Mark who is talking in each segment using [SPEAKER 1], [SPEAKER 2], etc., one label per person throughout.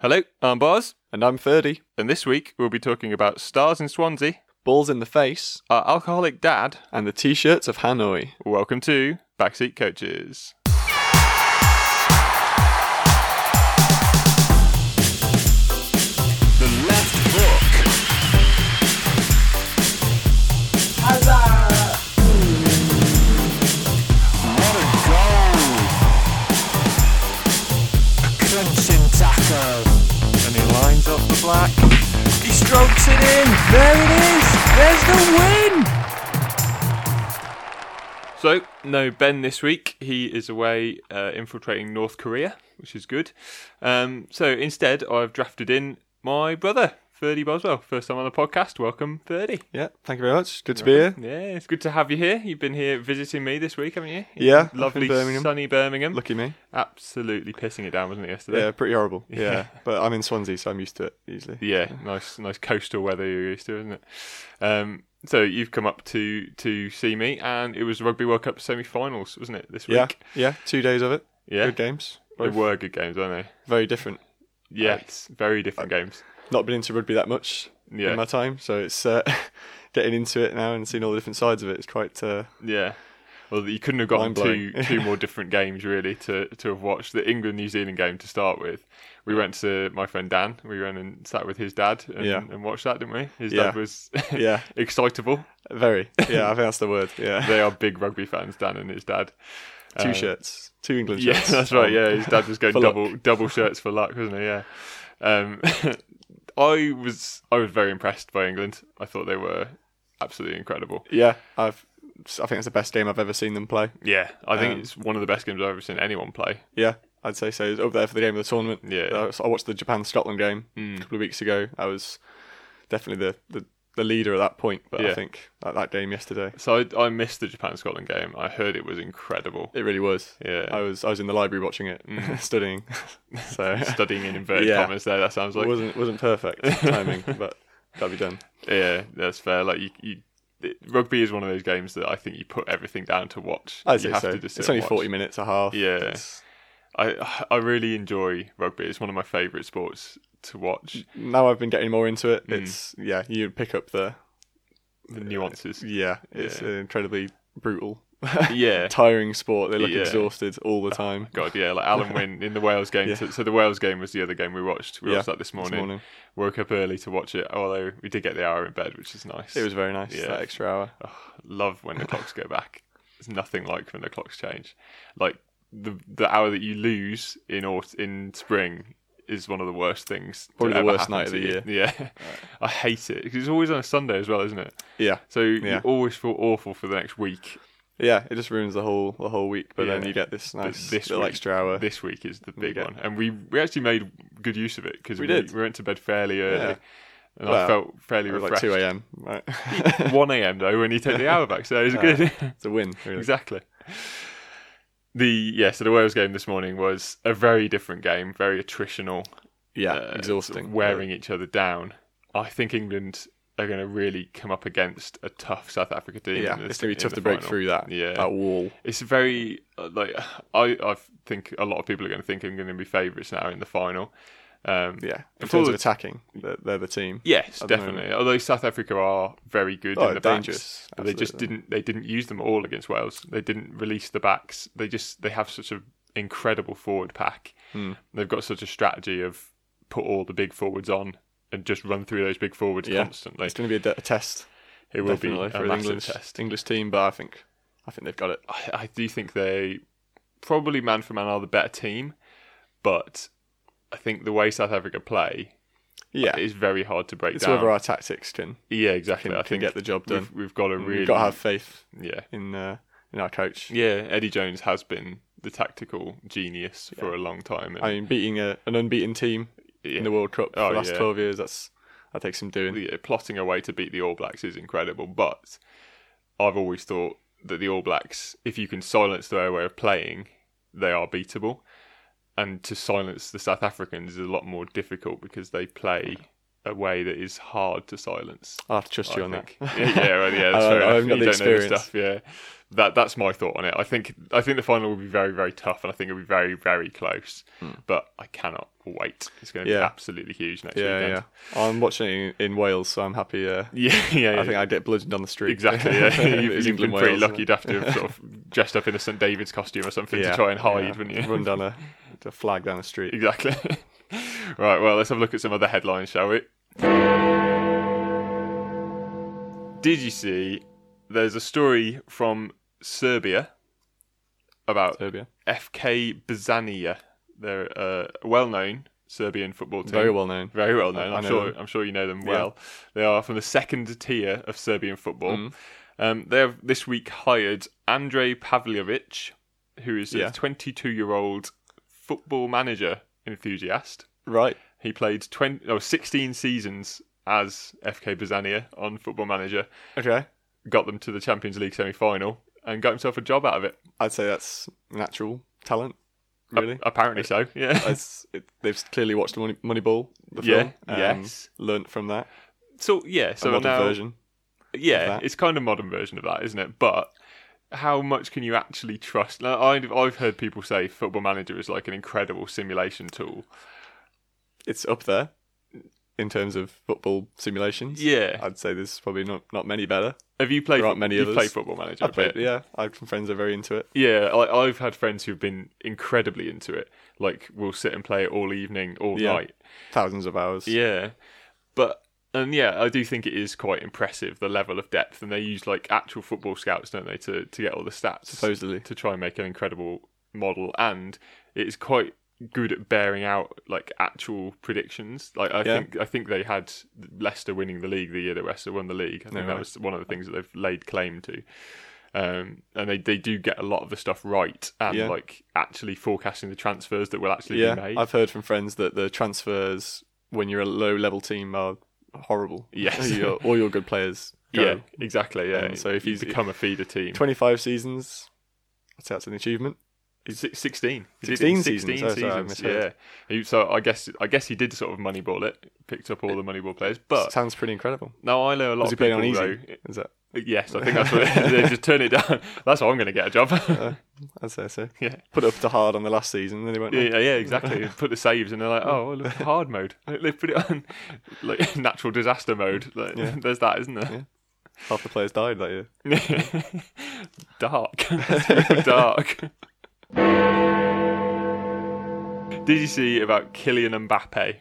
[SPEAKER 1] Hello, I'm Boz,
[SPEAKER 2] And I'm 30.
[SPEAKER 1] and this week we'll be talking about Stars in Swansea,
[SPEAKER 2] Balls in the face.
[SPEAKER 1] our alcoholic dad.
[SPEAKER 2] And the t shirts of Hanoi.
[SPEAKER 1] Welcome to Backseat Coaches.
[SPEAKER 3] The left hook. What a goal! A crunching tackle.
[SPEAKER 1] And he lines up the black.
[SPEAKER 3] He strokes it in. There it is. There's the win.
[SPEAKER 1] So, no Ben this week. He is away uh, infiltrating North Korea, which is good. Um, so, instead, I've drafted in my brother, 30 Boswell. First time on the podcast. Welcome, 30.
[SPEAKER 2] Yeah, thank you very much. Good to be here.
[SPEAKER 1] Yeah, it's good to have you here. You've been here visiting me this week, haven't you?
[SPEAKER 2] Yeah, up in
[SPEAKER 1] Lovely,
[SPEAKER 2] Birmingham.
[SPEAKER 1] sunny Birmingham.
[SPEAKER 2] Lucky me.
[SPEAKER 1] Absolutely pissing it down, wasn't it, yesterday?
[SPEAKER 2] Yeah, pretty horrible. Yeah.
[SPEAKER 1] Yeah.
[SPEAKER 2] But I'm in Swansea, so I'm used to it easily.
[SPEAKER 1] Yeah, nice, nice coastal weather you're used to, isn't it? Um, so you've come up to to see me, and it was Rugby World Cup semi-finals, wasn't it this
[SPEAKER 2] Yeah.
[SPEAKER 1] week?
[SPEAKER 2] yeah, Two days of it.
[SPEAKER 1] Yeah,
[SPEAKER 2] Good games.
[SPEAKER 1] they
[SPEAKER 2] Both
[SPEAKER 1] were good games, weren't they?
[SPEAKER 2] Very different.
[SPEAKER 1] Yes, very
[SPEAKER 2] Uh,
[SPEAKER 1] different games.
[SPEAKER 2] Not been into rugby that much
[SPEAKER 1] Yeah.
[SPEAKER 2] in my time, so it's uh, getting into it now and seeing all the different sides of it. It's quite. Uh,
[SPEAKER 1] Yeah. Well, you couldn't have gotten two
[SPEAKER 2] Mind-blowing.
[SPEAKER 1] two more different games really to to have watched the England New Zealand game to start with. We went to my friend Dan. We went and sat with his dad and,
[SPEAKER 2] Yeah.
[SPEAKER 1] and watched that, didn't we? His
[SPEAKER 2] Yeah.
[SPEAKER 1] dad was
[SPEAKER 2] Yeah.
[SPEAKER 1] excitable.
[SPEAKER 2] very. Yeah, I think that's the word. Yeah.
[SPEAKER 1] They are big rugby fans, Dan and his dad.
[SPEAKER 2] two shirts. Two England
[SPEAKER 1] uh, Yeah,
[SPEAKER 2] shirts.
[SPEAKER 1] that's right.
[SPEAKER 2] Um,
[SPEAKER 1] Yeah, his dad was going
[SPEAKER 2] for luck.
[SPEAKER 1] double double shirts for luck, wasn't he? Yeah. Um, I was I was very impressed by England. I thought they were absolutely incredible.
[SPEAKER 2] Yeah, I've. I think it's the best game I've ever seen them play.
[SPEAKER 1] Yeah, I think
[SPEAKER 2] Um,
[SPEAKER 1] it's one of the best games I've ever seen anyone play.
[SPEAKER 2] Yeah, I'd say so. It was up there for the game of the tournament.
[SPEAKER 1] Yeah. Hmm.
[SPEAKER 2] I was- I watched the Japan Scotland game a couple of weeks ago. I was definitely the, the, the leader at that point, but
[SPEAKER 1] Yeah.
[SPEAKER 2] I think at that game yesterday,
[SPEAKER 1] So I, I missed the Japan Scotland game. I heard it was incredible.
[SPEAKER 2] it really was.
[SPEAKER 1] Yeah. Hmm.
[SPEAKER 2] I was I was in the library watching it, studying. So
[SPEAKER 1] Studying in inverted
[SPEAKER 2] Yeah.
[SPEAKER 1] commas there. That sounds
[SPEAKER 2] it
[SPEAKER 1] like
[SPEAKER 2] wasn't wasn't perfect timing, but that'd be done.
[SPEAKER 1] yeah, that's fair. Like you. you it, Rugby is one of those games that I think you put everything down to watch.
[SPEAKER 2] I'd
[SPEAKER 1] you
[SPEAKER 2] say so.
[SPEAKER 1] sit
[SPEAKER 2] It's
[SPEAKER 1] and
[SPEAKER 2] only
[SPEAKER 1] watch.
[SPEAKER 2] forty minutes a half.
[SPEAKER 1] Yeah.
[SPEAKER 2] It's-
[SPEAKER 1] I I really enjoy rugby. It's one of my favourite sports to watch.
[SPEAKER 2] now I've been getting more into
[SPEAKER 1] Hmm.
[SPEAKER 2] it. It's yeah, you pick up the
[SPEAKER 1] The nuances.
[SPEAKER 2] yeah. It's
[SPEAKER 1] Yeah.
[SPEAKER 2] an incredibly brutal,
[SPEAKER 1] Yeah.
[SPEAKER 2] tiring sport. They look
[SPEAKER 1] Yeah.
[SPEAKER 2] exhausted all the time.
[SPEAKER 1] God, yeah, like Alan Wynne in the Wales game.
[SPEAKER 2] Yeah.
[SPEAKER 1] So, so the Wales game was the other game we watched. We
[SPEAKER 2] Yeah,
[SPEAKER 1] watched that this morning.
[SPEAKER 2] morning.
[SPEAKER 1] Woke up early to watch it, although we did get the hour in bed, which is nice.
[SPEAKER 2] It was very nice.
[SPEAKER 1] Yeah. Oh.
[SPEAKER 2] That extra hour.
[SPEAKER 1] love when the clocks go back. It's nothing like when the clocks change. Like the the hour that you lose in autumn, in spring is one of the worst things. to
[SPEAKER 2] Probably the
[SPEAKER 1] ever
[SPEAKER 2] worst
[SPEAKER 1] happen
[SPEAKER 2] night of
[SPEAKER 1] to
[SPEAKER 2] the
[SPEAKER 1] you. Yeah, I hate it because it's always on a Sunday as well, isn't it?
[SPEAKER 2] Yeah,
[SPEAKER 1] So you
[SPEAKER 2] Yeah.
[SPEAKER 1] always feel awful for the next week.
[SPEAKER 2] yeah. It just ruins the whole the whole week. But then
[SPEAKER 1] Yeah.
[SPEAKER 2] you get this
[SPEAKER 1] But
[SPEAKER 2] nice little
[SPEAKER 1] week-
[SPEAKER 2] extra hour.
[SPEAKER 1] This week is the big
[SPEAKER 2] get-
[SPEAKER 1] one, and we we actually made good use of it because we,
[SPEAKER 2] did.
[SPEAKER 1] We went to bed fairly early,
[SPEAKER 2] Yeah.
[SPEAKER 1] and I
[SPEAKER 2] Well,
[SPEAKER 1] felt fairly
[SPEAKER 2] it was like
[SPEAKER 1] refreshed.
[SPEAKER 2] two a.m. Right,
[SPEAKER 1] One a.m. though, when you take the hour back, so it was good.
[SPEAKER 2] it's a win. Really.
[SPEAKER 1] exactly. The yeah, so the Wales game this morning was a very different game, very attritional,
[SPEAKER 2] Yeah,
[SPEAKER 1] uh, sort of
[SPEAKER 2] exhausting.
[SPEAKER 1] wearing each other down. I think England are going to really come up against a tough South Africa team.
[SPEAKER 2] Yeah,
[SPEAKER 1] in this-
[SPEAKER 2] it's gonna
[SPEAKER 1] in
[SPEAKER 2] be tough
[SPEAKER 1] the
[SPEAKER 2] to break
[SPEAKER 1] final.
[SPEAKER 2] through that.
[SPEAKER 1] Yeah,
[SPEAKER 2] that wall.
[SPEAKER 1] it's very uh, like I I think a lot of people are going to think I'm going to be favourites now in the final. Um,
[SPEAKER 2] Yeah, in
[SPEAKER 1] Before the-
[SPEAKER 2] terms of attacking, they're, they're the team.
[SPEAKER 1] Yes,
[SPEAKER 2] At the
[SPEAKER 1] definitely. Although South Africa are very good
[SPEAKER 2] Oh,
[SPEAKER 1] in the
[SPEAKER 2] dangerous.
[SPEAKER 1] backs, but they just
[SPEAKER 2] Absolutely.
[SPEAKER 1] didn't they didn't use them at all against Wales. They didn't release the backs. They just they have such an incredible forward pack.
[SPEAKER 2] Hmm.
[SPEAKER 1] They've got such a strategy of put all the big forwards on and just run through those big forwards
[SPEAKER 2] Yeah.
[SPEAKER 1] constantly.
[SPEAKER 2] It's going to be a, de- a test.
[SPEAKER 1] It will be
[SPEAKER 2] definitely
[SPEAKER 1] a
[SPEAKER 2] for an
[SPEAKER 1] massive
[SPEAKER 2] English
[SPEAKER 1] test.
[SPEAKER 2] English team, but I think I think they've got it.
[SPEAKER 1] I, I do think they probably man for man are the better team, but I think the way South Africa play
[SPEAKER 2] Yeah,
[SPEAKER 1] is very hard to break
[SPEAKER 2] it's
[SPEAKER 1] down.
[SPEAKER 2] whether our tactics can
[SPEAKER 1] yeah, exactly.
[SPEAKER 2] can,
[SPEAKER 1] I
[SPEAKER 2] can
[SPEAKER 1] think
[SPEAKER 2] get the job done. Mm,
[SPEAKER 1] we've, we've got to
[SPEAKER 2] We've,
[SPEAKER 1] really
[SPEAKER 2] got to have faith
[SPEAKER 1] yeah.
[SPEAKER 2] in uh, in our coach.
[SPEAKER 1] Yeah, Eddie Jones has been the tactical genius for a long time. and-
[SPEAKER 2] I mean, beating a, an unbeaten team
[SPEAKER 1] Yeah.
[SPEAKER 2] in the World Cup for
[SPEAKER 1] Oh,
[SPEAKER 2] the last
[SPEAKER 1] yeah.
[SPEAKER 2] twelve years, that's that takes some doing.
[SPEAKER 1] yeah, plotting a way to beat the All Blacks is incredible, but I've always thought that the All Blacks, if you can silence their way of playing, they are beatable. And to silence the South Africans is a lot more difficult because they play a way that is hard to silence.
[SPEAKER 2] I'll have to trust you on
[SPEAKER 1] I
[SPEAKER 2] that.
[SPEAKER 1] think. yeah, yeah, well, yeah. That's
[SPEAKER 2] I-
[SPEAKER 1] fair
[SPEAKER 2] I
[SPEAKER 1] enough.
[SPEAKER 2] haven't got
[SPEAKER 1] you don't
[SPEAKER 2] the
[SPEAKER 1] know
[SPEAKER 2] experience.
[SPEAKER 1] this stuff. Yeah, that that's my thought on it. I think I think the final will be very very tough, and I think it'll be very very close. But I cannot wait. It's going to be
[SPEAKER 2] Hmm. Yeah.
[SPEAKER 1] absolutely huge next
[SPEAKER 2] Yeah,
[SPEAKER 1] weekend.
[SPEAKER 2] yeah. I'm watching it in, in Wales, so I'm happy. Uh,
[SPEAKER 1] Yeah, yeah, yeah.
[SPEAKER 2] I think I get bludgeoned on the street.
[SPEAKER 1] Exactly. Yeah,
[SPEAKER 2] It
[SPEAKER 1] you've,
[SPEAKER 2] was
[SPEAKER 1] you've been
[SPEAKER 2] England,
[SPEAKER 1] pretty
[SPEAKER 2] Wales,
[SPEAKER 1] lucky
[SPEAKER 2] isn't
[SPEAKER 1] to have to have sort of dressed up in a St David's costume or something
[SPEAKER 2] it?
[SPEAKER 1] to
[SPEAKER 2] Yeah,
[SPEAKER 1] try and hide,
[SPEAKER 2] yeah.
[SPEAKER 1] wouldn't you?
[SPEAKER 2] Run down a, a flag down the street.
[SPEAKER 1] Exactly. right, well, let's have a look at some other headlines, shall we? Did you see there's a story from Serbia about
[SPEAKER 2] Serbia.
[SPEAKER 1] FK Bizania? They're uh, a well known Serbian football team.
[SPEAKER 2] Very well known.
[SPEAKER 1] Very well known.
[SPEAKER 2] I
[SPEAKER 1] I'm
[SPEAKER 2] know
[SPEAKER 1] sure.
[SPEAKER 2] them.
[SPEAKER 1] I'm sure you know them well. They are from the second tier of Serbian football.
[SPEAKER 2] Mm.
[SPEAKER 1] Um, they have this week hired Andre Pavljevic, who is
[SPEAKER 2] Yeah.
[SPEAKER 1] a 22 year old football manager enthusiast.
[SPEAKER 2] Right.
[SPEAKER 1] He played 20, no, 16 seasons as FK Bizania on Football Manager,
[SPEAKER 2] Okay.
[SPEAKER 1] got them to the Champions League semi final, and got himself a job out of it.
[SPEAKER 2] I'd say that's natural talent. Really.
[SPEAKER 1] A- apparently so. Yeah.
[SPEAKER 2] It's, it, they've clearly watched Money, Moneyball. The
[SPEAKER 1] uh, Yeah,
[SPEAKER 2] Film,
[SPEAKER 1] yes.
[SPEAKER 2] Learnt from that.
[SPEAKER 1] so yeah.
[SPEAKER 2] A
[SPEAKER 1] So
[SPEAKER 2] modern
[SPEAKER 1] now,
[SPEAKER 2] version.
[SPEAKER 1] yeah,
[SPEAKER 2] that.
[SPEAKER 1] it's kind of modern version of that, isn't it? But how much can you actually trust? Now, I've, I've heard people say Football Manager is like an incredible simulation tool.
[SPEAKER 2] It's up there in terms of football simulations.
[SPEAKER 1] Yeah.
[SPEAKER 2] I'd say there's probably not, not many better.
[SPEAKER 1] Have you played?
[SPEAKER 2] There aren't many
[SPEAKER 1] you
[SPEAKER 2] others.
[SPEAKER 1] played Football Manager?
[SPEAKER 2] I
[SPEAKER 1] a bit?
[SPEAKER 2] played, yeah, I have some friends that are very into it.
[SPEAKER 1] Yeah, like I've had friends who've been incredibly into it. Like we'll sit and play it all evening, all
[SPEAKER 2] Yeah.
[SPEAKER 1] night.
[SPEAKER 2] Thousands of hours.
[SPEAKER 1] Yeah, but and yeah, I do think it is quite impressive the level of depth, and they use like actual football scouts, don't they, to to get all the stats
[SPEAKER 2] Supposedly.
[SPEAKER 1] to try and make an incredible model, and it's quite good at bearing out like actual predictions. Like I
[SPEAKER 2] Yeah.
[SPEAKER 1] think I think they had Leicester winning the league the year that Leicester won the league. I think that
[SPEAKER 2] Oh, right.
[SPEAKER 1] was one of the things that they've laid claim to. Um, and they, they do get a lot of the stuff right and
[SPEAKER 2] Yeah.
[SPEAKER 1] like actually forecasting the transfers that will actually be
[SPEAKER 2] Yeah,
[SPEAKER 1] made.
[SPEAKER 2] I've heard from friends that the transfers when you're a low level team are horrible.
[SPEAKER 1] Yes.
[SPEAKER 2] Your- all your good players. Go.
[SPEAKER 1] Yeah, exactly. Yeah.
[SPEAKER 2] And Um, so if
[SPEAKER 1] you
[SPEAKER 2] he's-
[SPEAKER 1] become a feeder team,
[SPEAKER 2] 25 seasons. I'd say that's an achievement.
[SPEAKER 1] Si- sixteen. He did it
[SPEAKER 2] 16
[SPEAKER 1] in
[SPEAKER 2] seasons. Oh, sorry, I
[SPEAKER 1] yeah.
[SPEAKER 2] misheard.
[SPEAKER 1] He- so I guess I guess he did sort of moneyball it, picked
[SPEAKER 2] Eh,
[SPEAKER 1] up all the moneyball players. But
[SPEAKER 2] Sounds pretty incredible.
[SPEAKER 1] now I know a lot
[SPEAKER 2] Is he
[SPEAKER 1] of
[SPEAKER 2] playing
[SPEAKER 1] people
[SPEAKER 2] on easy?
[SPEAKER 1] though. Uh,
[SPEAKER 2] Is that?
[SPEAKER 1] Yes, I think that's what they just turn it down. That's how I'm going to get a job.
[SPEAKER 2] Uh. I'd say so.
[SPEAKER 1] yeah.
[SPEAKER 2] Put up to hard on the last season, then he went.
[SPEAKER 1] Yeah,
[SPEAKER 2] on.
[SPEAKER 1] yeah, yeah, exactly. Put the saves, and they're like, "Oh, well, look, hard mode." They put it on like natural disaster mode. Like, There's that, isn't there?
[SPEAKER 2] Half the players died that year.
[SPEAKER 1] dark, It's real dark. Did you see about Kylian Mbappe?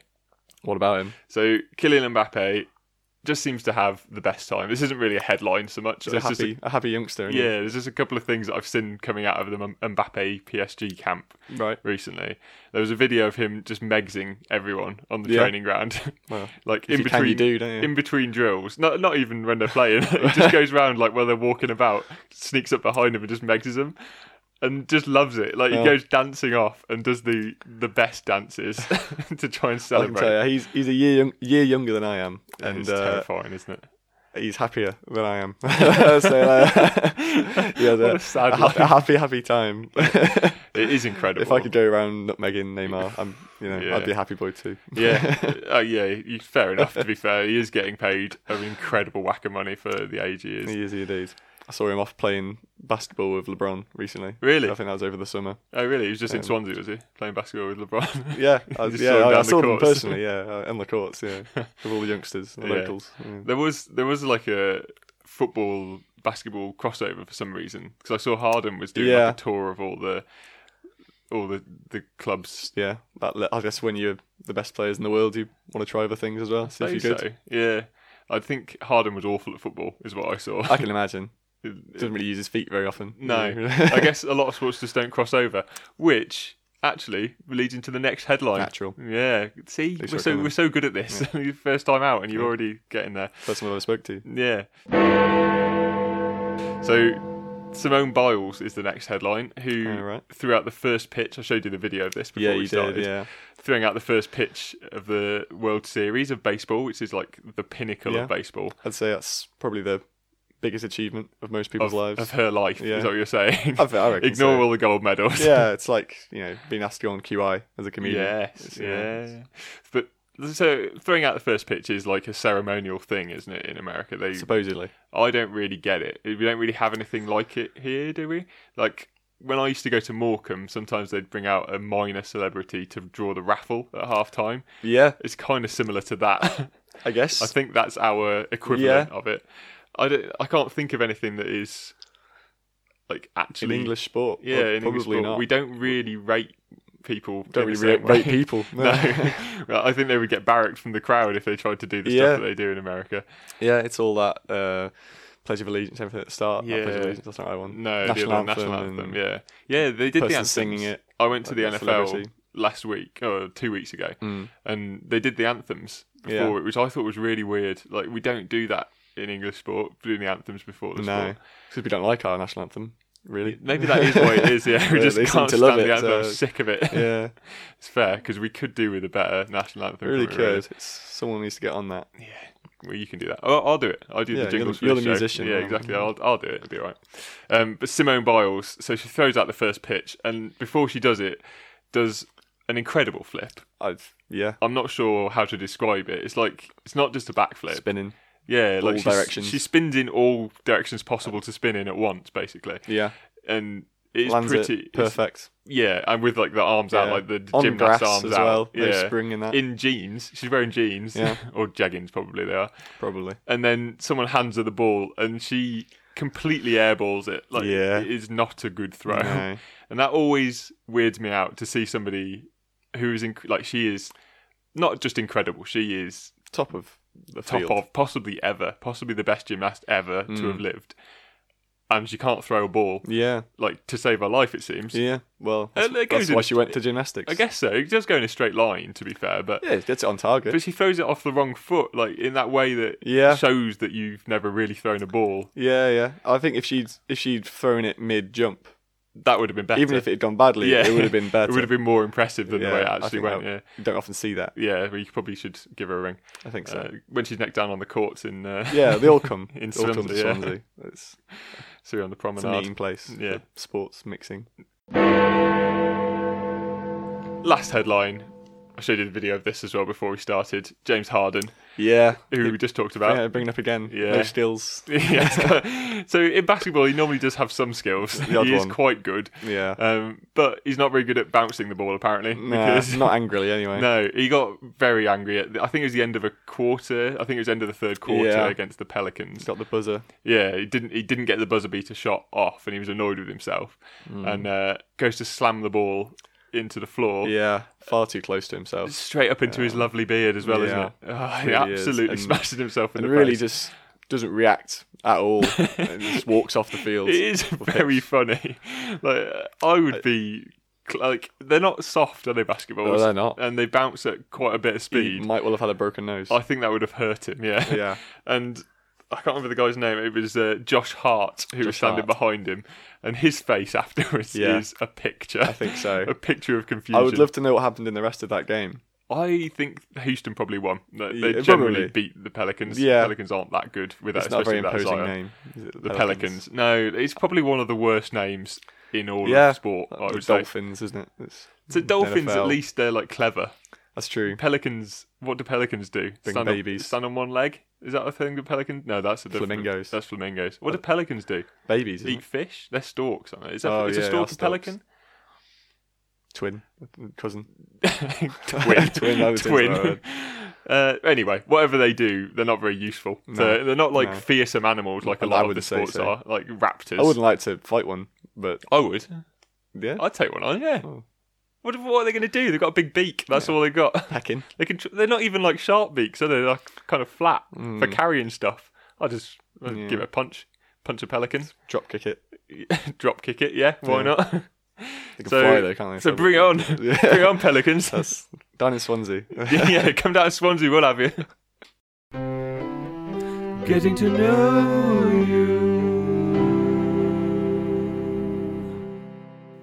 [SPEAKER 2] What about him?
[SPEAKER 1] So Kylian Mbappe just seems to have the best time. This isn't really a headline so much.
[SPEAKER 2] He's a
[SPEAKER 1] It's just
[SPEAKER 2] happy, a, happy youngster. isn't he?
[SPEAKER 1] yeah, there's just a couple of things that I've seen coming out of the M- Mbappe PSG camp
[SPEAKER 2] Right.
[SPEAKER 1] recently. There was a video of him just megsing everyone on the
[SPEAKER 2] Yeah.
[SPEAKER 1] training ground,
[SPEAKER 2] Well,
[SPEAKER 1] like
[SPEAKER 2] if
[SPEAKER 1] in
[SPEAKER 2] you can,
[SPEAKER 1] between
[SPEAKER 2] you do, don't you?
[SPEAKER 1] in between drills. Not not even when they're playing. he just goes round like while they're walking about, sneaks up behind them and just megses them. And just loves it. Like he
[SPEAKER 2] Yeah.
[SPEAKER 1] goes dancing off and does the the best dances to try and
[SPEAKER 2] I can
[SPEAKER 1] celebrate.
[SPEAKER 2] tell you, he's he's a year young, year younger than I am, and
[SPEAKER 1] it's
[SPEAKER 2] uh,
[SPEAKER 1] terrifying, isn't it?
[SPEAKER 2] he's happier than I am. so uh, he has
[SPEAKER 1] What
[SPEAKER 2] a,
[SPEAKER 1] a sad
[SPEAKER 2] a ha-
[SPEAKER 1] life.
[SPEAKER 2] a happy, happy time. if
[SPEAKER 1] It is incredible.
[SPEAKER 2] I could go around nutmegging Neymar, I'm, you know,
[SPEAKER 1] Yeah.
[SPEAKER 2] I'd be a happy boy too.
[SPEAKER 1] yeah, uh, yeah. you- Fair enough. To be fair, he is getting paid an incredible whack of money for the age he is.
[SPEAKER 2] He is, he is. I saw him off playing basketball with LeBron recently.
[SPEAKER 1] Really?
[SPEAKER 2] I think that was over the summer.
[SPEAKER 1] Oh, really? He was just in Swansea, was he? Playing basketball with LeBron.
[SPEAKER 2] Um, Yeah, I,
[SPEAKER 1] Just
[SPEAKER 2] yeah,
[SPEAKER 1] saw him
[SPEAKER 2] I, I
[SPEAKER 1] down the
[SPEAKER 2] saw them
[SPEAKER 1] courts.
[SPEAKER 2] personally. Yeah, uh, on the courts. Yeah, with all the youngsters, the
[SPEAKER 1] Yeah.
[SPEAKER 2] locals. yeah.
[SPEAKER 1] there was there was like a football basketball crossover for some reason because I saw Harden was doing
[SPEAKER 2] Yeah.
[SPEAKER 1] like a tour of all the all the the clubs.
[SPEAKER 2] Yeah, that, le- I guess when you're the best players in the world, you want to try other things as well. See if
[SPEAKER 1] So,
[SPEAKER 2] you're good.
[SPEAKER 1] yeah. I think Harden was awful at football, is what I saw.
[SPEAKER 2] I can imagine. Doesn't really use his feet very often.
[SPEAKER 1] No, I guess a lot of sports just don't cross over, which actually leads into the next headline.
[SPEAKER 2] Natural.
[SPEAKER 1] Yeah. See,
[SPEAKER 2] Least
[SPEAKER 1] we're
[SPEAKER 2] we're
[SPEAKER 1] so
[SPEAKER 2] coming.
[SPEAKER 1] we're so good at this. First time out, and you're already getting there.
[SPEAKER 2] First time I ever spoke to.
[SPEAKER 1] Yeah. So, Simone Biles is the next headline. Who
[SPEAKER 2] Oh, right.
[SPEAKER 1] threw out the first pitch? I showed you the video of this before
[SPEAKER 2] Yeah,
[SPEAKER 1] we
[SPEAKER 2] you
[SPEAKER 1] started.
[SPEAKER 2] did. Yeah,
[SPEAKER 1] Throwing out the first pitch of the World Series of baseball, which is like the pinnacle
[SPEAKER 2] Yeah.
[SPEAKER 1] of baseball.
[SPEAKER 2] I'd say that's probably the biggest achievement of most people's
[SPEAKER 1] Of,
[SPEAKER 2] lives.
[SPEAKER 1] of her life,
[SPEAKER 2] Yeah.
[SPEAKER 1] is what you're saying.
[SPEAKER 2] I, I reckon.
[SPEAKER 1] Ignore
[SPEAKER 2] so.
[SPEAKER 1] all the gold medals.
[SPEAKER 2] Yeah, it's like you know being asked to go on QI as a comedian.
[SPEAKER 1] Yes,
[SPEAKER 2] It's,
[SPEAKER 1] yeah.
[SPEAKER 2] yeah,
[SPEAKER 1] But So throwing out the first pitch is like a ceremonial thing, isn't it? In America, they
[SPEAKER 2] supposedly.
[SPEAKER 1] I don't really get it. We don't really have anything like it here, do we? Like when I used to go to Morecambe, sometimes they'd bring out a minor celebrity to draw the raffle at half time.
[SPEAKER 2] Yeah,
[SPEAKER 1] It's kind of similar to that.
[SPEAKER 2] I guess.
[SPEAKER 1] I think that's our equivalent
[SPEAKER 2] Yeah.
[SPEAKER 1] of it. I, don't- I can't think of anything that is like
[SPEAKER 2] in
[SPEAKER 1] actually
[SPEAKER 2] English sport,
[SPEAKER 1] Yeah,
[SPEAKER 2] prob-
[SPEAKER 1] in English
[SPEAKER 2] probably
[SPEAKER 1] sport,
[SPEAKER 2] not.
[SPEAKER 1] we don't really rate people.
[SPEAKER 2] don't
[SPEAKER 1] in the
[SPEAKER 2] really
[SPEAKER 1] same
[SPEAKER 2] rate, rate
[SPEAKER 1] way.
[SPEAKER 2] people. No.
[SPEAKER 1] No, Well, I think they would get barracked from the crowd if they tried to do the
[SPEAKER 2] Yeah.
[SPEAKER 1] stuff that they do in America.
[SPEAKER 2] yeah, it's all that uh, pledge of allegiance, everything at the start. Not Pledge
[SPEAKER 1] Yeah.
[SPEAKER 2] of allegiance, that's not what I want.
[SPEAKER 1] No,
[SPEAKER 2] national
[SPEAKER 1] the
[SPEAKER 2] anthem,
[SPEAKER 1] other national anthem.
[SPEAKER 2] and
[SPEAKER 1] yeah, yeah, they did the
[SPEAKER 2] person
[SPEAKER 1] anthems.
[SPEAKER 2] singing it,
[SPEAKER 1] I went to
[SPEAKER 2] like
[SPEAKER 1] the
[SPEAKER 2] a
[SPEAKER 1] NFL
[SPEAKER 2] celebrity.
[SPEAKER 1] last week or two weeks ago,
[SPEAKER 2] Mm.
[SPEAKER 1] and they did the anthems before
[SPEAKER 2] Yeah.
[SPEAKER 1] it, which I thought was really weird. Like we don't do that in English sport, doing the anthems before the
[SPEAKER 2] No,
[SPEAKER 1] sport.
[SPEAKER 2] because we don't like our national anthem, really.
[SPEAKER 1] Maybe that is what it is. Yeah, we
[SPEAKER 2] They-
[SPEAKER 1] just
[SPEAKER 2] they seem
[SPEAKER 1] can't
[SPEAKER 2] to
[SPEAKER 1] stand
[SPEAKER 2] love
[SPEAKER 1] the
[SPEAKER 2] it,
[SPEAKER 1] anthem. I'm
[SPEAKER 2] so-
[SPEAKER 1] sick of it.
[SPEAKER 2] yeah,
[SPEAKER 1] It's fair because we could do with a better national anthem.
[SPEAKER 2] really
[SPEAKER 1] couldn't we,
[SPEAKER 2] could. It's, someone needs to get on that.
[SPEAKER 1] Well, you can do that. I'll, I'll do it. I'll do
[SPEAKER 2] Yeah,
[SPEAKER 1] the
[SPEAKER 2] you're
[SPEAKER 1] jingles.
[SPEAKER 2] the-
[SPEAKER 1] for
[SPEAKER 2] you're
[SPEAKER 1] this
[SPEAKER 2] the
[SPEAKER 1] show.
[SPEAKER 2] musician
[SPEAKER 1] Yeah,
[SPEAKER 2] now.
[SPEAKER 1] exactly. I'll, I'll do it. It'll be all right. Um, but Simone Biles, so she throws out the first pitch, and before she does it, does an incredible flip.
[SPEAKER 2] I've yeah,
[SPEAKER 1] I'm not sure how to describe it. It's like it's not just a backflip.
[SPEAKER 2] spinning.
[SPEAKER 1] Yeah, like
[SPEAKER 2] all
[SPEAKER 1] she's-
[SPEAKER 2] directions.
[SPEAKER 1] She spins in all directions possible to spin in at once, basically,
[SPEAKER 2] Yeah,
[SPEAKER 1] and. It's
[SPEAKER 2] lands
[SPEAKER 1] pretty
[SPEAKER 2] it
[SPEAKER 1] it's-
[SPEAKER 2] perfect.
[SPEAKER 1] yeah, and with like the arms out,
[SPEAKER 2] Yeah.
[SPEAKER 1] like the
[SPEAKER 2] on
[SPEAKER 1] gymnast
[SPEAKER 2] grass
[SPEAKER 1] arms
[SPEAKER 2] as
[SPEAKER 1] out.
[SPEAKER 2] well.
[SPEAKER 1] Yeah,
[SPEAKER 2] No spring in that
[SPEAKER 1] in jeans. She's wearing jeans
[SPEAKER 2] Yeah.
[SPEAKER 1] or jeggings, probably they are.
[SPEAKER 2] probably.
[SPEAKER 1] and then someone hands her the ball and she completely airballs it. Like
[SPEAKER 2] Yeah.
[SPEAKER 1] it is not a good throw.
[SPEAKER 2] No.
[SPEAKER 1] And that always weirds me out to see somebody who is inc- like she is not just incredible, she is
[SPEAKER 2] Top of the
[SPEAKER 1] top
[SPEAKER 2] field. Mm.
[SPEAKER 1] of possibly ever, possibly the best gymnast ever to have lived. And she can't throw a ball
[SPEAKER 2] Yeah,
[SPEAKER 1] like to save her life it seems.
[SPEAKER 2] yeah. Well,
[SPEAKER 1] Uh,
[SPEAKER 2] that's,
[SPEAKER 1] it goes
[SPEAKER 2] that's why
[SPEAKER 1] in-
[SPEAKER 2] she went to gymnastics.
[SPEAKER 1] I guess so. It does go in a straight line to be fair, but
[SPEAKER 2] Yeah, it gets it on target.
[SPEAKER 1] but she throws it off the wrong foot, like in that way that
[SPEAKER 2] Yeah.
[SPEAKER 1] shows that you've never really thrown a ball.
[SPEAKER 2] Yeah, yeah. I think if she'd if she'd thrown it mid jump,
[SPEAKER 1] That would have been better.
[SPEAKER 2] even if it had gone badly,
[SPEAKER 1] Yeah.
[SPEAKER 2] it would have been better.
[SPEAKER 1] It would have been more impressive than the way it
[SPEAKER 2] I
[SPEAKER 1] actually
[SPEAKER 2] think
[SPEAKER 1] went. Yeah,
[SPEAKER 2] that- You don't often see that.
[SPEAKER 1] yeah. We probably should give her a ring
[SPEAKER 2] I think so.
[SPEAKER 1] uh, when she's neck down on the courts in uh,
[SPEAKER 2] yeah, they all come.
[SPEAKER 1] In
[SPEAKER 2] they all come to
[SPEAKER 1] Swansea, yeah.
[SPEAKER 2] Swansea. It's,
[SPEAKER 1] Surrey on the
[SPEAKER 2] it's a
[SPEAKER 1] promenade.
[SPEAKER 2] meeting place.
[SPEAKER 1] Yeah.
[SPEAKER 2] for sports mixing.
[SPEAKER 1] Last headline. I showed you the video of this as well before we started. James Harden,
[SPEAKER 2] Yeah,
[SPEAKER 1] who we just talked
[SPEAKER 2] yeah.
[SPEAKER 1] about.
[SPEAKER 2] Bring it up again.
[SPEAKER 1] Yeah.
[SPEAKER 2] No skills.
[SPEAKER 1] Yeah. so in basketball, he normally does have some skills.
[SPEAKER 2] odd
[SPEAKER 1] he is
[SPEAKER 2] one.
[SPEAKER 1] quite good,
[SPEAKER 2] Yeah,
[SPEAKER 1] um, but he's not very good at bouncing the ball apparently.
[SPEAKER 2] nah, not angrily anyway.
[SPEAKER 1] No, he got very angry. At the, I think it was the end of a quarter. I think it was the end of the third quarter
[SPEAKER 2] Yeah.
[SPEAKER 1] against the Pelicans.
[SPEAKER 2] He's got the buzzer.
[SPEAKER 1] Yeah, he didn't. He didn't get the buzzer beater shot off, and he was annoyed with himself,
[SPEAKER 2] Hmm.
[SPEAKER 1] and uh, goes to slam the ball into the floor.
[SPEAKER 2] Yeah, far too close to himself.
[SPEAKER 1] Straight up into his lovely beard as well, isn't
[SPEAKER 2] Yeah.
[SPEAKER 1] it? Oh, he
[SPEAKER 2] Really is.
[SPEAKER 1] absolutely
[SPEAKER 2] And-
[SPEAKER 1] smashes himself in
[SPEAKER 2] And
[SPEAKER 1] the
[SPEAKER 2] really
[SPEAKER 1] face.
[SPEAKER 2] just doesn't react at all. and just walks off the field.
[SPEAKER 1] It is very funny. Like uh, I would be like they're not soft, are they basketballs?
[SPEAKER 2] No, they're not.
[SPEAKER 1] and they bounce at quite a bit of
[SPEAKER 2] He
[SPEAKER 1] speed.
[SPEAKER 2] might well have had a broken nose.
[SPEAKER 1] I think that would have hurt him. Yeah.
[SPEAKER 2] yeah.
[SPEAKER 1] and I can't remember the guy's name. It was uh, Josh Hart who was
[SPEAKER 2] Josh
[SPEAKER 1] standing
[SPEAKER 2] Hart.
[SPEAKER 1] behind him, and his face afterwards
[SPEAKER 2] Yeah.
[SPEAKER 1] is a picture. I
[SPEAKER 2] think so.
[SPEAKER 1] a picture of confusion.
[SPEAKER 2] I would love to know what happened in the rest of that game.
[SPEAKER 1] I think Houston probably won. They, they
[SPEAKER 2] Yeah,
[SPEAKER 1] generally
[SPEAKER 2] probably.
[SPEAKER 1] beat the Pelicans.
[SPEAKER 2] Yeah.
[SPEAKER 1] Pelicans aren't that good without,
[SPEAKER 2] It's not a very
[SPEAKER 1] especially without
[SPEAKER 2] imposing
[SPEAKER 1] Zion.
[SPEAKER 2] name. is it?
[SPEAKER 1] The Pelicans. No, it's probably one of the worst names in all
[SPEAKER 2] Yeah.
[SPEAKER 1] of sport. I
[SPEAKER 2] The
[SPEAKER 1] would say.
[SPEAKER 2] Dolphins, isn't it? It's,
[SPEAKER 1] So Dolphins, at
[SPEAKER 2] NFL.
[SPEAKER 1] least they're like clever.
[SPEAKER 2] that's true.
[SPEAKER 1] Pelicans. What do pelicans do? stand
[SPEAKER 2] babies.
[SPEAKER 1] On, stand on one leg. Is that a thing with pelicans? No, that's a different-
[SPEAKER 2] Flamingos.
[SPEAKER 1] That's flamingos. What do pelicans do?
[SPEAKER 2] Babies, isn't
[SPEAKER 1] Eat
[SPEAKER 2] it?
[SPEAKER 1] fish? They're storks, aren't they? Is, that,
[SPEAKER 2] Oh,
[SPEAKER 1] is
[SPEAKER 2] yeah,
[SPEAKER 1] a
[SPEAKER 2] they
[SPEAKER 1] stork
[SPEAKER 2] are
[SPEAKER 1] a pelican?
[SPEAKER 2] twin, cousin.
[SPEAKER 1] twin,
[SPEAKER 2] Twin, that was the right
[SPEAKER 1] twin.
[SPEAKER 2] word.
[SPEAKER 1] Uh, anyway, whatever they do, they're not very useful. So
[SPEAKER 2] No,
[SPEAKER 1] they're not like
[SPEAKER 2] no.
[SPEAKER 1] fearsome animals like a
[SPEAKER 2] I
[SPEAKER 1] lot of
[SPEAKER 2] wouldn't
[SPEAKER 1] the
[SPEAKER 2] say
[SPEAKER 1] sports
[SPEAKER 2] so.
[SPEAKER 1] are, like raptors.
[SPEAKER 2] I wouldn't like to fight one, but
[SPEAKER 1] I would.
[SPEAKER 2] yeah,
[SPEAKER 1] I'd take one on. Yeah.
[SPEAKER 2] Oh.
[SPEAKER 1] What, what are they going to do? They've got a big beak. That's all they've got.
[SPEAKER 2] hacking.
[SPEAKER 1] They can. Tr- they're not even like sharp beaks, are they? They're like kind of flat for carrying stuff. I just I'd
[SPEAKER 2] Mm. Yeah.
[SPEAKER 1] give it a punch. Punch a pelican.
[SPEAKER 2] drop kick it.
[SPEAKER 1] Drop kick it. Yeah. Why
[SPEAKER 2] Yeah.
[SPEAKER 1] not?
[SPEAKER 2] They can
[SPEAKER 1] So-
[SPEAKER 2] fly though, can't they?
[SPEAKER 1] so bring on,
[SPEAKER 2] Yeah.
[SPEAKER 1] bring on pelicans.
[SPEAKER 2] That's down in Swansea.
[SPEAKER 1] yeah, come down to Swansea, we'll have you.
[SPEAKER 3] Getting to know you.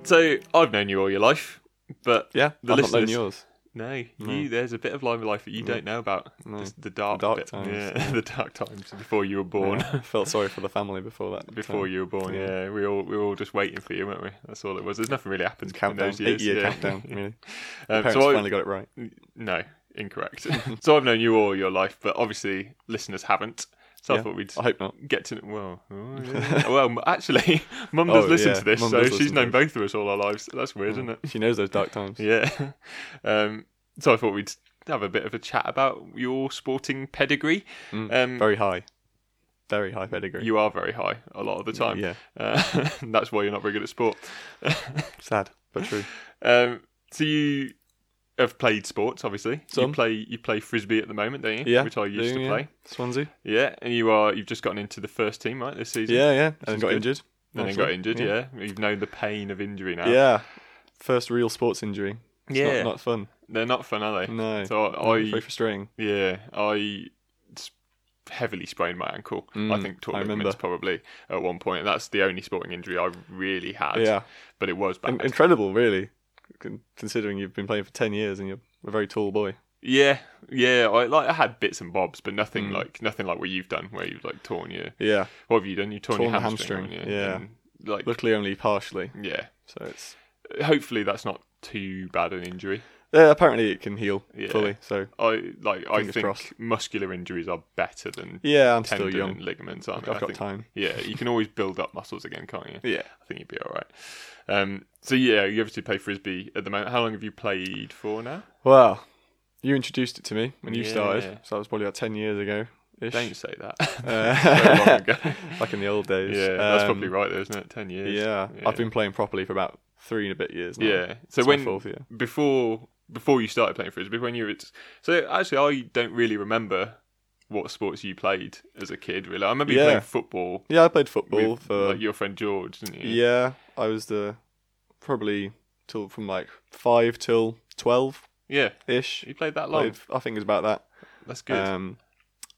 [SPEAKER 1] So I've known you all your life, but
[SPEAKER 2] yeah,
[SPEAKER 1] The
[SPEAKER 2] I've not known
[SPEAKER 1] listeners-
[SPEAKER 2] yours.
[SPEAKER 1] no,
[SPEAKER 2] No.
[SPEAKER 1] you there's a bit of life life that you don't know about.
[SPEAKER 2] No.
[SPEAKER 1] Just the dark,
[SPEAKER 2] The dark
[SPEAKER 1] bit.
[SPEAKER 2] times,
[SPEAKER 1] yeah,
[SPEAKER 2] yeah.
[SPEAKER 1] the dark times before you were born.
[SPEAKER 2] Yeah, felt sorry for the family before that.
[SPEAKER 1] Before you were born, yeah.
[SPEAKER 2] Yeah.
[SPEAKER 1] we all we were all just waiting for you, weren't we? That's all it was. There's nothing really happened in
[SPEAKER 2] countdown,
[SPEAKER 1] those years.
[SPEAKER 2] eight year
[SPEAKER 1] yeah.
[SPEAKER 2] countdown. Really,
[SPEAKER 1] Um,
[SPEAKER 2] parents
[SPEAKER 1] so I,
[SPEAKER 2] finally got it right.
[SPEAKER 1] no, incorrect. so I've known you all your life, but obviously listeners haven't. So I
[SPEAKER 2] Yeah,
[SPEAKER 1] thought we'd
[SPEAKER 2] I hope not.
[SPEAKER 1] get to well. oh, yeah. well, actually, Mum
[SPEAKER 2] Oh,
[SPEAKER 1] does listen
[SPEAKER 2] yeah,
[SPEAKER 1] to this,
[SPEAKER 2] Mum
[SPEAKER 1] so
[SPEAKER 2] does listen
[SPEAKER 1] she's
[SPEAKER 2] to Oh.
[SPEAKER 1] known both of us all our lives. That's weird, isn't it?
[SPEAKER 2] She knows those dark times.
[SPEAKER 1] Yeah. Um, so I thought we'd have a bit of a chat about your sporting pedigree. um,
[SPEAKER 2] Mm, Very high. Very high pedigree.
[SPEAKER 1] you are very high a lot of the time.
[SPEAKER 2] Yeah.
[SPEAKER 1] Uh, that's why you're not very good at sport.
[SPEAKER 2] Sad, but true.
[SPEAKER 1] Um, so you have played sports, obviously. You
[SPEAKER 2] Some.
[SPEAKER 1] play you play frisbee at the moment, don't you?
[SPEAKER 2] Yeah.
[SPEAKER 1] Which I used
[SPEAKER 2] doing,
[SPEAKER 1] to
[SPEAKER 2] yeah.
[SPEAKER 1] play.
[SPEAKER 2] Swansea.
[SPEAKER 1] Yeah, and you are you've just gotten into the first team, right, this season?
[SPEAKER 2] Yeah, yeah.
[SPEAKER 1] is
[SPEAKER 2] And got
[SPEAKER 1] good.
[SPEAKER 2] injured.
[SPEAKER 1] And then
[SPEAKER 2] Naturally.
[SPEAKER 1] got injured, yeah. You've known the pain of injury now.
[SPEAKER 2] yeah. First real sports injury. It's
[SPEAKER 1] Yeah.
[SPEAKER 2] Not, not fun.
[SPEAKER 1] They're not fun, are they?
[SPEAKER 2] No.
[SPEAKER 1] So I,
[SPEAKER 2] Very frustrating.
[SPEAKER 1] Yeah, I s- heavily sprained my ankle. I
[SPEAKER 2] Mm,
[SPEAKER 1] think tore
[SPEAKER 2] I
[SPEAKER 1] ligaments
[SPEAKER 2] remember.
[SPEAKER 1] probably at one point. And that's the only sporting injury I really had.
[SPEAKER 2] Yeah.
[SPEAKER 1] but it was bad.
[SPEAKER 2] In- incredible, really. con- Considering you've been playing for 10 years and you're a very tall boy.
[SPEAKER 1] yeah, yeah. I like I had bits and bobs, but
[SPEAKER 2] Mm.
[SPEAKER 1] nothing like nothing like what you've done, where you've like torn your.
[SPEAKER 2] Yeah.
[SPEAKER 1] What have you done? You torn, your
[SPEAKER 2] Torn the
[SPEAKER 1] hamstring.
[SPEAKER 2] hamstring,
[SPEAKER 1] haven't you?
[SPEAKER 2] yeah.
[SPEAKER 1] And, like
[SPEAKER 2] Luckily, only partially.
[SPEAKER 1] yeah.
[SPEAKER 2] So it's.
[SPEAKER 1] Hopefully that's not too bad an injury.
[SPEAKER 2] Yeah, apparently it can heal
[SPEAKER 1] Yeah.
[SPEAKER 2] fully. So,
[SPEAKER 1] I like I
[SPEAKER 2] Fingers
[SPEAKER 1] think
[SPEAKER 2] crossed.
[SPEAKER 1] muscular injuries are better than
[SPEAKER 2] yeah, I'm still
[SPEAKER 1] tendon
[SPEAKER 2] young.
[SPEAKER 1] and ligaments. Aren't they?
[SPEAKER 2] I've
[SPEAKER 1] I
[SPEAKER 2] got
[SPEAKER 1] think-
[SPEAKER 2] time.
[SPEAKER 1] Yeah, you can always build up muscles again, can't you?
[SPEAKER 2] Yeah.
[SPEAKER 1] I think you'd be all right. Um, so yeah, you obviously play frisbee at the moment. How long have you played for now?
[SPEAKER 2] Well, you introduced it to me when you
[SPEAKER 1] Yeah.
[SPEAKER 2] started. So that was probably about 10 years ago ish.
[SPEAKER 1] Don't say that.
[SPEAKER 2] Uh,
[SPEAKER 1] So long ago.
[SPEAKER 2] Back in the old days.
[SPEAKER 1] yeah, that's
[SPEAKER 2] Um,
[SPEAKER 1] probably right, though, isn't it? Ten years.
[SPEAKER 2] Yeah,
[SPEAKER 1] yeah.
[SPEAKER 2] I've been playing properly for about three and a bit years now.
[SPEAKER 1] Yeah. So
[SPEAKER 2] It's my
[SPEAKER 1] when
[SPEAKER 2] fourth year.
[SPEAKER 1] before before you started playing frisbee, when you were at, so actually I don't really remember what sports you played as a kid. Really, I remember you
[SPEAKER 2] Yeah.
[SPEAKER 1] playing football.
[SPEAKER 2] Yeah, I played football
[SPEAKER 1] with,
[SPEAKER 2] for
[SPEAKER 1] like, your friend George, didn't you?
[SPEAKER 2] yeah. I was the probably till from like five till twelve
[SPEAKER 1] Yeah.
[SPEAKER 2] ish.
[SPEAKER 1] You played that long.
[SPEAKER 2] Played, I think it was about that.
[SPEAKER 1] That's good.
[SPEAKER 2] Um,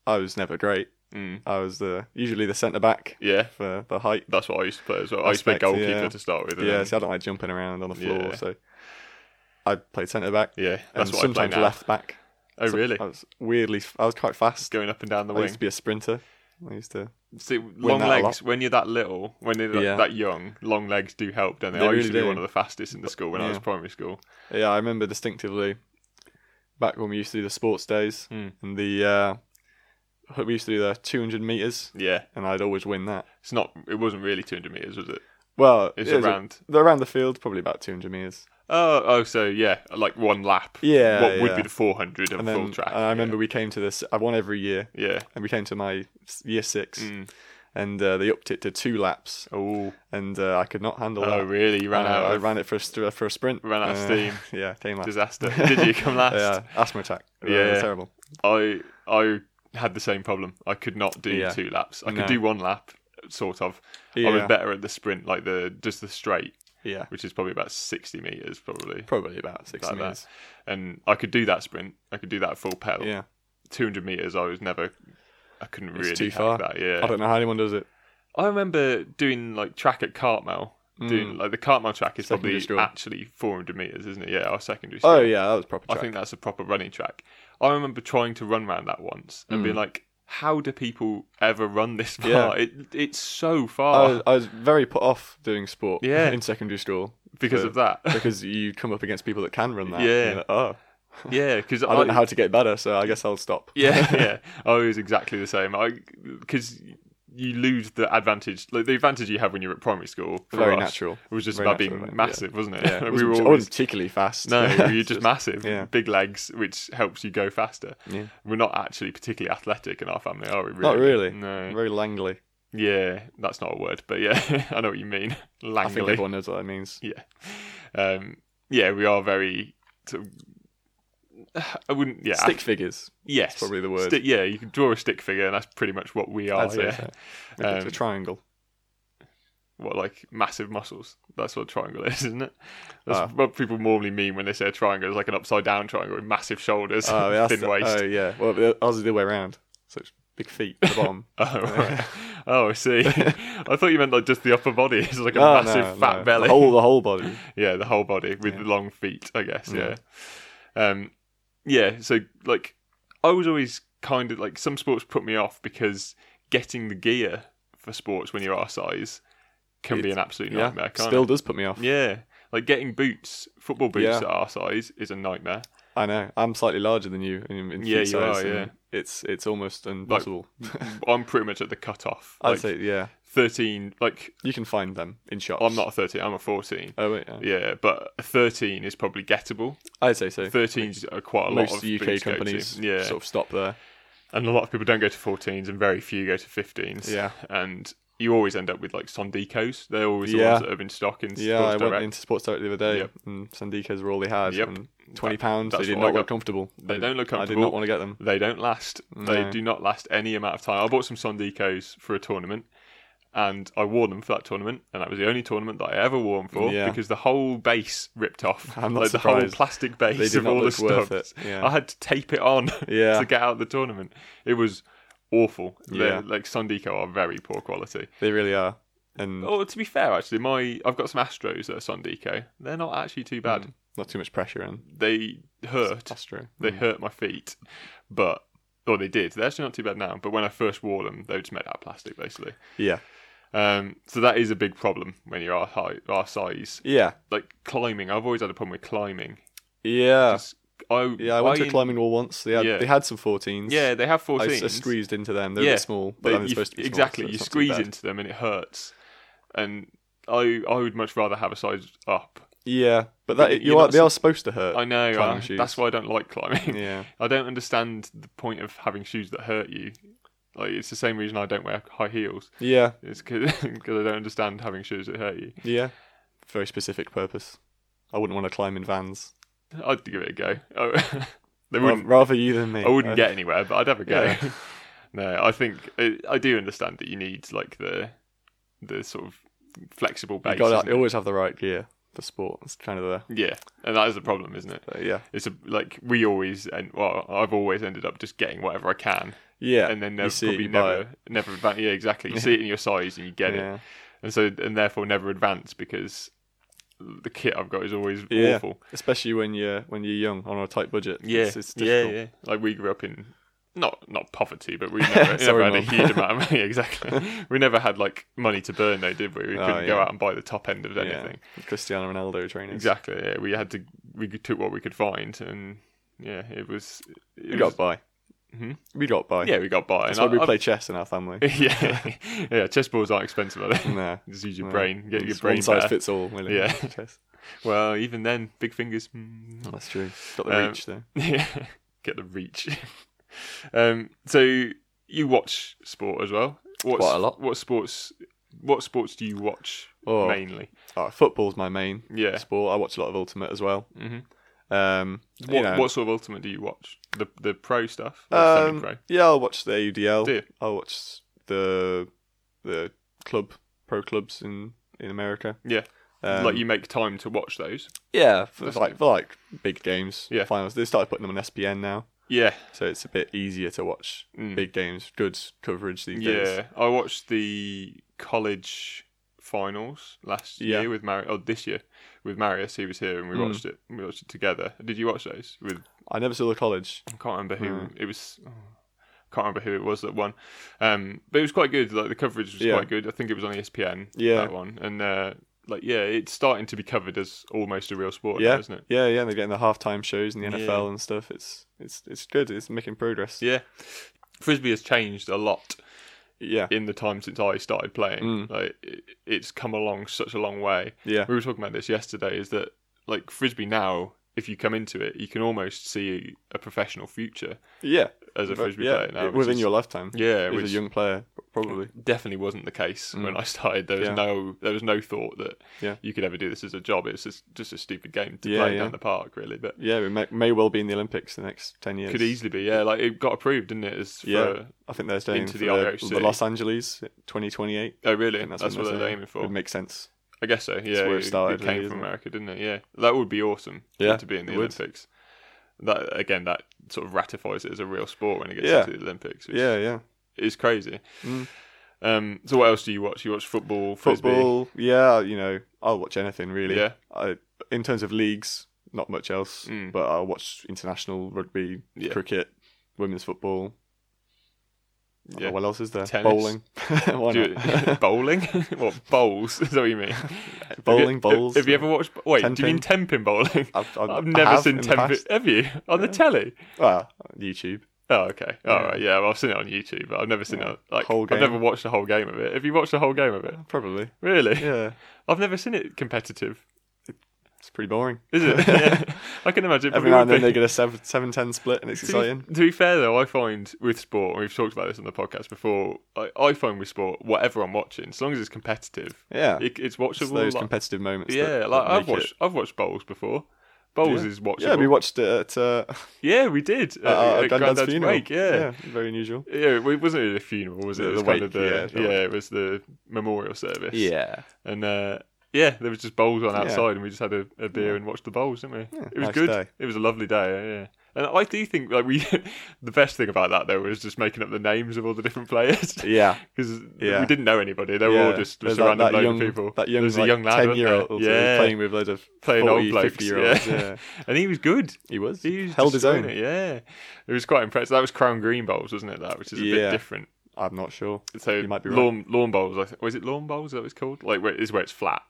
[SPEAKER 2] I was never great.
[SPEAKER 1] Mm.
[SPEAKER 2] I was the usually the centre back
[SPEAKER 1] Yeah.
[SPEAKER 2] for the height.
[SPEAKER 1] That's what I used to play as well. I used to play
[SPEAKER 2] Aspect,
[SPEAKER 1] goalkeeper
[SPEAKER 2] yeah.
[SPEAKER 1] to start with. and
[SPEAKER 2] Yeah,
[SPEAKER 1] then-
[SPEAKER 2] see, I don't like jumping around on the floor,
[SPEAKER 1] um, Yeah.
[SPEAKER 2] so I played centre back.
[SPEAKER 1] yeah. That's
[SPEAKER 2] and
[SPEAKER 1] what I
[SPEAKER 2] sometimes
[SPEAKER 1] play now.
[SPEAKER 2] left back.
[SPEAKER 1] Oh,
[SPEAKER 2] So
[SPEAKER 1] really?
[SPEAKER 2] I was weirdly. I was quite fast.
[SPEAKER 1] Going up and down the
[SPEAKER 2] I
[SPEAKER 1] wing.
[SPEAKER 2] used to be a sprinter. I used to.
[SPEAKER 1] See, long
[SPEAKER 2] that a lot.
[SPEAKER 1] legs. When you're that little, when you're that-
[SPEAKER 2] Yeah.
[SPEAKER 1] that young, long legs do help, don't they?
[SPEAKER 2] They
[SPEAKER 1] I used
[SPEAKER 2] really
[SPEAKER 1] to be
[SPEAKER 2] do.
[SPEAKER 1] one of the fastest in the school when I was
[SPEAKER 2] Yeah.
[SPEAKER 1] primary school.
[SPEAKER 2] Yeah, I remember distinctively back when we used to do the sports days
[SPEAKER 1] Hmm.
[SPEAKER 2] and the uh, we used to do the 200 meters,
[SPEAKER 1] Yeah,
[SPEAKER 2] and I'd always win that.
[SPEAKER 1] it's not. It wasn't really 200 meters, was it?
[SPEAKER 2] Well,
[SPEAKER 1] It's
[SPEAKER 2] it was
[SPEAKER 1] around.
[SPEAKER 2] a- around the field, probably about 200 meters.
[SPEAKER 1] Oh, oh, so yeah, like one lap.
[SPEAKER 2] Uh, Yeah,
[SPEAKER 1] what would
[SPEAKER 2] yeah.
[SPEAKER 1] be the 400 and
[SPEAKER 2] And
[SPEAKER 1] full
[SPEAKER 2] then
[SPEAKER 1] track?
[SPEAKER 2] I remember we came to this. I won every year,
[SPEAKER 1] Yeah.
[SPEAKER 2] and we came to my s- year six,
[SPEAKER 1] Mm.
[SPEAKER 2] and uh, they upped it to two laps,
[SPEAKER 1] Oh,
[SPEAKER 2] and uh, I could not handle
[SPEAKER 1] oh,
[SPEAKER 2] that.
[SPEAKER 1] really? You ran
[SPEAKER 2] Uh,
[SPEAKER 1] out.
[SPEAKER 2] I
[SPEAKER 1] of
[SPEAKER 2] ran it for a st- for a sprint.
[SPEAKER 1] Ran out of
[SPEAKER 2] Uh,
[SPEAKER 1] steam.
[SPEAKER 2] Yeah, came last.
[SPEAKER 1] Disaster. Did you come last?
[SPEAKER 2] Yeah, asthma attack. Uh,
[SPEAKER 1] Yeah.
[SPEAKER 2] terrible.
[SPEAKER 1] I I had the same problem. I could not do
[SPEAKER 2] Yeah.
[SPEAKER 1] two laps. I could
[SPEAKER 2] No.
[SPEAKER 1] do one lap, sort of. I was
[SPEAKER 2] Yeah.
[SPEAKER 1] better at the sprint, like the just the straight,
[SPEAKER 2] Yeah,
[SPEAKER 1] which is probably about sixty meters, probably.
[SPEAKER 2] probably about 60
[SPEAKER 1] Like that.
[SPEAKER 2] meters.
[SPEAKER 1] And I could do that sprint. I could do that full pedal.
[SPEAKER 2] Yeah,
[SPEAKER 1] Two hundred meters, I was never. I couldn't really
[SPEAKER 2] too
[SPEAKER 1] hack
[SPEAKER 2] far.
[SPEAKER 1] that. Yeah, Oh,
[SPEAKER 2] I don't know how anyone does it.
[SPEAKER 1] I remember doing like track at Cartmel. Doing like the Cartmel track is
[SPEAKER 2] Mm. Secondary
[SPEAKER 1] probably
[SPEAKER 2] school.
[SPEAKER 1] actually 400 meters, isn't it? Yeah, our secondary school.
[SPEAKER 2] Oh yeah, that was proper.
[SPEAKER 1] I
[SPEAKER 2] Track.
[SPEAKER 1] think that's a proper running track. I remember trying to run around that once and being like, "How do people ever run this far?
[SPEAKER 2] Hmm. Yeah. Oh,
[SPEAKER 1] It it's so
[SPEAKER 2] I
[SPEAKER 1] far
[SPEAKER 2] was, I was very put off doing sport
[SPEAKER 1] Oh. Yeah.
[SPEAKER 2] in secondary school
[SPEAKER 1] because
[SPEAKER 2] for-
[SPEAKER 1] of that."
[SPEAKER 2] because you come up against people that can run that.
[SPEAKER 1] Yeah.
[SPEAKER 2] You're like, oh,
[SPEAKER 1] yeah, because
[SPEAKER 2] I don't know how to get better, so I guess I'll stop.
[SPEAKER 1] Yeah, yeah. I was exactly the same. I because you lose the advantage, like the advantage you have when you're at primary school. For
[SPEAKER 2] Very
[SPEAKER 1] us
[SPEAKER 2] natural.
[SPEAKER 1] was just
[SPEAKER 2] Very
[SPEAKER 1] about
[SPEAKER 2] natural,
[SPEAKER 1] being
[SPEAKER 2] yeah.
[SPEAKER 1] massive, wasn't it?
[SPEAKER 2] Yeah,
[SPEAKER 1] we
[SPEAKER 2] it wasn't-
[SPEAKER 1] were
[SPEAKER 2] I
[SPEAKER 1] always
[SPEAKER 2] wasn't particularly fast.
[SPEAKER 1] No,
[SPEAKER 2] Yeah,
[SPEAKER 1] you're
[SPEAKER 2] it's
[SPEAKER 1] just, massive,
[SPEAKER 2] yeah.
[SPEAKER 1] big legs, which helps you go faster.
[SPEAKER 2] Yeah.
[SPEAKER 1] We're not actually particularly athletic in our family, are we? Really?
[SPEAKER 2] Not really.
[SPEAKER 1] No.
[SPEAKER 2] Very langly.
[SPEAKER 1] Yeah, that's not a word, but yeah, I know what you mean.
[SPEAKER 2] I think
[SPEAKER 1] Langley.
[SPEAKER 2] everyone knows what that means.
[SPEAKER 1] Yeah. Um, yeah, we are very. Sort of, I wouldn't. Yeah.
[SPEAKER 2] Stick figures.
[SPEAKER 1] Yes.
[SPEAKER 2] probably the word.
[SPEAKER 1] Stick, yeah, you can draw a stick figure, and that's pretty much what we are.
[SPEAKER 2] I'd say
[SPEAKER 1] yeah.
[SPEAKER 2] so. Maybe it's
[SPEAKER 1] Um,
[SPEAKER 2] a triangle.
[SPEAKER 1] What like massive muscles? That's what a triangle is, isn't it? That's
[SPEAKER 2] Ah.
[SPEAKER 1] what people normally mean when they say a triangle. It's like an upside down triangle with massive shoulders,
[SPEAKER 2] Oh, yeah, that's
[SPEAKER 1] thin
[SPEAKER 2] the-
[SPEAKER 1] waist.
[SPEAKER 2] Oh yeah. Well, but ours is the other way around. So it's big feet at the bottom.
[SPEAKER 1] Oh, right. oh, I see. I thought you meant like just the upper body. It's like a
[SPEAKER 2] Oh, no,
[SPEAKER 1] massive fat
[SPEAKER 2] no.
[SPEAKER 1] belly.
[SPEAKER 2] The whole, the whole body.
[SPEAKER 1] Yeah, the whole body with
[SPEAKER 2] Yeah.
[SPEAKER 1] long feet. I guess. Yeah. Um. Yeah. So like, I was always kind of like some sports put me off because getting the gear for sports when you're our size can be an absolute
[SPEAKER 2] Yeah.
[SPEAKER 1] nightmare. Can't
[SPEAKER 2] Still does put me off.
[SPEAKER 1] It? Yeah. Like getting boots, football boots
[SPEAKER 2] Yeah.
[SPEAKER 1] at our size is a nightmare.
[SPEAKER 2] I know. I'm slightly larger than you in, in
[SPEAKER 1] Yeah,
[SPEAKER 2] feet
[SPEAKER 1] you are,
[SPEAKER 2] size, and
[SPEAKER 1] yeah.
[SPEAKER 2] It's it's almost impossible.
[SPEAKER 1] I'm pretty much at the cutoff.
[SPEAKER 2] I'd
[SPEAKER 1] Like
[SPEAKER 2] say yeah.
[SPEAKER 1] 13. Like
[SPEAKER 2] You can find them in shops.
[SPEAKER 1] I'm not a 13. I'm a 14.
[SPEAKER 2] Oh wait, yeah.
[SPEAKER 1] yeah, but a 13 is probably gettable.
[SPEAKER 2] I'd say so.
[SPEAKER 1] 13s are quite a lot
[SPEAKER 2] Most
[SPEAKER 1] of boobs
[SPEAKER 2] UK
[SPEAKER 1] go to.
[SPEAKER 2] companies
[SPEAKER 1] Yeah,
[SPEAKER 2] sort of stop there.
[SPEAKER 1] and a lot of people don't go to 14s, and very few go to 15s.
[SPEAKER 2] Yeah.
[SPEAKER 1] and you always end up with like Sondicos. They're always the
[SPEAKER 2] Yeah.
[SPEAKER 1] ones that have been stock in
[SPEAKER 2] Yeah, I
[SPEAKER 1] Sports
[SPEAKER 2] went
[SPEAKER 1] Direct.
[SPEAKER 2] into Sports Direct the other day,
[SPEAKER 1] Yep.
[SPEAKER 2] and Sandico's were all they had.
[SPEAKER 1] Yep.
[SPEAKER 2] And Twenty pounds. They
[SPEAKER 1] that's
[SPEAKER 2] did
[SPEAKER 1] what I
[SPEAKER 2] not look
[SPEAKER 1] got.
[SPEAKER 2] comfortable.
[SPEAKER 1] They don't look
[SPEAKER 2] I did
[SPEAKER 1] comfortable.
[SPEAKER 2] not want to get them.
[SPEAKER 1] They don't last. They
[SPEAKER 2] No.
[SPEAKER 1] do not last any amount of time. I bought some Sondicos for a tournament, and I wore them for that tournament, and that was the only tournament that I ever wore them for
[SPEAKER 2] Yeah.
[SPEAKER 1] because the whole base ripped off.
[SPEAKER 2] I'm not
[SPEAKER 1] like the whole
[SPEAKER 2] surprised.
[SPEAKER 1] plastic
[SPEAKER 2] They
[SPEAKER 1] base
[SPEAKER 2] did
[SPEAKER 1] of
[SPEAKER 2] not
[SPEAKER 1] all the
[SPEAKER 2] look worth
[SPEAKER 1] studs.
[SPEAKER 2] it, yeah.
[SPEAKER 1] I had to tape it on
[SPEAKER 2] Yeah.
[SPEAKER 1] to get out of the tournament. It was awful.
[SPEAKER 2] Yeah.
[SPEAKER 1] They're- Like Sondico are very poor quality.
[SPEAKER 2] They really are. And
[SPEAKER 1] Oh, to be fair, actually, my I've got some Astros that are Sondico. They're not actually too bad.
[SPEAKER 2] not too much pressure in.
[SPEAKER 1] They hurt.
[SPEAKER 2] Astro.
[SPEAKER 1] They hurt my feet, but or they did. They're actually not too bad now. But when I first wore them, they were just made out of plastic, basically.
[SPEAKER 2] Yeah.
[SPEAKER 1] Um, so that is a big problem when you're our height, our size.
[SPEAKER 2] Yeah.
[SPEAKER 1] Like climbing, I've always had a problem with climbing.
[SPEAKER 2] Yeah.
[SPEAKER 1] It's- I
[SPEAKER 2] Ah. yeah, I went to
[SPEAKER 1] I-
[SPEAKER 2] a climbing wall once. They had
[SPEAKER 1] Yeah.
[SPEAKER 2] they had some 14s.
[SPEAKER 1] Yeah, they have
[SPEAKER 2] I, s- I
[SPEAKER 1] 14s.
[SPEAKER 2] squeezed into them. They're a
[SPEAKER 1] Yeah.
[SPEAKER 2] bit small, but
[SPEAKER 1] They-
[SPEAKER 2] I'm
[SPEAKER 1] you-
[SPEAKER 2] supposed to be small,
[SPEAKER 1] exactly.
[SPEAKER 2] so
[SPEAKER 1] you
[SPEAKER 2] it's not too
[SPEAKER 1] squeeze
[SPEAKER 2] bad.
[SPEAKER 1] into them and it hurts. And I I would much rather have a size up.
[SPEAKER 2] Yeah,
[SPEAKER 1] But
[SPEAKER 2] but that
[SPEAKER 1] you're
[SPEAKER 2] you are,
[SPEAKER 1] not
[SPEAKER 2] they are supposed to hurt.
[SPEAKER 1] I know.
[SPEAKER 2] climbing
[SPEAKER 1] uh,
[SPEAKER 2] shoes.
[SPEAKER 1] that's why I don't like climbing.
[SPEAKER 2] Yeah,
[SPEAKER 1] I don't understand the point of having shoes that hurt you. Like it's the same reason I don't wear high heels.
[SPEAKER 2] yeah,
[SPEAKER 1] It's because I don't understand having shoes that hurt you.
[SPEAKER 2] yeah. Very specific purpose. I wouldn't want to climb in vans.
[SPEAKER 1] I'd give it a go. Oh, they
[SPEAKER 2] Ra-
[SPEAKER 1] wouldn't.
[SPEAKER 2] Rather you than me.
[SPEAKER 1] I wouldn't
[SPEAKER 2] Uh,
[SPEAKER 1] get anywhere, but I'd have a go.
[SPEAKER 2] yeah.
[SPEAKER 1] no, I think I, I do understand that you need like the the sort of flexible
[SPEAKER 2] You
[SPEAKER 1] base.
[SPEAKER 2] got
[SPEAKER 1] isn't
[SPEAKER 2] to always have the right gear for sport. It's kind of the
[SPEAKER 1] it? Yeah, and that is the problem, isn't it?
[SPEAKER 2] but yeah,
[SPEAKER 1] It's a, like we always and well, I've always ended up just getting whatever I can,
[SPEAKER 2] yeah.
[SPEAKER 1] and then
[SPEAKER 2] you
[SPEAKER 1] never,
[SPEAKER 2] see it,
[SPEAKER 1] probably
[SPEAKER 2] you buy
[SPEAKER 1] never, never advance. Yeah, exactly. You see it in your size and you get it.
[SPEAKER 2] Yeah.
[SPEAKER 1] and so and therefore never advance because the kit I've got is always
[SPEAKER 2] Yeah.
[SPEAKER 1] awful.
[SPEAKER 2] Especially when you're when you're young on a tight budget. it's, it's difficult.
[SPEAKER 1] Like we grew up in not not poverty, but we never, never
[SPEAKER 2] Sorry,
[SPEAKER 1] had a
[SPEAKER 2] Mum.
[SPEAKER 1] huge amount of money. Exactly, we never had like money to burn though, did we? We
[SPEAKER 2] Oh,
[SPEAKER 1] couldn't go
[SPEAKER 2] yeah.
[SPEAKER 1] out and buy the top end of
[SPEAKER 2] Yeah.
[SPEAKER 1] anything.
[SPEAKER 2] Cristiano Ronaldo trainers.
[SPEAKER 1] Exactly. Yeah, we had to we took what we could find and. Yeah, it was. It
[SPEAKER 2] We
[SPEAKER 1] was
[SPEAKER 2] got by.
[SPEAKER 1] Mhm.
[SPEAKER 2] We got by.
[SPEAKER 1] yeah, we got by.
[SPEAKER 2] That's why
[SPEAKER 1] and
[SPEAKER 2] we
[SPEAKER 1] I-
[SPEAKER 2] play chess in our family.
[SPEAKER 1] I've- yeah, yeah. Chessboards aren't expensive, are they?
[SPEAKER 2] nah.
[SPEAKER 1] Just use your
[SPEAKER 2] No.
[SPEAKER 1] brain. Get your
[SPEAKER 2] It's
[SPEAKER 1] brain
[SPEAKER 2] One size
[SPEAKER 1] better.
[SPEAKER 2] fits all, really.
[SPEAKER 1] Yeah.
[SPEAKER 2] Chess.
[SPEAKER 1] Well, even then, big fingers. mm, not
[SPEAKER 2] That's true. Got the
[SPEAKER 1] Um,
[SPEAKER 2] reach though.
[SPEAKER 1] Yeah, get the reach. um, so you watch sport as well. What's,
[SPEAKER 2] Quite a lot.
[SPEAKER 1] What sports? What sports do you watch
[SPEAKER 2] Oh.
[SPEAKER 1] mainly?
[SPEAKER 2] Oh, football's my main
[SPEAKER 1] Yeah.
[SPEAKER 2] sport. I watch a lot of ultimate as well.
[SPEAKER 1] Mhm.
[SPEAKER 2] Um,
[SPEAKER 1] What,
[SPEAKER 2] you know,
[SPEAKER 1] what sort of ultimate do you watch? The the pro stuff. Or
[SPEAKER 2] um,
[SPEAKER 1] semi-pro?
[SPEAKER 2] yeah, I'll watch the AUDL.
[SPEAKER 1] Do you?
[SPEAKER 2] I'll watch the the club pro clubs in in America.
[SPEAKER 1] Yeah.
[SPEAKER 2] Um,
[SPEAKER 1] like you make time to watch those.
[SPEAKER 2] yeah, for
[SPEAKER 1] That's
[SPEAKER 2] like for like big games.
[SPEAKER 1] Yeah.
[SPEAKER 2] finals. They started putting them on E SPN now,
[SPEAKER 1] Yeah.
[SPEAKER 2] so it's a bit easier to watch
[SPEAKER 1] Mm.
[SPEAKER 2] big games. Good coverage these days.
[SPEAKER 1] Yeah. I watched the college finals last
[SPEAKER 2] Yeah.
[SPEAKER 1] year with Marius. Oh, this year with Marius. He was here and we
[SPEAKER 2] Mm.
[SPEAKER 1] watched it. We watched it together. Did you watch those with
[SPEAKER 2] I never saw the college.
[SPEAKER 1] I can't remember who
[SPEAKER 2] Right.
[SPEAKER 1] it was. oh, can't remember who it was that won, um, but it was quite good. Like the coverage was
[SPEAKER 2] Yeah.
[SPEAKER 1] quite good. I think it was on E ESPN.
[SPEAKER 2] Yeah.
[SPEAKER 1] that one. And uh, like, yeah, it's starting to be covered as almost a real sport, now,
[SPEAKER 2] Yeah,
[SPEAKER 1] isn't it?
[SPEAKER 2] yeah, yeah. They're getting the halftime shows in the NFL
[SPEAKER 1] Yeah.
[SPEAKER 2] and stuff. It's it's it's good. It's making progress.
[SPEAKER 1] Yeah, frisbee has changed a lot
[SPEAKER 2] yeah,
[SPEAKER 1] in the time since I started playing.
[SPEAKER 2] Mm.
[SPEAKER 1] Like, it, it's come along such a long way.
[SPEAKER 2] yeah.
[SPEAKER 1] We were talking about this yesterday. Is that like frisbee now? If you come into it, you can almost see a professional future
[SPEAKER 2] yeah.
[SPEAKER 1] as a
[SPEAKER 2] But,
[SPEAKER 1] frisbee
[SPEAKER 2] yeah,
[SPEAKER 1] player now.
[SPEAKER 2] it-
[SPEAKER 1] which
[SPEAKER 2] within
[SPEAKER 1] is-
[SPEAKER 2] your lifetime.
[SPEAKER 1] yeah,
[SPEAKER 2] as
[SPEAKER 1] which
[SPEAKER 2] a young player, probably.
[SPEAKER 1] definitely wasn't the case
[SPEAKER 2] Mm.
[SPEAKER 1] when I started. There was
[SPEAKER 2] Yeah.
[SPEAKER 1] no there was no thought that
[SPEAKER 2] Yeah.
[SPEAKER 1] you could ever do this as a job. It's just, just a stupid game to
[SPEAKER 2] Yeah,
[SPEAKER 1] play
[SPEAKER 2] yeah.
[SPEAKER 1] down the park, really. But
[SPEAKER 2] Yeah, we may, may well be in the Olympics the next ten years.
[SPEAKER 1] could easily be, yeah. Like it got approved, didn't it? As for,
[SPEAKER 2] Yeah. I think they're staying
[SPEAKER 1] into
[SPEAKER 2] for
[SPEAKER 1] the
[SPEAKER 2] the,
[SPEAKER 1] IOC.
[SPEAKER 2] the Los Angeles, twenty twenty eight.
[SPEAKER 1] Oh, really? That's,
[SPEAKER 2] That's,
[SPEAKER 1] what
[SPEAKER 2] they're
[SPEAKER 1] they're
[SPEAKER 2] saying.
[SPEAKER 1] aiming for.
[SPEAKER 2] Would make sense.
[SPEAKER 1] I guess so. Yeah,
[SPEAKER 2] where
[SPEAKER 1] it,
[SPEAKER 2] it started,
[SPEAKER 1] came
[SPEAKER 2] really,
[SPEAKER 1] from
[SPEAKER 2] isn't it?
[SPEAKER 1] America, didn't it? Yeah, that would be awesome. for
[SPEAKER 2] Yeah,
[SPEAKER 1] it to be in the
[SPEAKER 2] it would.
[SPEAKER 1] Olympics. That again, that sort of ratifies it as a real sport when it gets
[SPEAKER 2] Yeah.
[SPEAKER 1] into the Olympics. Which
[SPEAKER 2] Yeah, yeah.
[SPEAKER 1] is crazy.
[SPEAKER 2] Mm.
[SPEAKER 1] Um, so what else do you watch? You watch football, frisbee?
[SPEAKER 2] Football. Yeah, you know, I'll watch anything really.
[SPEAKER 1] Yeah.
[SPEAKER 2] I, in terms of leagues, not much else,
[SPEAKER 1] Mm.
[SPEAKER 2] but I'll watch international rugby,
[SPEAKER 1] Yeah.
[SPEAKER 2] cricket, women's football. I don't
[SPEAKER 1] Yeah.
[SPEAKER 2] know what else is there?
[SPEAKER 1] Tennis.
[SPEAKER 2] Bowling. Why
[SPEAKER 1] Do
[SPEAKER 2] not?
[SPEAKER 1] bowling? what bowls? Is that what you mean? Have you-
[SPEAKER 2] bowling, bowls.
[SPEAKER 1] Have you ever watched? Wait, do you mean ten pin bowling?
[SPEAKER 2] I've- I've- I
[SPEAKER 1] never
[SPEAKER 2] have
[SPEAKER 1] seen
[SPEAKER 2] in the
[SPEAKER 1] ten pin.
[SPEAKER 2] past.
[SPEAKER 1] Have you on the telly?
[SPEAKER 2] Well, YouTube.
[SPEAKER 1] Oh, okay. All right. Yeah, well, I've seen it on YouTube, but I've never seen it like
[SPEAKER 2] Whole
[SPEAKER 1] I've
[SPEAKER 2] game.
[SPEAKER 1] never watched the whole game of it. Have you watched the whole game of it?
[SPEAKER 2] Probably.
[SPEAKER 1] Really?
[SPEAKER 2] Yeah.
[SPEAKER 1] I've never seen it competitive.
[SPEAKER 2] It's pretty boring.
[SPEAKER 1] Is it? yeah. I can imagine. it probably
[SPEAKER 2] Every now
[SPEAKER 1] would
[SPEAKER 2] and then
[SPEAKER 1] be.
[SPEAKER 2] they get a 7 seven ten split and it's
[SPEAKER 1] to
[SPEAKER 2] exciting.
[SPEAKER 1] be, to be fair though, I find with sport, and we've talked about this on the podcast before. I, I find with sport, whatever I'm watching, as long as it's competitive,
[SPEAKER 2] Yeah.
[SPEAKER 1] it, it's
[SPEAKER 2] It's
[SPEAKER 1] watchable.
[SPEAKER 2] those
[SPEAKER 1] like-
[SPEAKER 2] competitive moments. that-
[SPEAKER 1] yeah,
[SPEAKER 2] that
[SPEAKER 1] like I've
[SPEAKER 2] make it-
[SPEAKER 1] watched, I've watched bowls before. Bowls
[SPEAKER 2] Yeah.
[SPEAKER 1] is watchable.
[SPEAKER 2] Yeah, we watched it at, uh,
[SPEAKER 1] Yeah, we did.
[SPEAKER 2] at, our-
[SPEAKER 1] at
[SPEAKER 2] at Granddad's,
[SPEAKER 1] Grandad's
[SPEAKER 2] funeral.
[SPEAKER 1] wake, yeah.
[SPEAKER 2] very unusual.
[SPEAKER 1] yeah. well, it wasn't really a funeral, was it?
[SPEAKER 2] The-
[SPEAKER 1] it was
[SPEAKER 2] the
[SPEAKER 1] kind
[SPEAKER 2] wake,
[SPEAKER 1] of
[SPEAKER 2] yeah,
[SPEAKER 1] the
[SPEAKER 2] the
[SPEAKER 1] yeah,
[SPEAKER 2] wake.
[SPEAKER 1] it was the memorial service.
[SPEAKER 2] Yeah,
[SPEAKER 1] and uh, yeah, there was just bowls on outside, and we just had a, a beer and watched the bowls, didn't we? it was
[SPEAKER 2] nice
[SPEAKER 1] good.
[SPEAKER 2] day.
[SPEAKER 1] It was a lovely day. Yeah. And I do think like we, the best thing about that though was just making up the names of all the different players
[SPEAKER 2] yeah.
[SPEAKER 1] because
[SPEAKER 2] Yeah.
[SPEAKER 1] we didn't know anybody. They were all
[SPEAKER 2] yeah.
[SPEAKER 1] just,
[SPEAKER 2] There's
[SPEAKER 1] just a random load
[SPEAKER 2] young,
[SPEAKER 1] of people.
[SPEAKER 2] That young,
[SPEAKER 1] There's
[SPEAKER 2] like,
[SPEAKER 1] a young lad, wasn't there?
[SPEAKER 2] ten-year-old
[SPEAKER 1] yeah,
[SPEAKER 2] playing with loads of
[SPEAKER 1] Playing old
[SPEAKER 2] 40,
[SPEAKER 1] blokes,
[SPEAKER 2] 50-year-olds.
[SPEAKER 1] yeah.
[SPEAKER 2] Yeah.
[SPEAKER 1] and he was good.
[SPEAKER 2] he was.
[SPEAKER 1] He was
[SPEAKER 2] held his
[SPEAKER 1] destroying
[SPEAKER 2] own.
[SPEAKER 1] It. Yeah, it was quite impressive. That was crown green bowls, wasn't it? That which is a bit
[SPEAKER 2] Yeah.
[SPEAKER 1] different.
[SPEAKER 2] I'm not sure.
[SPEAKER 1] So
[SPEAKER 2] You might be right.
[SPEAKER 1] lawn lawn bowls. I think, was it lawn bowls? Is that what it's called? Like where, is where it's flat,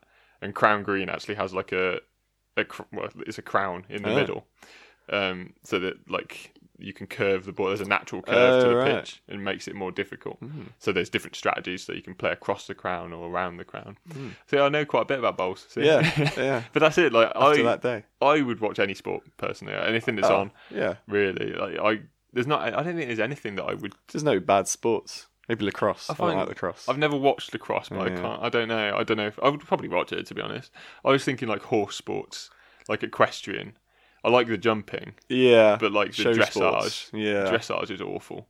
[SPEAKER 1] and crown green actually has like a, a cr- well, it's a crown in the
[SPEAKER 2] Ah.
[SPEAKER 1] middle, um, so that like you can curve the ball. There's a natural curve to
[SPEAKER 2] Oh,
[SPEAKER 1] the
[SPEAKER 2] right. Hmm.
[SPEAKER 1] pitch and makes it more difficult. So there's different strategies that you can play across the crown or around the crown. So I know quite a bit about bowls. see?
[SPEAKER 2] Hmm. Yeah, yeah.
[SPEAKER 1] but that's it. Like
[SPEAKER 2] After
[SPEAKER 1] I,
[SPEAKER 2] that Oh. day.
[SPEAKER 1] I would watch any sport personally. Anything that's on,
[SPEAKER 2] Yeah.
[SPEAKER 1] really. Like I, there's not. I don't think there's anything that I would
[SPEAKER 2] There's no bad sports. Maybe lacrosse. I, don't
[SPEAKER 1] find-
[SPEAKER 2] like lacrosse.
[SPEAKER 1] I've never watched lacrosse, but I
[SPEAKER 2] Yeah.
[SPEAKER 1] can't. I don't know. I don't know. If, I would probably watch it to be honest. I was thinking like horse sports, like equestrian. I like the jumping,
[SPEAKER 2] yeah.
[SPEAKER 1] but like the
[SPEAKER 2] Show
[SPEAKER 1] dressage,
[SPEAKER 2] sports. Yeah.
[SPEAKER 1] dressage is awful.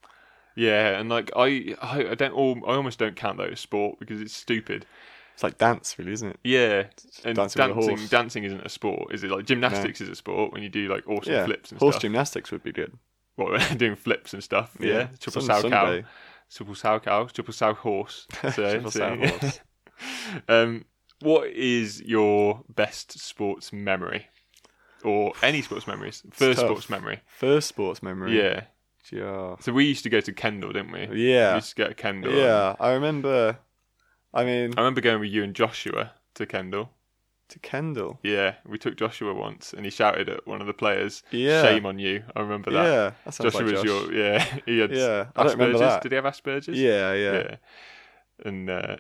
[SPEAKER 1] Yeah, and like I, I, I don't all. I almost don't count that as sport because it's stupid.
[SPEAKER 2] it's like dance, really, isn't it?
[SPEAKER 1] Yeah, and
[SPEAKER 2] dancing with a
[SPEAKER 1] dancing,
[SPEAKER 2] horse.
[SPEAKER 1] dancing isn't a sport, is it? Like gymnastics is a sport when you do like awesome
[SPEAKER 2] Yeah.
[SPEAKER 1] flips and
[SPEAKER 2] Horse
[SPEAKER 1] stuff.
[SPEAKER 2] gymnastics would be good.
[SPEAKER 1] Well, doing flips and stuff. Yeah, triple
[SPEAKER 2] Sun-
[SPEAKER 1] sow cow,
[SPEAKER 2] Sunday.
[SPEAKER 1] triple sow cow, triple sow horse. So,
[SPEAKER 2] Triple sow
[SPEAKER 1] so-
[SPEAKER 2] horse.
[SPEAKER 1] Um, what is your best sports memory, or any sports memories? First
[SPEAKER 2] tough.
[SPEAKER 1] sports memory.
[SPEAKER 2] First sports memory.
[SPEAKER 1] Yeah.
[SPEAKER 2] Yeah.
[SPEAKER 1] So we used to go to Kendall, didn't we? We
[SPEAKER 2] Yeah.
[SPEAKER 1] used to go to Kendall.
[SPEAKER 2] Yeah. I remember. I mean,
[SPEAKER 1] I remember going with you and Joshua to Kendall.
[SPEAKER 2] to Kendall.
[SPEAKER 1] Yeah, we took Joshua once, and he shouted at one of the players,
[SPEAKER 2] Yeah.
[SPEAKER 1] "Shame on you!" I remember that.
[SPEAKER 2] Yeah. That sounds
[SPEAKER 1] Joshua
[SPEAKER 2] like
[SPEAKER 1] was
[SPEAKER 2] Josh.
[SPEAKER 1] your yeah. He had
[SPEAKER 2] Yeah, I don't remember
[SPEAKER 1] Asperger's.
[SPEAKER 2] that.
[SPEAKER 1] Did he have Asperger's?
[SPEAKER 2] Yeah, yeah, yeah.
[SPEAKER 1] Yeah. And uh,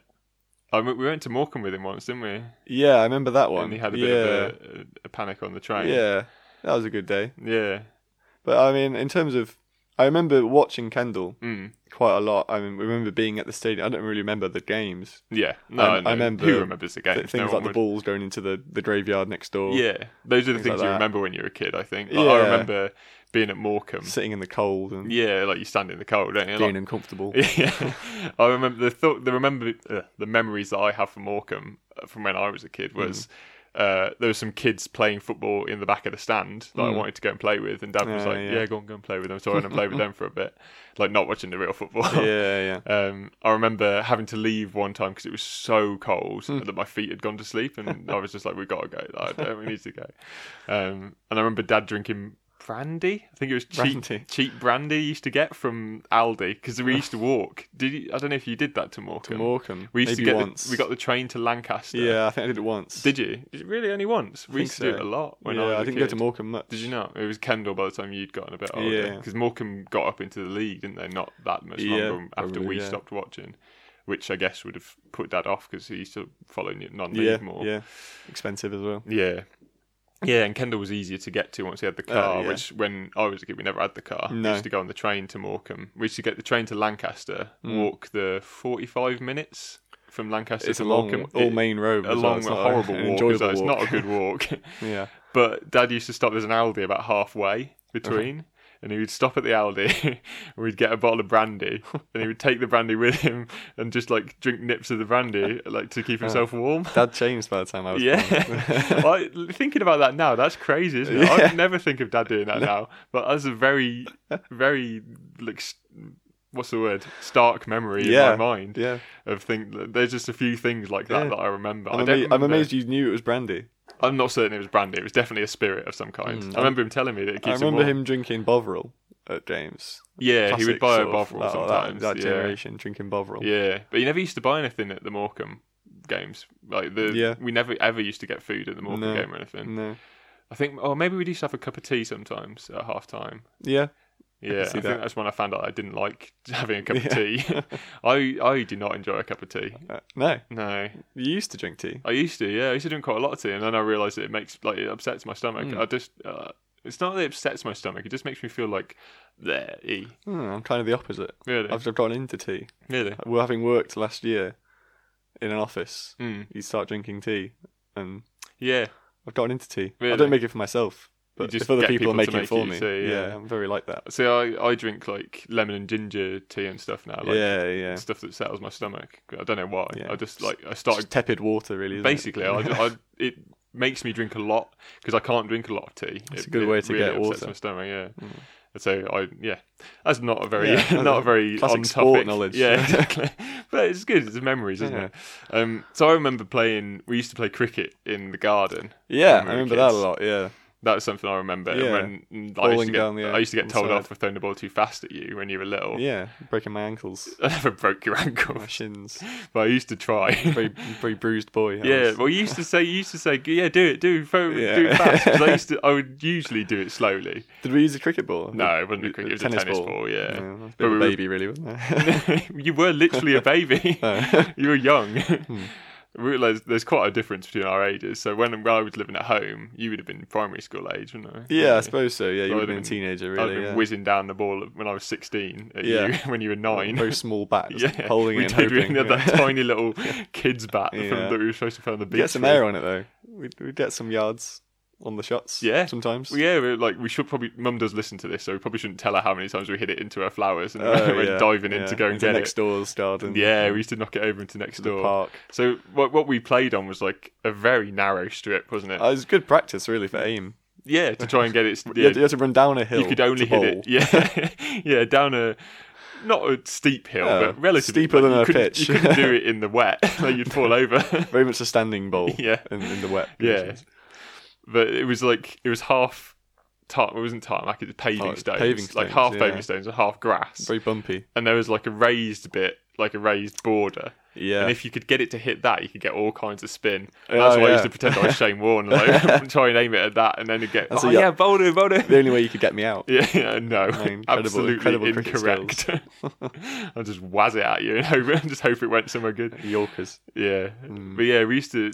[SPEAKER 1] I went- we went to Morecambe with him once, didn't we?
[SPEAKER 2] I remember that one.
[SPEAKER 1] And he had a
[SPEAKER 2] yeah.
[SPEAKER 1] bit of a, a panic on the train.
[SPEAKER 2] Yeah, that was a good day.
[SPEAKER 1] Yeah.
[SPEAKER 2] But I mean, in terms of, I remember watching Kendall
[SPEAKER 1] Mm.
[SPEAKER 2] quite a lot. I mean, we remember being at the stadium. I don't really remember the games.
[SPEAKER 1] Yeah. No,
[SPEAKER 2] I-
[SPEAKER 1] I, know.
[SPEAKER 2] I remember
[SPEAKER 1] Who remembers the game?
[SPEAKER 2] Th- things like the balls going into the, the graveyard next door.
[SPEAKER 1] Yeah. Those are the
[SPEAKER 2] Things
[SPEAKER 1] things
[SPEAKER 2] like
[SPEAKER 1] you
[SPEAKER 2] that.
[SPEAKER 1] remember when you were a kid, I think. Like, I
[SPEAKER 2] Yeah.
[SPEAKER 1] remember being at Morecambe.
[SPEAKER 2] Sitting in the cold and
[SPEAKER 1] Yeah, like you stand in the cold, don't you?
[SPEAKER 2] being
[SPEAKER 1] Like,
[SPEAKER 2] uncomfortable.
[SPEAKER 1] yeah. I remember the thought, the remember uh, the memories that I have from Morecambe uh, from when I was a kid was.
[SPEAKER 2] Mm.
[SPEAKER 1] Uh, there were some kids playing football in the back of the stand that I
[SPEAKER 2] Mm.
[SPEAKER 1] wanted to go and play with, and Dad was
[SPEAKER 2] Yeah,
[SPEAKER 1] like, yeah.
[SPEAKER 2] yeah.
[SPEAKER 1] go on, go and play with them." So I went and played with them for a bit, like not watching the real football.
[SPEAKER 2] yeah, yeah.
[SPEAKER 1] Um, I remember having to leave one time because it was so cold
[SPEAKER 2] Hmm.
[SPEAKER 1] that my feet had gone to sleep, and I was just like, "We've got to go. Like, I don't- we need to go." Um, and I remember Dad drinking brandy. I think it was cheap
[SPEAKER 2] Brandy.
[SPEAKER 1] cheap brandy you used to get from Aldi because we used to walk. Did you, I don't know if you did that to Morecambe.
[SPEAKER 2] Morecambe.
[SPEAKER 1] we used to
[SPEAKER 2] maybe
[SPEAKER 1] get the-
[SPEAKER 2] once.
[SPEAKER 1] we got the train to Lancaster.
[SPEAKER 2] yeah, I think I did it once.
[SPEAKER 1] Did you? Did you really only once? We
[SPEAKER 2] think
[SPEAKER 1] used to do it
[SPEAKER 2] so.
[SPEAKER 1] a lot when
[SPEAKER 2] yeah,
[SPEAKER 1] I was a
[SPEAKER 2] didn't
[SPEAKER 1] kid.
[SPEAKER 2] go to Morecambe much.
[SPEAKER 1] Did you not? It was Kendall by the time you'd gotten a bit older.
[SPEAKER 2] Yeah.
[SPEAKER 1] Because Morecambe got up into the league, didn't they? Not that much
[SPEAKER 2] Yeah,
[SPEAKER 1] longer after
[SPEAKER 2] probably,
[SPEAKER 1] we
[SPEAKER 2] yeah.
[SPEAKER 1] stopped watching, which I guess would have put Dad off because he used to follow n- non-league
[SPEAKER 2] Yeah,
[SPEAKER 1] more.
[SPEAKER 2] yeah. Expensive as well.
[SPEAKER 1] yeah. Yeah, and Kendall was easier to get to once he had the car,
[SPEAKER 2] Oh, yeah.
[SPEAKER 1] which when I was a kid, we never had the car. We
[SPEAKER 2] No.
[SPEAKER 1] used to go on the train to Morecambe. We used to get the train to Lancaster, walk the 45 minutes from Lancaster
[SPEAKER 2] Mm. It's
[SPEAKER 1] to
[SPEAKER 2] a long,
[SPEAKER 1] Morecambe.
[SPEAKER 2] all
[SPEAKER 1] It-
[SPEAKER 2] main road.
[SPEAKER 1] a long, horrible walk. as well. It's not a good walk.
[SPEAKER 2] Yeah.
[SPEAKER 1] But Dad used to stop. There's an Aldi about halfway between,
[SPEAKER 2] Uh-huh.
[SPEAKER 1] and he would stop at the Aldi, and we'd get a bottle of brandy, and he would take the brandy with him and just like drink nips of the brandy, like to
[SPEAKER 2] Oh.
[SPEAKER 1] keep himself warm.
[SPEAKER 2] Dad changed by the time I was.
[SPEAKER 1] Yeah,
[SPEAKER 2] born.
[SPEAKER 1] I, thinking about that now, that's crazy, isn't it? I would never think of Dad doing that now, but that's a very, very like, s- what's the word? Stark memory
[SPEAKER 2] Yeah.
[SPEAKER 1] in my mind
[SPEAKER 2] yeah.
[SPEAKER 1] of thing. There's just a few things like that
[SPEAKER 2] Yeah.
[SPEAKER 1] that I remember.
[SPEAKER 2] I'm,
[SPEAKER 1] I don't
[SPEAKER 2] ama- I'm
[SPEAKER 1] remember-
[SPEAKER 2] amazed you knew it was brandy.
[SPEAKER 1] I'm not certain it was brandy. It was definitely a spirit of some kind. I remember him telling me that it
[SPEAKER 2] Mm. I
[SPEAKER 1] keeps him
[SPEAKER 2] remember
[SPEAKER 1] warm.
[SPEAKER 2] him drinking Bovril at James.
[SPEAKER 1] Yeah, he would
[SPEAKER 2] Classic
[SPEAKER 1] buy a
[SPEAKER 2] sort of
[SPEAKER 1] Bovril
[SPEAKER 2] that-
[SPEAKER 1] sometimes.
[SPEAKER 2] That, that
[SPEAKER 1] yeah.
[SPEAKER 2] generation drinking Bovril.
[SPEAKER 1] Yeah, but you never used to buy anything at the Morecambe games. Like the
[SPEAKER 2] Yeah.
[SPEAKER 1] we never ever used to get food at the Morecambe
[SPEAKER 2] No.
[SPEAKER 1] game or anything.
[SPEAKER 2] No.
[SPEAKER 1] I think, or maybe we would used to have a cup of tea sometimes at half time.
[SPEAKER 2] Yeah.
[SPEAKER 1] Yeah, I,
[SPEAKER 2] see
[SPEAKER 1] think
[SPEAKER 2] that.
[SPEAKER 1] that's when I found out I didn't like having a cup of
[SPEAKER 2] Yeah.
[SPEAKER 1] tea. I I do not enjoy a cup of tea.
[SPEAKER 2] Uh, no.
[SPEAKER 1] No,
[SPEAKER 2] You used to drink tea.
[SPEAKER 1] I used to. Yeah, I used to drink quite a lot of tea, and then I realised that it makes like it upsets my stomach.
[SPEAKER 2] Hmm.
[SPEAKER 1] I just uh, it's not that it upsets my stomach; it just makes me feel like there. E
[SPEAKER 2] Hmm, I'm kind of the opposite.
[SPEAKER 1] really,
[SPEAKER 2] I've, I've gotten into tea.
[SPEAKER 1] really.
[SPEAKER 2] Well, having worked last year in an office,
[SPEAKER 1] Mm.
[SPEAKER 2] you start drinking tea, and
[SPEAKER 1] Yeah,
[SPEAKER 2] I've gotten into tea. I
[SPEAKER 1] Really?
[SPEAKER 2] don't make it for myself, but
[SPEAKER 1] just
[SPEAKER 2] if other
[SPEAKER 1] get
[SPEAKER 2] people,
[SPEAKER 1] people
[SPEAKER 2] are
[SPEAKER 1] to
[SPEAKER 2] making
[SPEAKER 1] make
[SPEAKER 2] it for
[SPEAKER 1] it,
[SPEAKER 2] me,
[SPEAKER 1] so, yeah.
[SPEAKER 2] yeah, I'm very like that.
[SPEAKER 1] See, I, I drink like lemon and ginger tea and stuff now, like
[SPEAKER 2] yeah, yeah.
[SPEAKER 1] stuff that settles my stomach. I don't know why.
[SPEAKER 2] Yeah.
[SPEAKER 1] I just like I
[SPEAKER 2] It's
[SPEAKER 1] started
[SPEAKER 2] just tepid water, really. Isn't
[SPEAKER 1] basically.
[SPEAKER 2] it?
[SPEAKER 1] I, ju- I it makes me drink a lot because I can't drink a lot of tea.
[SPEAKER 2] It's
[SPEAKER 1] It-
[SPEAKER 2] a good
[SPEAKER 1] it
[SPEAKER 2] way to
[SPEAKER 1] really
[SPEAKER 2] get
[SPEAKER 1] upsets
[SPEAKER 2] water. Mm.
[SPEAKER 1] My stomach, yeah. And So I yeah, that's not a very
[SPEAKER 2] Yeah.
[SPEAKER 1] not a very
[SPEAKER 2] Classic
[SPEAKER 1] on
[SPEAKER 2] sport
[SPEAKER 1] topic
[SPEAKER 2] knowledge.
[SPEAKER 1] Yeah, exactly. but it's good. It's memories, isn't it? Um, so I remember playing. We used to play cricket in the garden.
[SPEAKER 2] yeah,
[SPEAKER 1] when we were
[SPEAKER 2] I remember that a
[SPEAKER 1] kids.
[SPEAKER 2] lot. Yeah,
[SPEAKER 1] That's something I remember.
[SPEAKER 2] Yeah.
[SPEAKER 1] When I used to
[SPEAKER 2] Bowling
[SPEAKER 1] get-
[SPEAKER 2] down the-
[SPEAKER 1] I used to get told
[SPEAKER 2] inside.
[SPEAKER 1] off for throwing the ball too fast at you when you were little.
[SPEAKER 2] yeah. Breaking my ankles,
[SPEAKER 1] I never broke your ankle,
[SPEAKER 2] my shins.
[SPEAKER 1] but I used to try.
[SPEAKER 2] Very, very bruised boy. I
[SPEAKER 1] yeah,
[SPEAKER 2] was.
[SPEAKER 1] well, you used to say, you used to say, yeah, do it, do throw,
[SPEAKER 2] Yeah.
[SPEAKER 1] do it fast. 'cause I used to, I would usually do it slowly.
[SPEAKER 2] Did we use a cricket ball?
[SPEAKER 1] No, it wasn't a cricket, it was a tennis ball, yeah.
[SPEAKER 2] I was a bit
[SPEAKER 1] But
[SPEAKER 2] of a
[SPEAKER 1] we were-
[SPEAKER 2] baby, really, wasn't I?
[SPEAKER 1] you were literally a baby.
[SPEAKER 2] Oh. Hmm.
[SPEAKER 1] you were young. We Realised there's quite a difference between our ages. So when, when I was living at home, you would have been primary school age, wouldn't I?
[SPEAKER 2] yeah, I suppose so. Yeah,
[SPEAKER 1] I
[SPEAKER 2] you
[SPEAKER 1] would've
[SPEAKER 2] would have been a
[SPEAKER 1] been-
[SPEAKER 2] teenager,
[SPEAKER 1] I'd have
[SPEAKER 2] really.
[SPEAKER 1] been
[SPEAKER 2] yeah.
[SPEAKER 1] whizzing down the ball when I was 16 at
[SPEAKER 2] Yeah.
[SPEAKER 1] you when you were nine.
[SPEAKER 2] Very small bat, just
[SPEAKER 1] yeah,
[SPEAKER 2] holding
[SPEAKER 1] we
[SPEAKER 2] it.
[SPEAKER 1] did.
[SPEAKER 2] and
[SPEAKER 1] We
[SPEAKER 2] hoping.
[SPEAKER 1] had that
[SPEAKER 2] Yeah.
[SPEAKER 1] tiny little kid's bat from,
[SPEAKER 2] Yeah.
[SPEAKER 1] that we were supposed to throw on the beach.
[SPEAKER 2] Get some
[SPEAKER 1] with.
[SPEAKER 2] air on it though. We'd, we'd get some yards on the shots.
[SPEAKER 1] Yeah.
[SPEAKER 2] sometimes.
[SPEAKER 1] Well, yeah, we're like we should probably. Mum does listen to this, so we probably shouldn't tell her how many times we hit it into her flowers and
[SPEAKER 2] Oh,
[SPEAKER 1] we're
[SPEAKER 2] yeah,
[SPEAKER 1] diving in
[SPEAKER 2] yeah.
[SPEAKER 1] to go and
[SPEAKER 2] into
[SPEAKER 1] get
[SPEAKER 2] next
[SPEAKER 1] it.
[SPEAKER 2] door's garden.
[SPEAKER 1] Yeah, we used to knock it over into next
[SPEAKER 2] to
[SPEAKER 1] door.
[SPEAKER 2] the park.
[SPEAKER 1] So what what we played on was like a very narrow strip, wasn't it?
[SPEAKER 2] Uh, it was good practice, really, for aim.
[SPEAKER 1] yeah, to try and get it.
[SPEAKER 2] You,
[SPEAKER 1] Yeah,
[SPEAKER 2] had to, you had to run down a hill.
[SPEAKER 1] you could only
[SPEAKER 2] to
[SPEAKER 1] hit it.
[SPEAKER 2] bowl.
[SPEAKER 1] Yeah, yeah, down a not a steep hill,
[SPEAKER 2] No,
[SPEAKER 1] but relatively
[SPEAKER 2] steeper than
[SPEAKER 1] you
[SPEAKER 2] a
[SPEAKER 1] couldn't-
[SPEAKER 2] pitch.
[SPEAKER 1] You couldn't do it in the wet; like you'd fall over.
[SPEAKER 2] Very much a standing bowl.
[SPEAKER 1] Yeah.
[SPEAKER 2] in, in the wet.
[SPEAKER 1] Yeah. But it was like it was half tar- it wasn't tarmac, it was paving
[SPEAKER 2] Oh, it's
[SPEAKER 1] stones.
[SPEAKER 2] paving
[SPEAKER 1] like
[SPEAKER 2] stones,
[SPEAKER 1] half
[SPEAKER 2] yeah.
[SPEAKER 1] paving stones and half grass.
[SPEAKER 2] very bumpy.
[SPEAKER 1] And there was like a raised bit, like a raised border.
[SPEAKER 2] Yeah,
[SPEAKER 1] And if you could get it to hit that, you could get all kinds of spin.
[SPEAKER 2] Oh,
[SPEAKER 1] That's why I
[SPEAKER 2] yeah.
[SPEAKER 1] used to pretend I was Shane Warne, like and try and aim it at that, and then you get
[SPEAKER 2] That's
[SPEAKER 1] oh
[SPEAKER 2] a-
[SPEAKER 1] yeah, boulder, boulder.
[SPEAKER 2] the only way you could get me out.
[SPEAKER 1] Yeah, yeah, no,
[SPEAKER 2] incredible-
[SPEAKER 1] absolutely
[SPEAKER 2] incredible cricket
[SPEAKER 1] incorrect. I'll just waz it at you and hope, and just hope it went somewhere good.
[SPEAKER 2] Yorkers.
[SPEAKER 1] Yeah,
[SPEAKER 2] Mm.
[SPEAKER 1] but yeah, we used to.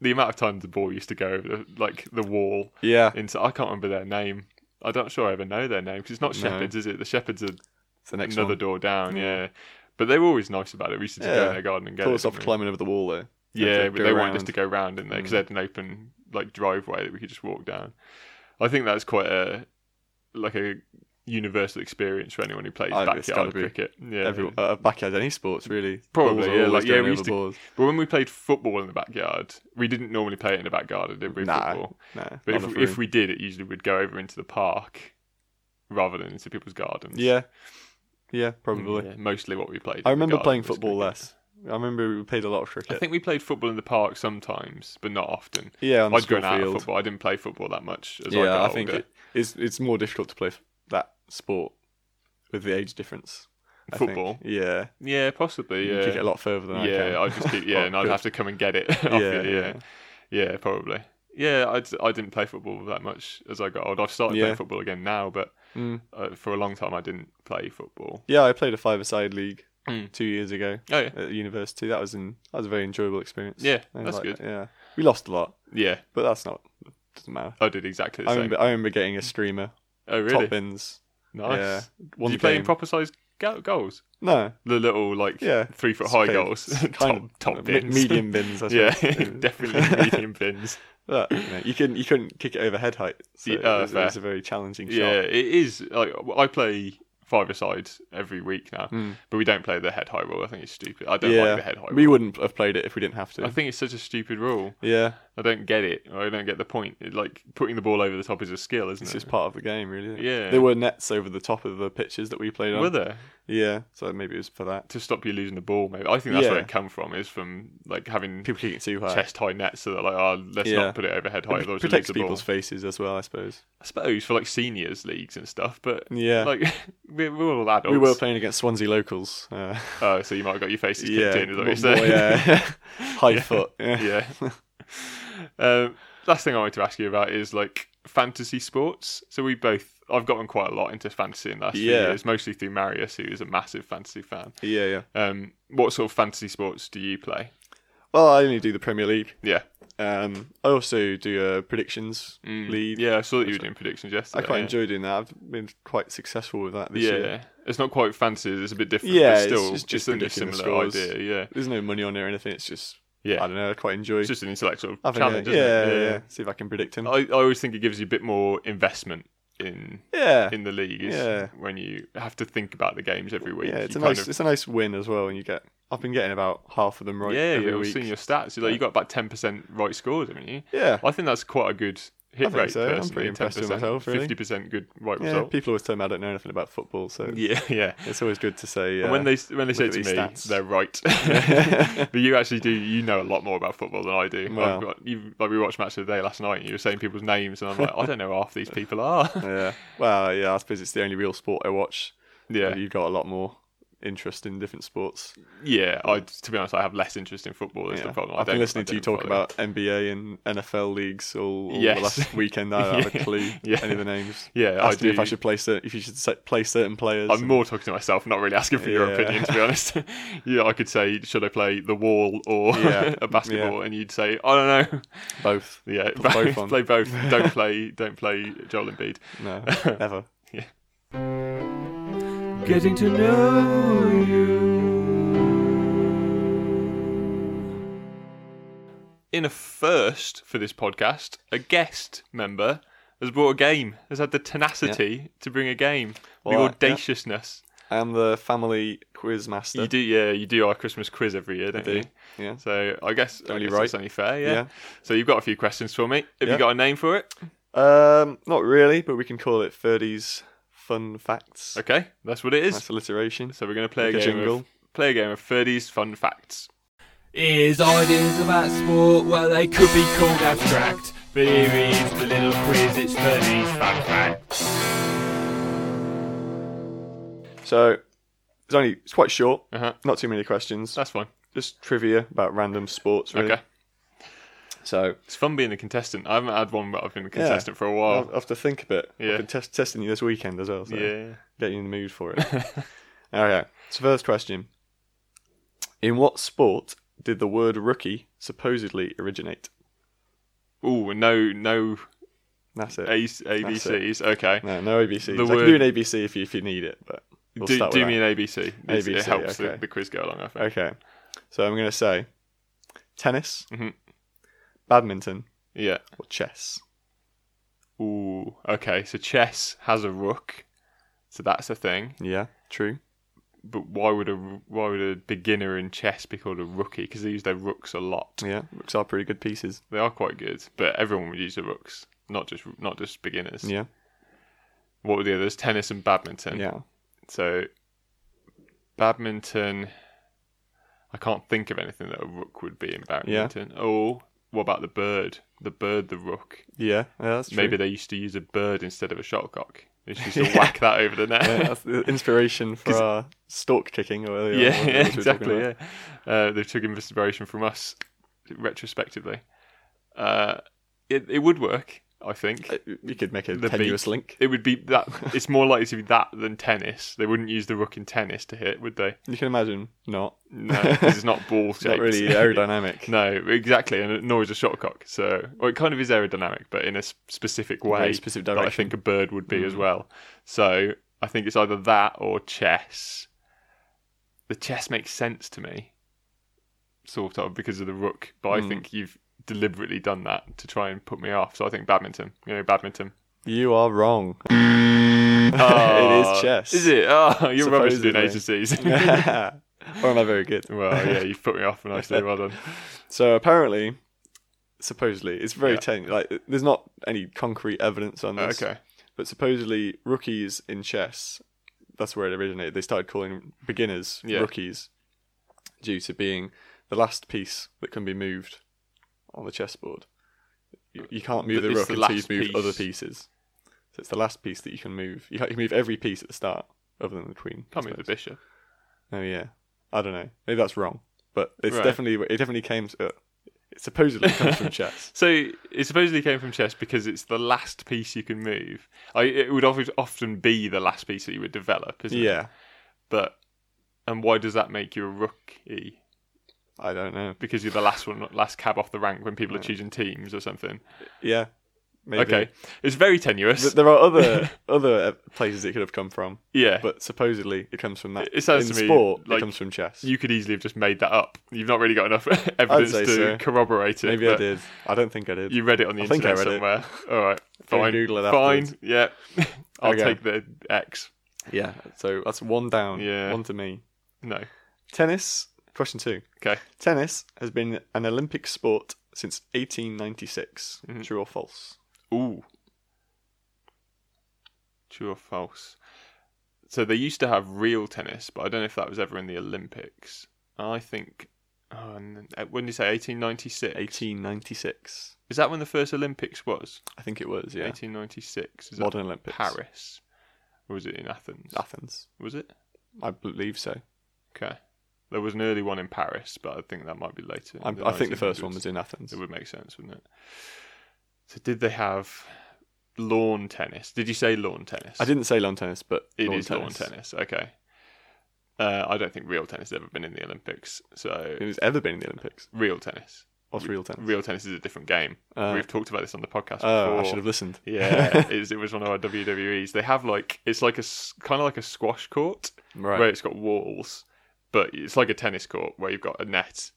[SPEAKER 1] The amount of time the ball used to go over the, like the wall
[SPEAKER 2] Yeah,
[SPEAKER 1] into. I can't remember their name. I'm not sure I ever know their name because it's not
[SPEAKER 2] No.
[SPEAKER 1] Shepherds, is it? The Shepherds are
[SPEAKER 2] it's the next
[SPEAKER 1] another
[SPEAKER 2] one.
[SPEAKER 1] door down. Yeah. But they were always nice about it. We used to just go
[SPEAKER 2] Yeah.
[SPEAKER 1] in their garden and get
[SPEAKER 2] Caught us
[SPEAKER 1] it.
[SPEAKER 2] off
[SPEAKER 1] didn't we?
[SPEAKER 2] climbing over the wall though.
[SPEAKER 1] Yeah,
[SPEAKER 2] to
[SPEAKER 1] but
[SPEAKER 2] go Mm.
[SPEAKER 1] they wanted us
[SPEAKER 2] round.
[SPEAKER 1] to go round in there because they had an open like driveway that we could just walk down. I think that's quite a like a universal experience for anyone who plays
[SPEAKER 2] I- it's gotta
[SPEAKER 1] backyard
[SPEAKER 2] be.
[SPEAKER 1] cricket. Yeah,
[SPEAKER 2] Every, uh, backyard any sports really.
[SPEAKER 1] Probably,
[SPEAKER 2] Balls are
[SPEAKER 1] yeah,
[SPEAKER 2] always
[SPEAKER 1] like, yeah,
[SPEAKER 2] going
[SPEAKER 1] we used
[SPEAKER 2] over
[SPEAKER 1] to-
[SPEAKER 2] balls.
[SPEAKER 1] But when we played football in the backyard, we didn't normally play it in the back garden, did we?
[SPEAKER 2] Nah,
[SPEAKER 1] Football.
[SPEAKER 2] nah,
[SPEAKER 1] But
[SPEAKER 2] not
[SPEAKER 1] if,
[SPEAKER 2] enough
[SPEAKER 1] if
[SPEAKER 2] room.
[SPEAKER 1] we did, it usually would go over into the park rather than into people's gardens.
[SPEAKER 2] yeah, yeah, probably.
[SPEAKER 1] Mm, Yeah, mostly what we played. in
[SPEAKER 2] I
[SPEAKER 1] the
[SPEAKER 2] remember
[SPEAKER 1] garden
[SPEAKER 2] playing
[SPEAKER 1] was
[SPEAKER 2] football
[SPEAKER 1] cricket.
[SPEAKER 2] less. I remember we played a lot of cricket.
[SPEAKER 1] I think we played football in the park sometimes, but not often.
[SPEAKER 2] yeah, on the
[SPEAKER 1] I'd
[SPEAKER 2] school
[SPEAKER 1] grown out of
[SPEAKER 2] field.
[SPEAKER 1] football. I didn't play football that much as I
[SPEAKER 2] yeah, I,
[SPEAKER 1] got
[SPEAKER 2] think
[SPEAKER 1] older.
[SPEAKER 2] it, it's it's more difficult to play f- that sport with the age difference. I think.
[SPEAKER 1] Football?
[SPEAKER 2] yeah,
[SPEAKER 1] yeah, possibly.
[SPEAKER 2] you
[SPEAKER 1] Yeah,
[SPEAKER 2] could get a lot further than I can.
[SPEAKER 1] yeah. I'd just keep. Yeah,
[SPEAKER 2] Oh,
[SPEAKER 1] and I'd
[SPEAKER 2] good.
[SPEAKER 1] have to come and get it. off
[SPEAKER 2] Yeah,
[SPEAKER 1] you, yeah, yeah, probably. Yeah, I, I didn't play football that much as I got older. I've started
[SPEAKER 2] Yeah.
[SPEAKER 1] playing football again now, but
[SPEAKER 2] Mm.
[SPEAKER 1] uh, for a long time I didn't play football.
[SPEAKER 2] Yeah, I played a five-a-side league
[SPEAKER 1] Mm.
[SPEAKER 2] two years ago
[SPEAKER 1] Oh yeah,
[SPEAKER 2] at university. That was in that was a very enjoyable experience.
[SPEAKER 1] Yeah,
[SPEAKER 2] I
[SPEAKER 1] that's
[SPEAKER 2] like
[SPEAKER 1] good.
[SPEAKER 2] that, Yeah, we lost a lot,
[SPEAKER 1] yeah.
[SPEAKER 2] but that's not doesn't matter.
[SPEAKER 1] I did exactly the
[SPEAKER 2] I
[SPEAKER 1] same.
[SPEAKER 2] remember, I remember getting a streamer
[SPEAKER 1] oh really?
[SPEAKER 2] top ins.
[SPEAKER 1] Nice.
[SPEAKER 2] Yeah,
[SPEAKER 1] Did
[SPEAKER 2] one
[SPEAKER 1] you play in
[SPEAKER 2] game.
[SPEAKER 1] proper sized go- goals?
[SPEAKER 2] No,
[SPEAKER 1] The little like
[SPEAKER 2] Yeah.
[SPEAKER 1] three foot high
[SPEAKER 2] Okay,
[SPEAKER 1] goals,
[SPEAKER 2] kind
[SPEAKER 1] top
[SPEAKER 2] of
[SPEAKER 1] top
[SPEAKER 2] me-
[SPEAKER 1] bins,
[SPEAKER 2] medium bins. I
[SPEAKER 1] yeah,
[SPEAKER 2] suppose.
[SPEAKER 1] definitely medium bins.
[SPEAKER 2] But, you, know, you couldn't you couldn't kick it over head height. So
[SPEAKER 1] Yeah,
[SPEAKER 2] it,
[SPEAKER 1] uh,
[SPEAKER 2] was, it
[SPEAKER 1] fair.
[SPEAKER 2] was a very challenging shot.
[SPEAKER 1] Yeah, it is. Like I play five aside every week now,
[SPEAKER 2] Mm.
[SPEAKER 1] but we don't play the head high rule. I think it's stupid. I don't like the head high
[SPEAKER 2] we
[SPEAKER 1] rule.
[SPEAKER 2] wouldn't have played it if we didn't have to.
[SPEAKER 1] I think it's such a stupid rule.
[SPEAKER 2] yeah,
[SPEAKER 1] I don't get it. Or I don't get the point. It, like putting the ball over the top is a skill, isn't
[SPEAKER 2] It's
[SPEAKER 1] it?
[SPEAKER 2] just part of the game, really. isn't it?
[SPEAKER 1] Yeah.
[SPEAKER 2] There were nets over the top of the pitches that we played on.
[SPEAKER 1] Were there
[SPEAKER 2] Yeah. So maybe it was for that.
[SPEAKER 1] to stop you losing the ball? Maybe I think that's where
[SPEAKER 2] Yeah.
[SPEAKER 1] it come from. Is from like having
[SPEAKER 2] People kicking too high.
[SPEAKER 1] chest high nets so that like oh let's
[SPEAKER 2] Yeah.
[SPEAKER 1] not put it overhead height. otherwise we lose
[SPEAKER 2] protects
[SPEAKER 1] the ball.
[SPEAKER 2] people's faces as well, I suppose.
[SPEAKER 1] I suppose for like seniors leagues and stuff, but
[SPEAKER 2] Yeah.
[SPEAKER 1] like we're, we're all adults.
[SPEAKER 2] we were playing against Swansea locals. Uh,
[SPEAKER 1] Oh, so you might have got your faces kicked
[SPEAKER 2] yeah.
[SPEAKER 1] in. Is that what
[SPEAKER 2] more-
[SPEAKER 1] you're saying?
[SPEAKER 2] yeah. High
[SPEAKER 1] Yeah.
[SPEAKER 2] foot. Yeah.
[SPEAKER 1] yeah. um, last thing I wanted to ask you about is like fantasy sports. So we both, I've gotten quite a lot into fantasy in the last few
[SPEAKER 2] Yeah.
[SPEAKER 1] years, mostly through Marius, who is a massive fantasy fan.
[SPEAKER 2] Yeah, yeah.
[SPEAKER 1] Um, what sort of fantasy sports do you play?
[SPEAKER 2] Well, I only do the Premier League.
[SPEAKER 1] Yeah,
[SPEAKER 2] Um, I also do a predictions
[SPEAKER 1] Mm.
[SPEAKER 2] league.
[SPEAKER 1] yeah. I saw that you were doing predictions yesterday.
[SPEAKER 2] I quite
[SPEAKER 1] yeah.
[SPEAKER 2] enjoy doing that. I've been quite successful with that this
[SPEAKER 1] Yeah,
[SPEAKER 2] year.
[SPEAKER 1] it's not quite fantasy. It's a bit different.
[SPEAKER 2] Yeah,
[SPEAKER 1] but
[SPEAKER 2] it's-
[SPEAKER 1] still,
[SPEAKER 2] it's just
[SPEAKER 1] only a
[SPEAKER 2] predicting the
[SPEAKER 1] similar
[SPEAKER 2] scores.
[SPEAKER 1] idea. Yeah,
[SPEAKER 2] There's no money on it or anything. It's just
[SPEAKER 1] yeah.
[SPEAKER 2] I don't know. I quite enjoy
[SPEAKER 1] It's just an intellectual
[SPEAKER 2] having
[SPEAKER 1] challenge.
[SPEAKER 2] a,
[SPEAKER 1] isn't
[SPEAKER 2] yeah,
[SPEAKER 1] it? Oh,
[SPEAKER 2] yeah, yeah. See if I can predict him.
[SPEAKER 1] I, I always think it gives you a bit more investment in
[SPEAKER 2] yeah,
[SPEAKER 1] in the league is
[SPEAKER 2] Yeah.
[SPEAKER 1] when you have to think about the games every week.
[SPEAKER 2] yeah. It's a
[SPEAKER 1] You
[SPEAKER 2] nice,
[SPEAKER 1] kind of-
[SPEAKER 2] it's a nice win as well. When you get, I've been getting about half of them right
[SPEAKER 1] yeah,
[SPEAKER 2] every
[SPEAKER 1] yeah, I've
[SPEAKER 2] week.
[SPEAKER 1] seen your stats. You're like, you got about ten percent right scores, haven't you?
[SPEAKER 2] Yeah,
[SPEAKER 1] I think that's quite a good hit
[SPEAKER 2] I think
[SPEAKER 1] rate.
[SPEAKER 2] so. I'm
[SPEAKER 1] personally,
[SPEAKER 2] pretty impressed with
[SPEAKER 1] 10%,
[SPEAKER 2] myself, really.
[SPEAKER 1] 50% good right
[SPEAKER 2] yeah.
[SPEAKER 1] result.
[SPEAKER 2] People always tell me I don't know anything about football, so
[SPEAKER 1] Yeah, yeah.
[SPEAKER 2] it's always good to say. Uh,
[SPEAKER 1] And when they when they say
[SPEAKER 2] at
[SPEAKER 1] it to me,
[SPEAKER 2] these stats.
[SPEAKER 1] they're right. but you actually do. You know a lot more about football than I do.
[SPEAKER 2] Well.
[SPEAKER 1] I've got, you, like we watched match of the day last night, and you were saying people's names, and I'm like, I don't know half these people are.
[SPEAKER 2] yeah, well, yeah. I suppose it's the only real sport I watch.
[SPEAKER 1] yeah,
[SPEAKER 2] you've got a lot more interest in different sports.
[SPEAKER 1] yeah. I to be honest, I have less interest in football. Is
[SPEAKER 2] Yeah.
[SPEAKER 1] the problem. I
[SPEAKER 2] I've been
[SPEAKER 1] don't-
[SPEAKER 2] listening
[SPEAKER 1] I
[SPEAKER 2] to you
[SPEAKER 1] don't
[SPEAKER 2] talk
[SPEAKER 1] follow.
[SPEAKER 2] about NBA and NFL leagues all, all
[SPEAKER 1] Yes.
[SPEAKER 2] the last weekend. I don't have
[SPEAKER 1] Yeah.
[SPEAKER 2] a clue
[SPEAKER 1] Yeah.
[SPEAKER 2] any of the names.
[SPEAKER 1] Yeah, I
[SPEAKER 2] asking me if I
[SPEAKER 1] do.
[SPEAKER 2] should play certain, if you should se- play certain players.
[SPEAKER 1] I'm more talking to myself, not really asking for your
[SPEAKER 2] Yeah.
[SPEAKER 1] opinion, to be honest. yeah, I could say, should I play the wall or
[SPEAKER 2] Yeah,
[SPEAKER 1] a basketball? And you'd say, I don't know.
[SPEAKER 2] both.
[SPEAKER 1] Yeah,
[SPEAKER 2] Put both on.
[SPEAKER 1] play both. don't play, don't play Joel Embiid.
[SPEAKER 2] No, never.
[SPEAKER 3] Getting to know you.
[SPEAKER 1] In a first for this podcast, a guest member has brought a game. Has had the tenacity to bring a game, the
[SPEAKER 2] Well, yeah.
[SPEAKER 1] audaciousness.
[SPEAKER 2] I am the family quiz master.
[SPEAKER 1] You do, yeah, you do our Christmas quiz every year, don't
[SPEAKER 2] do.
[SPEAKER 1] you?
[SPEAKER 2] Yeah.
[SPEAKER 1] So I guess, I
[SPEAKER 2] Only
[SPEAKER 1] guess
[SPEAKER 2] right.
[SPEAKER 1] that's only fair. Yeah.
[SPEAKER 2] Yeah.
[SPEAKER 1] So you've got a few questions for me. Have you
[SPEAKER 2] Yeah.
[SPEAKER 1] got a name for it?
[SPEAKER 2] Um, not really, but we can call it 30s fun facts.
[SPEAKER 1] Okay, that's what it is.
[SPEAKER 2] Nice alliteration.
[SPEAKER 1] So we're gonna play
[SPEAKER 2] Like
[SPEAKER 1] a
[SPEAKER 2] a
[SPEAKER 1] game of
[SPEAKER 2] jingle.
[SPEAKER 1] play a game of 30s fun facts.
[SPEAKER 3] His ideas about sport, well, they could be called abstract. But here is the little quiz, it's 30s fun fact.
[SPEAKER 2] So it's only it's quite short.
[SPEAKER 1] Uh huh.
[SPEAKER 2] Not too many questions.
[SPEAKER 1] That's fine.
[SPEAKER 2] Just trivia about random sports. Really.
[SPEAKER 1] Uh-huh. Okay.
[SPEAKER 2] So
[SPEAKER 1] It's fun being a contestant. I haven't had one, but I've been a
[SPEAKER 2] Yeah.
[SPEAKER 1] contestant for a while.
[SPEAKER 2] I'll have to think a bit.
[SPEAKER 1] Oh. Yeah.
[SPEAKER 2] I've been test- testing you this weekend as well. So
[SPEAKER 1] yeah.
[SPEAKER 2] Get you in the mood for it. okay. So first question. In what sport did the word rookie supposedly originate?
[SPEAKER 1] Ooh, no, no
[SPEAKER 2] That's it.
[SPEAKER 1] A- ABCs. Okay.
[SPEAKER 2] no, no ABC.
[SPEAKER 1] The
[SPEAKER 2] I
[SPEAKER 1] word-
[SPEAKER 2] can do an ABC if you, if you need it, but we'll
[SPEAKER 1] do
[SPEAKER 2] start
[SPEAKER 1] do
[SPEAKER 2] with
[SPEAKER 1] me
[SPEAKER 2] that.
[SPEAKER 1] an ABC. It's- it
[SPEAKER 2] ABC,
[SPEAKER 1] helps the,
[SPEAKER 2] okay.
[SPEAKER 1] the quiz go along. I think.
[SPEAKER 2] Okay. So I'm going to say tennis,
[SPEAKER 1] Mhm.
[SPEAKER 2] badminton,
[SPEAKER 1] Yeah.
[SPEAKER 2] or chess.
[SPEAKER 1] Ooh. Okay. So chess has a rook. So that's a thing.
[SPEAKER 2] Yeah, true.
[SPEAKER 1] But why would a why would a beginner in chess be called a rookie? Because they use their rooks a lot.
[SPEAKER 2] Yeah, looks are pretty good pieces.
[SPEAKER 1] They are quite good, but everyone would use the rooks, not just not just beginners.
[SPEAKER 2] Yeah,
[SPEAKER 1] What were the others? Tennis and badminton.
[SPEAKER 2] yeah.
[SPEAKER 1] So badminton. I can't think of anything that a rook would be in badminton. Oh, what about the bird? The bird, the rook.
[SPEAKER 2] Yeah, yeah that's true.
[SPEAKER 1] Maybe they used to use a bird instead of a shuttlecock. They just used to
[SPEAKER 2] Yeah.
[SPEAKER 1] whack that over the net.
[SPEAKER 2] yeah, that's the inspiration for our stalk kicking or the other
[SPEAKER 1] yeah, yeah,
[SPEAKER 2] one that we were talking
[SPEAKER 1] exactly.
[SPEAKER 2] about.
[SPEAKER 1] Yeah, uh, they took inspiration from us retrospectively. Uh, it it would work, I think.
[SPEAKER 2] Uh, You could make a
[SPEAKER 1] The
[SPEAKER 2] tenuous
[SPEAKER 1] beat.
[SPEAKER 2] link.
[SPEAKER 1] It would be that. It's more likely to be that than tennis. They wouldn't use the rook in tennis to hit, would they?
[SPEAKER 2] You can imagine not.
[SPEAKER 1] No, because it's not ball shaped.
[SPEAKER 2] It's not really aerodynamic.
[SPEAKER 1] no, exactly, and nor is a shuttlecock. So, well, it kind of is aerodynamic, but in a s- specific way,
[SPEAKER 2] Very specific
[SPEAKER 1] that I
[SPEAKER 2] direction. Mm.
[SPEAKER 1] think a bird would be as well. So, I think it's either that or chess. The chess makes sense to me, sort of, because of the rook. But
[SPEAKER 2] Mm.
[SPEAKER 1] I think you've deliberately done that to try and put me off. So I think badminton. You know, badminton.
[SPEAKER 2] You are wrong. it
[SPEAKER 1] Oh,
[SPEAKER 2] is chess.
[SPEAKER 1] Is it? Oh, you're rubbish at doing
[SPEAKER 2] Supposedly.
[SPEAKER 1] agencies.
[SPEAKER 2] or am I very good?
[SPEAKER 1] well, yeah, you've put me off nicely. Well done.
[SPEAKER 2] So apparently, supposedly it's very
[SPEAKER 1] Yeah.
[SPEAKER 2] technical. Like, there's not any concrete evidence on this.
[SPEAKER 1] Okay.
[SPEAKER 2] But supposedly rookies in chess, that's where it originated. They started calling beginners
[SPEAKER 1] Yeah.
[SPEAKER 2] rookies due to being the last piece that can be moved on the chessboard. You, you can't move the
[SPEAKER 1] It's
[SPEAKER 2] rook
[SPEAKER 1] the
[SPEAKER 2] until you've
[SPEAKER 1] last
[SPEAKER 2] moved
[SPEAKER 1] piece.
[SPEAKER 2] other pieces. So it's the last piece that you can move. You can't you can move every piece at the start, other than the queen. I
[SPEAKER 1] Can't move the
[SPEAKER 2] suppose.
[SPEAKER 1] bishop.
[SPEAKER 2] Oh yeah, I don't know. Maybe that's wrong, but it's
[SPEAKER 1] Right.
[SPEAKER 2] definitely it definitely came. To, it supposedly comes from chess.
[SPEAKER 1] So it supposedly came from chess because it's the last piece you can move. I, it would often often be the last piece that you would develop, isn't it?
[SPEAKER 2] Yeah,
[SPEAKER 1] But and why does that make you a rookie?
[SPEAKER 2] I don't know.
[SPEAKER 1] Because you're the last one, last cab off the rank when people are choosing teams or something.
[SPEAKER 2] Yeah, maybe.
[SPEAKER 1] Okay, it's very tenuous.
[SPEAKER 2] Th- There are other other uh, places it could have come from,
[SPEAKER 1] yeah, but
[SPEAKER 2] but supposedly it comes from that.
[SPEAKER 1] It sounds
[SPEAKER 2] in
[SPEAKER 1] to me
[SPEAKER 2] sport.
[SPEAKER 1] like
[SPEAKER 2] it comes from chess.
[SPEAKER 1] you could easily have just made that up. You've not really got enough evidence
[SPEAKER 2] say
[SPEAKER 1] to
[SPEAKER 2] so.
[SPEAKER 1] corroborate it.
[SPEAKER 2] maybe I
[SPEAKER 1] but
[SPEAKER 2] did. I don't think I did.
[SPEAKER 1] You read it on the
[SPEAKER 2] I think I
[SPEAKER 1] internet somewhere.
[SPEAKER 2] read
[SPEAKER 1] All right,
[SPEAKER 2] Go
[SPEAKER 1] fine.
[SPEAKER 2] Google it
[SPEAKER 1] fine.
[SPEAKER 2] afterwards.
[SPEAKER 1] Yeah, I'll
[SPEAKER 2] Okay.
[SPEAKER 1] take the X.
[SPEAKER 2] yeah. So that's one down.
[SPEAKER 1] Yeah.
[SPEAKER 2] One to me.
[SPEAKER 1] No.
[SPEAKER 2] Tennis. Question two.
[SPEAKER 1] Okay.
[SPEAKER 2] Tennis has been an Olympic sport since 1896.
[SPEAKER 1] Mhm.
[SPEAKER 2] True or false?
[SPEAKER 1] Ooh. True or false? So they used to have real tennis, but I don't know if that was ever in the Olympics. I think. Oh, and then- when did you say 1896?
[SPEAKER 2] 1896.
[SPEAKER 1] Is that when the first Olympics was?
[SPEAKER 2] I think it was. Yeah.
[SPEAKER 1] 1896. Is
[SPEAKER 2] Modern
[SPEAKER 1] that
[SPEAKER 2] Olympics.
[SPEAKER 1] Paris? Or was it in Athens?
[SPEAKER 2] Athens.
[SPEAKER 1] Was it?
[SPEAKER 2] I believe so.
[SPEAKER 1] Okay. There was an early one in Paris, but I think that might be later.
[SPEAKER 2] I,
[SPEAKER 1] in
[SPEAKER 2] I think the first one
[SPEAKER 1] 1900s.
[SPEAKER 2] was in Athens.
[SPEAKER 1] It would make sense, wouldn't it? So did they have lawn tennis? Did you say lawn tennis?
[SPEAKER 2] I didn't say lawn tennis, but
[SPEAKER 1] It is lawn tennis. Okay. Uh, I don't think real tennis has ever been in the Olympics. So
[SPEAKER 2] It has ever been in the Olympics.
[SPEAKER 1] real tennis.
[SPEAKER 2] What's real tennis?
[SPEAKER 1] Real tennis is a different game.
[SPEAKER 2] Uh,
[SPEAKER 1] We've talked about this on the podcast
[SPEAKER 2] oh,
[SPEAKER 1] before.
[SPEAKER 2] I should have listened.
[SPEAKER 1] yeah, it was, it was one of our WWEs. They have like it's like a kind of like a squash court
[SPEAKER 2] Right.
[SPEAKER 1] where it's got walls, but it's like a tennis court where you've got a net,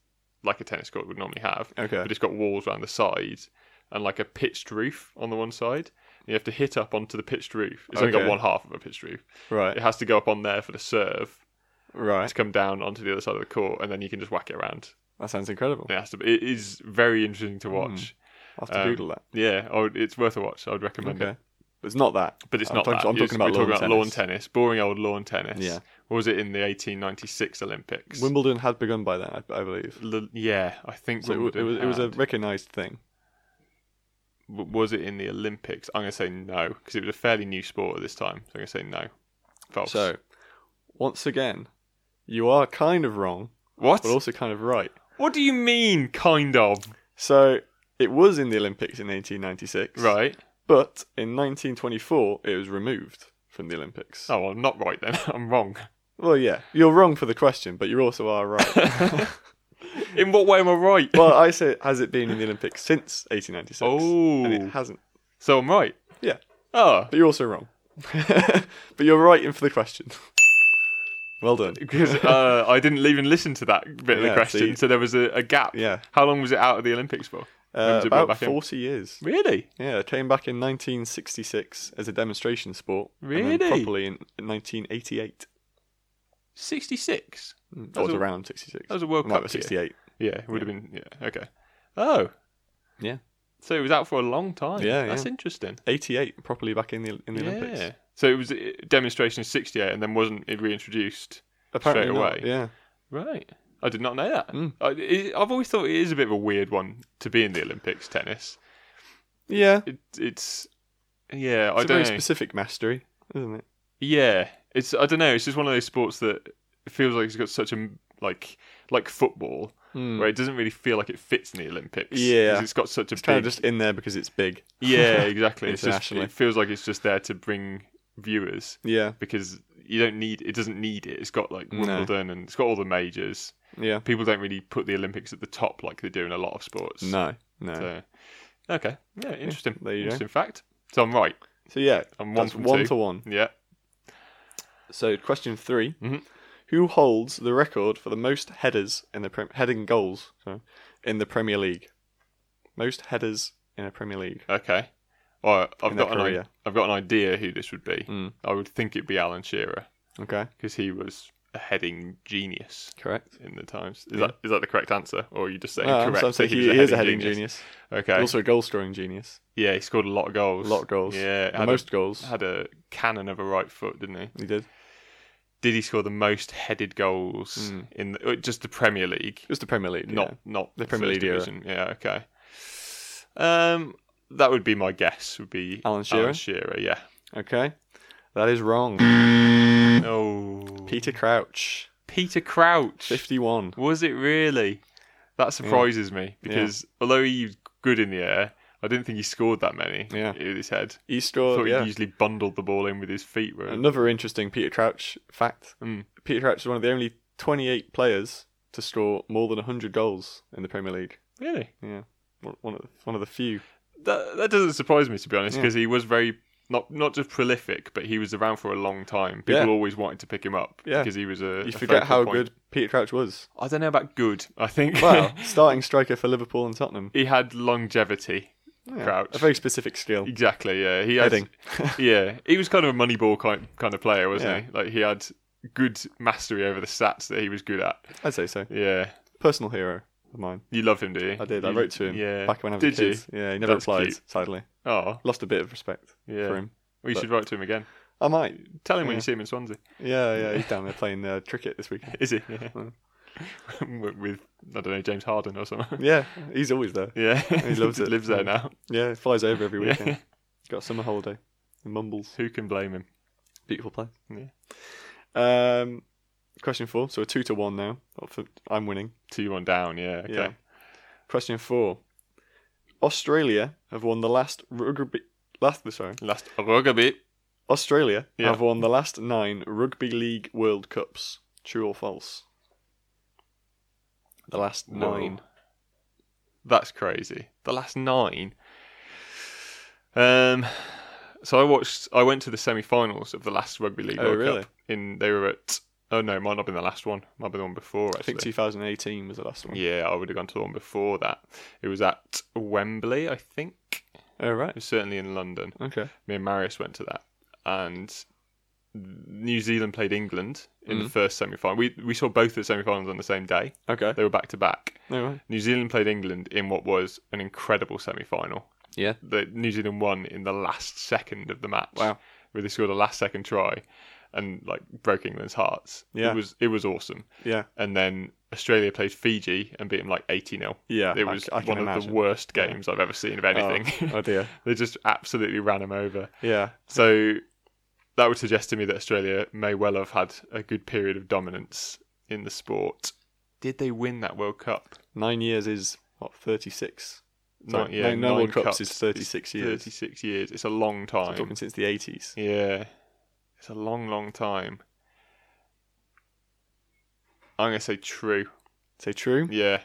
[SPEAKER 1] like a tennis court would normally have,
[SPEAKER 2] Okay.
[SPEAKER 1] but it's got walls around the sides and like a pitched roof on the one side. You have to hit up onto the pitched roof. It's only got
[SPEAKER 2] Okay.
[SPEAKER 1] one half of a pitched roof.
[SPEAKER 2] Right.
[SPEAKER 1] It has to go up on there for the serve
[SPEAKER 2] Right.
[SPEAKER 1] to come down onto the other side of the court, and then you can just whack it around.
[SPEAKER 2] That sounds incredible.
[SPEAKER 1] It has to. Be, it is very interesting
[SPEAKER 2] Hmm.
[SPEAKER 1] to watch.
[SPEAKER 2] I'll have to
[SPEAKER 1] Um,
[SPEAKER 2] Google that.
[SPEAKER 1] Yeah, I would, it's worth a watch. I would recommend it.
[SPEAKER 2] Okay. But it's not that.
[SPEAKER 1] But it's
[SPEAKER 2] I'm
[SPEAKER 1] not.
[SPEAKER 2] talking-
[SPEAKER 1] that.
[SPEAKER 2] I'm
[SPEAKER 1] Yes,
[SPEAKER 2] talking about
[SPEAKER 1] we're
[SPEAKER 2] lawn
[SPEAKER 1] talking about
[SPEAKER 2] tennis.
[SPEAKER 1] lawn tennis, boring old lawn tennis.
[SPEAKER 2] Yeah.
[SPEAKER 1] Or was it in the 1896 Olympics?
[SPEAKER 2] Wimbledon had begun by then, I, I believe.
[SPEAKER 1] L- yeah, I think
[SPEAKER 2] So it, w-
[SPEAKER 1] Wimbledon
[SPEAKER 2] it was it was a
[SPEAKER 1] had.
[SPEAKER 2] recognised thing.
[SPEAKER 1] W- was it in the Olympics? I'm going to say no because it was a fairly new sport at this time. So I'm going to say no. False.
[SPEAKER 2] So, once again, you are kind of wrong,
[SPEAKER 1] what?
[SPEAKER 2] but also kind of right.
[SPEAKER 1] What do you mean, kind of?
[SPEAKER 2] So it was in the Olympics in 1896.
[SPEAKER 1] Right.
[SPEAKER 2] But in 1924, it was removed from the Olympics.
[SPEAKER 1] Oh, well, I'm not right then. I'm wrong.
[SPEAKER 2] Well, yeah, you're wrong for the question, but you also are right.
[SPEAKER 1] In what way am I right?
[SPEAKER 2] well, I say, has it been in the Olympics since 1896? And
[SPEAKER 1] Oh.
[SPEAKER 2] it hasn't.
[SPEAKER 1] so I'm right.
[SPEAKER 2] Yeah,
[SPEAKER 1] Oh,
[SPEAKER 2] but you're also wrong. but you're right in for the question. Well done.
[SPEAKER 1] because uh, I didn't even listen to that bit of the
[SPEAKER 2] Yeah,
[SPEAKER 1] question,
[SPEAKER 2] see.
[SPEAKER 1] so there was a, a gap.
[SPEAKER 2] Yeah.
[SPEAKER 1] How long was it out of the Olympics for? When
[SPEAKER 2] Uh,
[SPEAKER 1] was it brought
[SPEAKER 2] about
[SPEAKER 1] back in?
[SPEAKER 2] 40 years.
[SPEAKER 1] Really?
[SPEAKER 2] Yeah, it came back in 1966 as a demonstration sport. And
[SPEAKER 1] Really?
[SPEAKER 2] then properly in 1988.
[SPEAKER 1] 66?
[SPEAKER 2] Mm, That was
[SPEAKER 1] a-
[SPEAKER 2] around 66.
[SPEAKER 1] that was a World
[SPEAKER 2] Might
[SPEAKER 1] Cup
[SPEAKER 2] have been
[SPEAKER 1] year.
[SPEAKER 2] 68.
[SPEAKER 1] Yeah, it would have been. Yeah, okay. Oh,
[SPEAKER 2] Yeah.
[SPEAKER 1] so it was out for a long time.
[SPEAKER 2] Yeah,
[SPEAKER 1] That's
[SPEAKER 2] yeah.
[SPEAKER 1] interesting.
[SPEAKER 2] 88 properly back in the in the
[SPEAKER 1] yeah.
[SPEAKER 2] Olympics.
[SPEAKER 1] So it was uh, demonstration 68 and then wasn't it reintroduced?
[SPEAKER 2] Apparently
[SPEAKER 1] Straight
[SPEAKER 2] not,
[SPEAKER 1] away.
[SPEAKER 2] Yeah.
[SPEAKER 1] Right. I did not know that.
[SPEAKER 2] Mm.
[SPEAKER 1] I, it, I've always thought it is a bit of a weird one to be in the Olympics tennis.
[SPEAKER 2] Yeah. It's
[SPEAKER 1] It, it's yeah,
[SPEAKER 2] a
[SPEAKER 1] I don't
[SPEAKER 2] very
[SPEAKER 1] know.
[SPEAKER 2] specific mastery, isn't it?
[SPEAKER 1] yeah, it's I don't know. It's just one of those sports that feels like it's got such a like like football where it doesn't really feel like it fits in the Olympics. 'cause
[SPEAKER 2] Mm. Yeah.
[SPEAKER 1] it's got such a
[SPEAKER 2] It's kind
[SPEAKER 1] big
[SPEAKER 2] of just in there because it's big.
[SPEAKER 1] Yeah, exactly. it's just,
[SPEAKER 2] Internationally.
[SPEAKER 1] it feels like it's just there to bring viewers
[SPEAKER 2] Yeah.
[SPEAKER 1] because you don't need it doesn't need it. It's got like
[SPEAKER 2] No.
[SPEAKER 1] Wimbledon and it's got all the majors.
[SPEAKER 2] Yeah.
[SPEAKER 1] People don't really put the Olympics at the top like they do in a lot of sports.
[SPEAKER 2] No. No. So,
[SPEAKER 1] So okay. Yeah, interesting.
[SPEAKER 2] there you go.
[SPEAKER 1] interesting fact. So I'm right.
[SPEAKER 2] yeah,
[SPEAKER 1] I'm one
[SPEAKER 2] that's
[SPEAKER 1] from
[SPEAKER 2] one
[SPEAKER 1] two.
[SPEAKER 2] to one.
[SPEAKER 1] Yeah.
[SPEAKER 2] So question 3
[SPEAKER 1] Mhm.
[SPEAKER 2] Who holds the record for the most headers in the pre- heading goals sorry, in the Premier League? Most headers in a Premier League.
[SPEAKER 1] Okay. All right, I've
[SPEAKER 2] In their
[SPEAKER 1] got an i-
[SPEAKER 2] career.
[SPEAKER 1] I've got an idea who this would be.
[SPEAKER 2] Mm.
[SPEAKER 1] I would think it'd be Alan Shearer
[SPEAKER 2] Okay.
[SPEAKER 1] because he was a heading genius
[SPEAKER 2] Correct.
[SPEAKER 1] in the Times. Is that is that the correct answer, or are you just saying
[SPEAKER 2] Well, Uh, I'm,
[SPEAKER 1] correct?
[SPEAKER 2] I'm
[SPEAKER 1] that
[SPEAKER 2] saying he, he is a heading genius.
[SPEAKER 1] Okay.
[SPEAKER 2] Also a goal scoring genius.
[SPEAKER 1] yeah, he scored a lot of goals.
[SPEAKER 2] A lot of goals.
[SPEAKER 1] Yeah,
[SPEAKER 2] The
[SPEAKER 1] had
[SPEAKER 2] most goals.
[SPEAKER 1] a, had a cannon of a right foot, didn't he?
[SPEAKER 2] He did.
[SPEAKER 1] Did he score the most headed goals
[SPEAKER 2] Mm.
[SPEAKER 1] in the, uh, just the Premier League?
[SPEAKER 2] Just the Premier League.
[SPEAKER 1] Not
[SPEAKER 2] yeah.
[SPEAKER 1] not
[SPEAKER 2] The Premier
[SPEAKER 1] First
[SPEAKER 2] League era.
[SPEAKER 1] division. Yeah. Okay. Um, that would be my guess. Would be
[SPEAKER 2] Alan Shearer?
[SPEAKER 1] Alan Shearer. Yeah.
[SPEAKER 2] Okay. That is wrong.
[SPEAKER 1] Oh,
[SPEAKER 2] Hmm. Peter Crouch,
[SPEAKER 1] Peter Crouch.
[SPEAKER 2] 51.
[SPEAKER 1] Was it really? That surprises me because although he was good in the air, I didn't think he scored that many
[SPEAKER 2] Yeah.
[SPEAKER 1] with his head.
[SPEAKER 2] He
[SPEAKER 1] I
[SPEAKER 2] scored.
[SPEAKER 1] thought
[SPEAKER 2] Yeah.
[SPEAKER 1] he usually bundled the ball in with his feet. Right?
[SPEAKER 2] Another interesting Peter Crouch fact.
[SPEAKER 1] Mm.
[SPEAKER 2] Peter Crouch is one of the only 28 players to score more than 100 goals in the Premier League.
[SPEAKER 1] Really?
[SPEAKER 2] Yeah. One- One of the, one of the few.
[SPEAKER 1] That that doesn't surprise me to be honest
[SPEAKER 2] Yeah.
[SPEAKER 1] because he was very not not just prolific, but he was around for a long time. People
[SPEAKER 2] Yeah.
[SPEAKER 1] always wanted to pick him up
[SPEAKER 2] Yeah.
[SPEAKER 1] because he was a.
[SPEAKER 2] You
[SPEAKER 1] a
[SPEAKER 2] forget
[SPEAKER 1] focal
[SPEAKER 2] how
[SPEAKER 1] point.
[SPEAKER 2] good Peter Crouch was.
[SPEAKER 1] I don't know about good. I think
[SPEAKER 2] Well, starting striker for Liverpool and Tottenham.
[SPEAKER 1] he had longevity.
[SPEAKER 2] Yeah.
[SPEAKER 1] Crouch.
[SPEAKER 2] A very specific skill.
[SPEAKER 1] Exactly. Yeah. He had,
[SPEAKER 2] Heading.
[SPEAKER 1] yeah, he was kind of a money ball kind kind of player, wasn't
[SPEAKER 2] Yeah.
[SPEAKER 1] he? Like he had good mastery over the stats that he was good at.
[SPEAKER 2] I'd say so.
[SPEAKER 1] Yeah,
[SPEAKER 2] Personal hero of mine.
[SPEAKER 1] you loved him, do you?
[SPEAKER 2] I did. I
[SPEAKER 1] You-
[SPEAKER 2] wrote to him
[SPEAKER 1] Yeah.
[SPEAKER 2] back when I was
[SPEAKER 1] did
[SPEAKER 2] a kid. Yeah, he never
[SPEAKER 1] That's
[SPEAKER 2] replied,
[SPEAKER 1] cute.
[SPEAKER 2] sadly.
[SPEAKER 1] you? Oh,
[SPEAKER 2] Lost a bit of respect
[SPEAKER 1] yeah.
[SPEAKER 2] for him.
[SPEAKER 1] We should write to him again.
[SPEAKER 2] I might.
[SPEAKER 1] Tell him when
[SPEAKER 2] Yeah.
[SPEAKER 1] you see him in Swansea.
[SPEAKER 2] Yeah, yeah, he's down there playing uh, cricket this weekend.
[SPEAKER 1] Is he? Yeah.
[SPEAKER 2] Mm.
[SPEAKER 1] With- With I don't know James Harden or something.
[SPEAKER 2] Yeah, he's always there.
[SPEAKER 1] Yeah,
[SPEAKER 2] He loves it.
[SPEAKER 1] Lives there now.
[SPEAKER 2] Yeah, he flies over every
[SPEAKER 1] Yeah.
[SPEAKER 2] weekend. He's got a summer holiday. He mumbles.
[SPEAKER 1] Who can blame him?
[SPEAKER 2] Beautiful play. Yeah. Um, question four. So a two to one now. Up for- I'm winning.
[SPEAKER 1] Two one down. Yeah. Okay.
[SPEAKER 2] Yeah. Question four. Australia have won the last rugby. Last sorry.
[SPEAKER 1] Last rugby.
[SPEAKER 2] Australia
[SPEAKER 1] Yeah.
[SPEAKER 2] have won the last nine Rugby League World Cups. True or false? The last
[SPEAKER 1] Whoa.
[SPEAKER 2] nine.
[SPEAKER 1] That's crazy. The last nine. Um, so I watched. I went to the semi-finals of the last rugby league
[SPEAKER 2] Oh,
[SPEAKER 1] World
[SPEAKER 2] really?
[SPEAKER 1] Cup. In they were at. Oh no, might not have been the last one. Might be the one before. Actually.
[SPEAKER 2] I think 2018 was the last one.
[SPEAKER 1] yeah, I would have gone to the one before that. It was at Wembley, I think. It
[SPEAKER 2] Oh right.
[SPEAKER 1] was certainly in London.
[SPEAKER 2] Okay.
[SPEAKER 1] Me and Marius went to that, and New Zealand played England in the
[SPEAKER 2] Mhm.
[SPEAKER 1] first semi-final. We we saw both the semi-finals on the same day.
[SPEAKER 2] Okay.
[SPEAKER 1] They were back to back.
[SPEAKER 2] No way.
[SPEAKER 1] New Zealand played England in what was an incredible semi-final.
[SPEAKER 2] Yeah.
[SPEAKER 1] That New Zealand won in the last second of the match.
[SPEAKER 2] Wow.
[SPEAKER 1] Where they scored a last second try and like broke England's hearts.
[SPEAKER 2] Yeah.
[SPEAKER 1] It was it was awesome.
[SPEAKER 2] Yeah.
[SPEAKER 1] And then Australia played Fiji and beat them like 80 0.
[SPEAKER 2] Yeah.
[SPEAKER 1] It was
[SPEAKER 2] I, I can
[SPEAKER 1] one of
[SPEAKER 2] imagine.
[SPEAKER 1] the worst games I've ever seen of anything.
[SPEAKER 2] Oh, oh dear.
[SPEAKER 1] they just absolutely ran them over.
[SPEAKER 2] Yeah.
[SPEAKER 1] So that would suggest to me that Australia may well have had a good period of dominance in the sport. Did they win that World Cup?
[SPEAKER 2] Nine years is what thirty six.
[SPEAKER 1] Not
[SPEAKER 2] Sorry,
[SPEAKER 1] yeah,
[SPEAKER 2] no- no
[SPEAKER 1] nine
[SPEAKER 2] World Cups is 36 years.
[SPEAKER 1] 36 years. It's a long time.
[SPEAKER 2] I'm talking since the eighties.
[SPEAKER 1] Yeah. It's a long, long time. I'm going to say true.
[SPEAKER 2] Say true.
[SPEAKER 1] Yeah.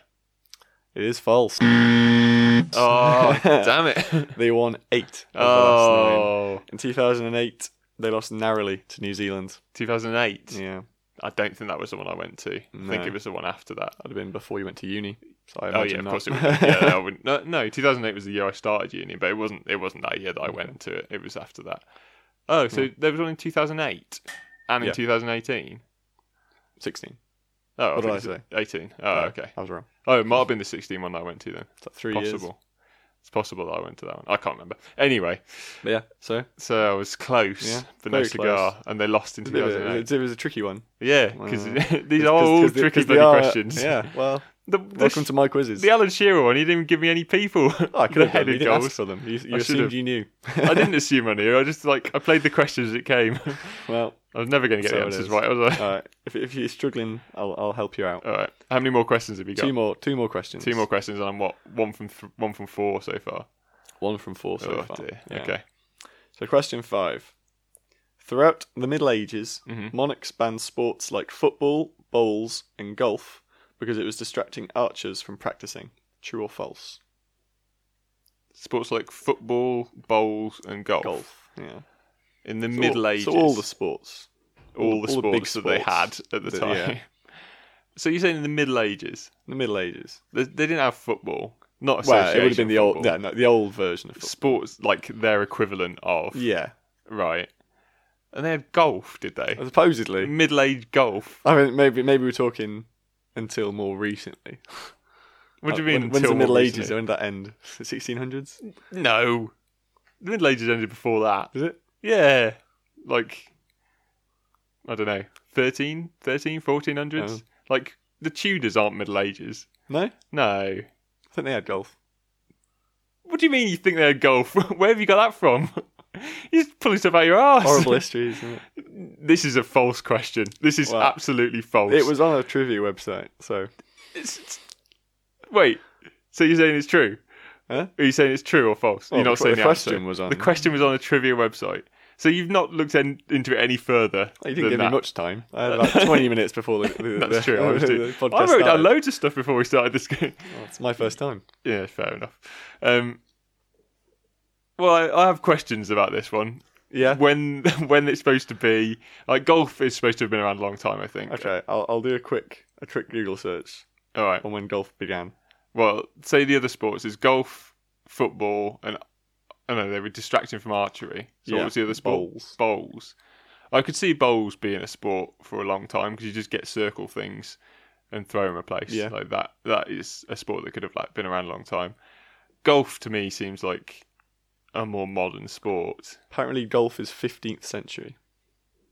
[SPEAKER 2] It is false.
[SPEAKER 1] Oh, damn it.
[SPEAKER 2] They won eight. Of the last nine.
[SPEAKER 1] oh.
[SPEAKER 2] In two thousand and eight, they lost narrowly to New Zealand.
[SPEAKER 1] 2008.
[SPEAKER 2] Yeah.
[SPEAKER 1] I don't think that was the one I went to. I
[SPEAKER 2] No.
[SPEAKER 1] think it was the one after that.
[SPEAKER 2] That'd have been before you went to uni. So I
[SPEAKER 1] Oh yeah,
[SPEAKER 2] imagine
[SPEAKER 1] of
[SPEAKER 2] not.
[SPEAKER 1] course it was. Yeah, I wouldn't- no, no, 2008 was the year I started uni, but it wasn't. It wasn't that year that I went to it. It was after that. Oh, so there was one in 2008 and in
[SPEAKER 2] Yeah.
[SPEAKER 1] 2018.
[SPEAKER 2] Sixteen.
[SPEAKER 1] Oh,
[SPEAKER 2] What did
[SPEAKER 1] I
[SPEAKER 2] I
[SPEAKER 1] think it's 18. Oh,
[SPEAKER 2] Yeah,
[SPEAKER 1] okay.
[SPEAKER 2] I was wrong.
[SPEAKER 1] Oh, it might have been the 16 one that I went to then.
[SPEAKER 2] It's like three
[SPEAKER 1] possible. It's possible that I went to that one. I can't remember. Anyway,
[SPEAKER 2] years. But yeah. So
[SPEAKER 1] so I was close,
[SPEAKER 2] Yeah,
[SPEAKER 1] but no
[SPEAKER 2] very
[SPEAKER 1] cigar, and they lost in
[SPEAKER 2] it was, a bit of a-
[SPEAKER 1] 2008.
[SPEAKER 2] it was a tricky one.
[SPEAKER 1] Yeah, because
[SPEAKER 2] Wow.
[SPEAKER 1] these
[SPEAKER 2] 'Cause-
[SPEAKER 1] are
[SPEAKER 2] 'cause-
[SPEAKER 1] all
[SPEAKER 2] 'cause they-
[SPEAKER 1] tricky
[SPEAKER 2] 'cause they
[SPEAKER 1] bloody
[SPEAKER 2] are-
[SPEAKER 1] questions.
[SPEAKER 2] Yeah. Well,
[SPEAKER 1] The, the,
[SPEAKER 2] welcome to my quizzes.
[SPEAKER 1] the Alan Shearer one. He didn't even give me any people.
[SPEAKER 2] Oh, I could
[SPEAKER 1] the
[SPEAKER 2] have headed
[SPEAKER 1] headed
[SPEAKER 2] didn't ask
[SPEAKER 1] goals.
[SPEAKER 2] for them. You, you
[SPEAKER 1] I should
[SPEAKER 2] assumed
[SPEAKER 1] have.
[SPEAKER 2] you knew.
[SPEAKER 1] I didn't assume I knew. I just like I played the questions as it came.
[SPEAKER 2] well,
[SPEAKER 1] I was never going to get
[SPEAKER 2] So
[SPEAKER 1] the
[SPEAKER 2] it
[SPEAKER 1] answers
[SPEAKER 2] is.
[SPEAKER 1] right, was I?
[SPEAKER 2] all right. Uh, If, if you're struggling, I'll, I'll help you out.
[SPEAKER 1] All right. How many more questions have you got?
[SPEAKER 2] Two more, Oh, two more questions.
[SPEAKER 1] Two more questions, and I'm what one from th- one from four so far.
[SPEAKER 2] One from four so
[SPEAKER 1] oh
[SPEAKER 2] far.
[SPEAKER 1] dear.
[SPEAKER 2] Yeah.
[SPEAKER 1] Okay.
[SPEAKER 2] So question five. Throughout the Middle Ages,
[SPEAKER 1] Mhm.
[SPEAKER 2] monarchs banned sports like football, bowls, and golf because it was distracting archers from practicing. True or false?
[SPEAKER 1] Sports like football, bowls, and golf.
[SPEAKER 2] Yeah.
[SPEAKER 1] In the
[SPEAKER 2] So
[SPEAKER 1] Middle
[SPEAKER 2] all,
[SPEAKER 1] Ages,
[SPEAKER 2] So all the sports.
[SPEAKER 1] all the
[SPEAKER 2] all the big
[SPEAKER 1] sports that they had
[SPEAKER 2] sports
[SPEAKER 1] at the
[SPEAKER 2] that-
[SPEAKER 1] time.
[SPEAKER 2] yeah.
[SPEAKER 1] So you're saying in the Middle Ages
[SPEAKER 2] The Middle Ages.
[SPEAKER 1] they, they didn't have football? Not
[SPEAKER 2] Well, it would have
[SPEAKER 1] association
[SPEAKER 2] been the old,
[SPEAKER 1] football.
[SPEAKER 2] yeah, no, the old version of football.
[SPEAKER 1] sports like their equivalent of
[SPEAKER 2] Yeah.
[SPEAKER 1] right. And they had golf, did they?
[SPEAKER 2] Supposedly.
[SPEAKER 1] Middle aged golf.
[SPEAKER 2] I mean, maybe maybe we're talking until more recently.
[SPEAKER 1] What do you mean?
[SPEAKER 2] Like, Uh, When, when's
[SPEAKER 1] until
[SPEAKER 2] the Middle
[SPEAKER 1] more
[SPEAKER 2] Ages?
[SPEAKER 1] recently? Hmm.
[SPEAKER 2] When did that end? 1600s?
[SPEAKER 1] No. The Middle Ages ended before that.
[SPEAKER 2] Is it?
[SPEAKER 1] Yeah. Like, I don't know, 13, 13, 1400s?
[SPEAKER 2] Oh.
[SPEAKER 1] Like, the Tudors aren't Middle Ages.
[SPEAKER 2] No, I
[SPEAKER 1] No.
[SPEAKER 2] think they had golf.
[SPEAKER 1] What do you mean you think they're golf? Where have you got that from? You're just pulling stuff out of your arse.
[SPEAKER 2] Horrible history, isn't it?
[SPEAKER 1] This is a false question. This is
[SPEAKER 2] Well,
[SPEAKER 1] absolutely false.
[SPEAKER 2] It was on a trivia website, so
[SPEAKER 1] It's- it's- Wait. So you're saying it's true?
[SPEAKER 2] Huh?
[SPEAKER 1] Are you saying it's true or false?
[SPEAKER 2] Well,
[SPEAKER 1] you're not
[SPEAKER 2] the-
[SPEAKER 1] saying
[SPEAKER 2] the
[SPEAKER 1] the answer.
[SPEAKER 2] question was on-
[SPEAKER 1] the question was on a trivia website. So you've not looked en- into it any further.
[SPEAKER 2] you didn't
[SPEAKER 1] than
[SPEAKER 2] give
[SPEAKER 1] that.
[SPEAKER 2] me much time. I had about 20 minutes before the, the,
[SPEAKER 1] That's
[SPEAKER 2] the-
[SPEAKER 1] true. I, was
[SPEAKER 2] the
[SPEAKER 1] doing-
[SPEAKER 2] podcast
[SPEAKER 1] I wrote
[SPEAKER 2] started.
[SPEAKER 1] down loads of stuff before we started this game.
[SPEAKER 2] Well, it's my first time.
[SPEAKER 1] yeah, fair enough. Um, well, I, I have questions about this one.
[SPEAKER 2] Yeah.
[SPEAKER 1] When when it's supposed to be like golf is supposed to have been around a long time, I think.
[SPEAKER 2] Okay, I'll, I'll do a quick a quick Google search
[SPEAKER 1] All right.
[SPEAKER 2] on when golf began.
[SPEAKER 1] Well, say the other sports is golf, football, and I don't know they were distracting from archery. So
[SPEAKER 2] Yeah,
[SPEAKER 1] what was the other sport?
[SPEAKER 2] bowls.
[SPEAKER 1] Bowls. I could see bowls being a sport for a long time because you just get circle things and throw them a place
[SPEAKER 2] Yeah.
[SPEAKER 1] like that. That is a sport that could have like been around a long time. Golf to me seems like a more modern sport.
[SPEAKER 2] Apparently, golf is 15th century,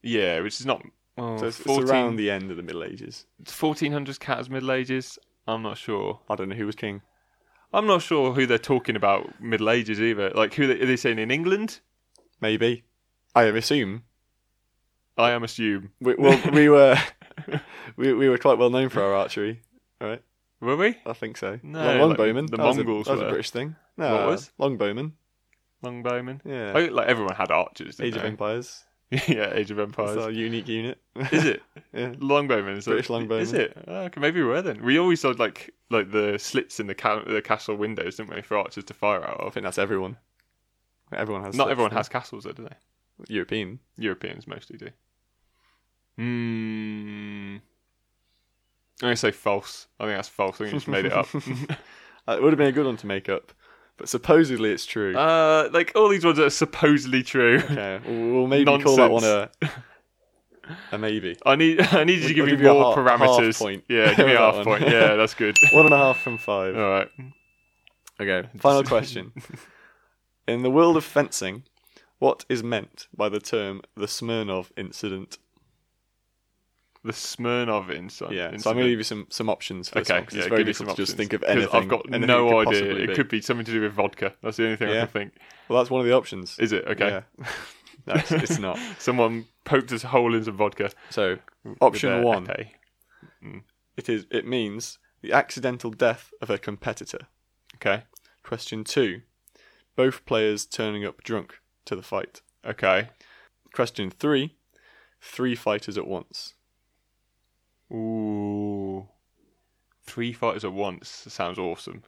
[SPEAKER 1] Yeah, which is not. Oh,
[SPEAKER 2] so it's, it's
[SPEAKER 1] 14
[SPEAKER 2] around the end of the Middle Ages.
[SPEAKER 1] 1400s cat as Middle Ages. I'm not sure.
[SPEAKER 2] I don't know who was king.
[SPEAKER 1] I'm not sure who they're talking about Middle Ages either. Like, who they, are they saying in England?
[SPEAKER 2] Maybe. I assume
[SPEAKER 1] I am assume.
[SPEAKER 2] we, well, we were we, we were quite well known for our archery. All right,
[SPEAKER 1] Were we?
[SPEAKER 2] I think so.
[SPEAKER 1] No,
[SPEAKER 2] Long-
[SPEAKER 1] like
[SPEAKER 2] longbowmen.
[SPEAKER 1] the
[SPEAKER 2] that was a-
[SPEAKER 1] Mongols
[SPEAKER 2] That was a
[SPEAKER 1] were.
[SPEAKER 2] British thing. No,
[SPEAKER 1] What was?
[SPEAKER 2] longbowmen?
[SPEAKER 1] Longbowmen?
[SPEAKER 2] Yeah.
[SPEAKER 1] Oh, like, everyone had archers,
[SPEAKER 2] Age
[SPEAKER 1] didn't
[SPEAKER 2] of Empires.
[SPEAKER 1] they? yeah, Age of
[SPEAKER 2] That's our
[SPEAKER 1] Empires.
[SPEAKER 2] unique unit.
[SPEAKER 1] Is it?
[SPEAKER 2] yeah.
[SPEAKER 1] Longbowmen? Is that-
[SPEAKER 2] British longbowmen.
[SPEAKER 1] Is it? Oh, okay, maybe we were then. We always had, like, like the slits in the, ca- the castle windows, didn't we, for archers to fire out
[SPEAKER 2] I
[SPEAKER 1] of.
[SPEAKER 2] think that's everyone. Everyone has.
[SPEAKER 1] Not
[SPEAKER 2] six,
[SPEAKER 1] everyone
[SPEAKER 2] doesn't
[SPEAKER 1] has castles, though, do they?
[SPEAKER 2] it? European.
[SPEAKER 1] Europeans mostly do. Hmm. I'm going to say false. I think that's false. I think you just made it up.
[SPEAKER 2] Uh, It would have been a good one to make up, but supposedly it's true.
[SPEAKER 1] Uh, like all these ones are supposedly true.
[SPEAKER 2] okay, we'll we'll maybe call that one a
[SPEAKER 1] Nonsense.
[SPEAKER 2] a maybe.
[SPEAKER 1] I need I need you to
[SPEAKER 2] We'll
[SPEAKER 1] give me
[SPEAKER 2] give you a
[SPEAKER 1] more
[SPEAKER 2] half-
[SPEAKER 1] parameters.
[SPEAKER 2] half point.
[SPEAKER 1] Yeah, give me a
[SPEAKER 2] That
[SPEAKER 1] half
[SPEAKER 2] one.
[SPEAKER 1] point. Yeah, that's good.
[SPEAKER 2] One and a half from five.
[SPEAKER 1] all right.
[SPEAKER 2] Okay, final question. In the world of fencing, what is meant by the term the Smirnov incident?
[SPEAKER 1] The Smirnov insight.
[SPEAKER 2] Yeah, so I'm going to give you some, some options for this
[SPEAKER 1] Okay,
[SPEAKER 2] one, 'cause
[SPEAKER 1] yeah,
[SPEAKER 2] it's very
[SPEAKER 1] give me some
[SPEAKER 2] difficult to
[SPEAKER 1] options.
[SPEAKER 2] just think of
[SPEAKER 1] 'Cause
[SPEAKER 2] anything.
[SPEAKER 1] I've got
[SPEAKER 2] anything it
[SPEAKER 1] no
[SPEAKER 2] could
[SPEAKER 1] idea.
[SPEAKER 2] possibly
[SPEAKER 1] It
[SPEAKER 2] be.
[SPEAKER 1] could be something to do with vodka. That's the only thing I
[SPEAKER 2] Yeah.
[SPEAKER 1] can think.
[SPEAKER 2] Well, that's one of the options.
[SPEAKER 1] Is it okay?
[SPEAKER 2] Yeah. no, it's, it's not.
[SPEAKER 1] Someone poked a hole in some vodka.
[SPEAKER 2] So,
[SPEAKER 1] with
[SPEAKER 2] option
[SPEAKER 1] their
[SPEAKER 2] one,
[SPEAKER 1] epee.
[SPEAKER 2] it is it means the accidental death of a competitor.
[SPEAKER 1] Okay.
[SPEAKER 2] Question two, both players turning up drunk to the fight.
[SPEAKER 1] Okay.
[SPEAKER 2] Question three, three fighters at once.
[SPEAKER 1] Ooh. Three fighters at once sounds awesome.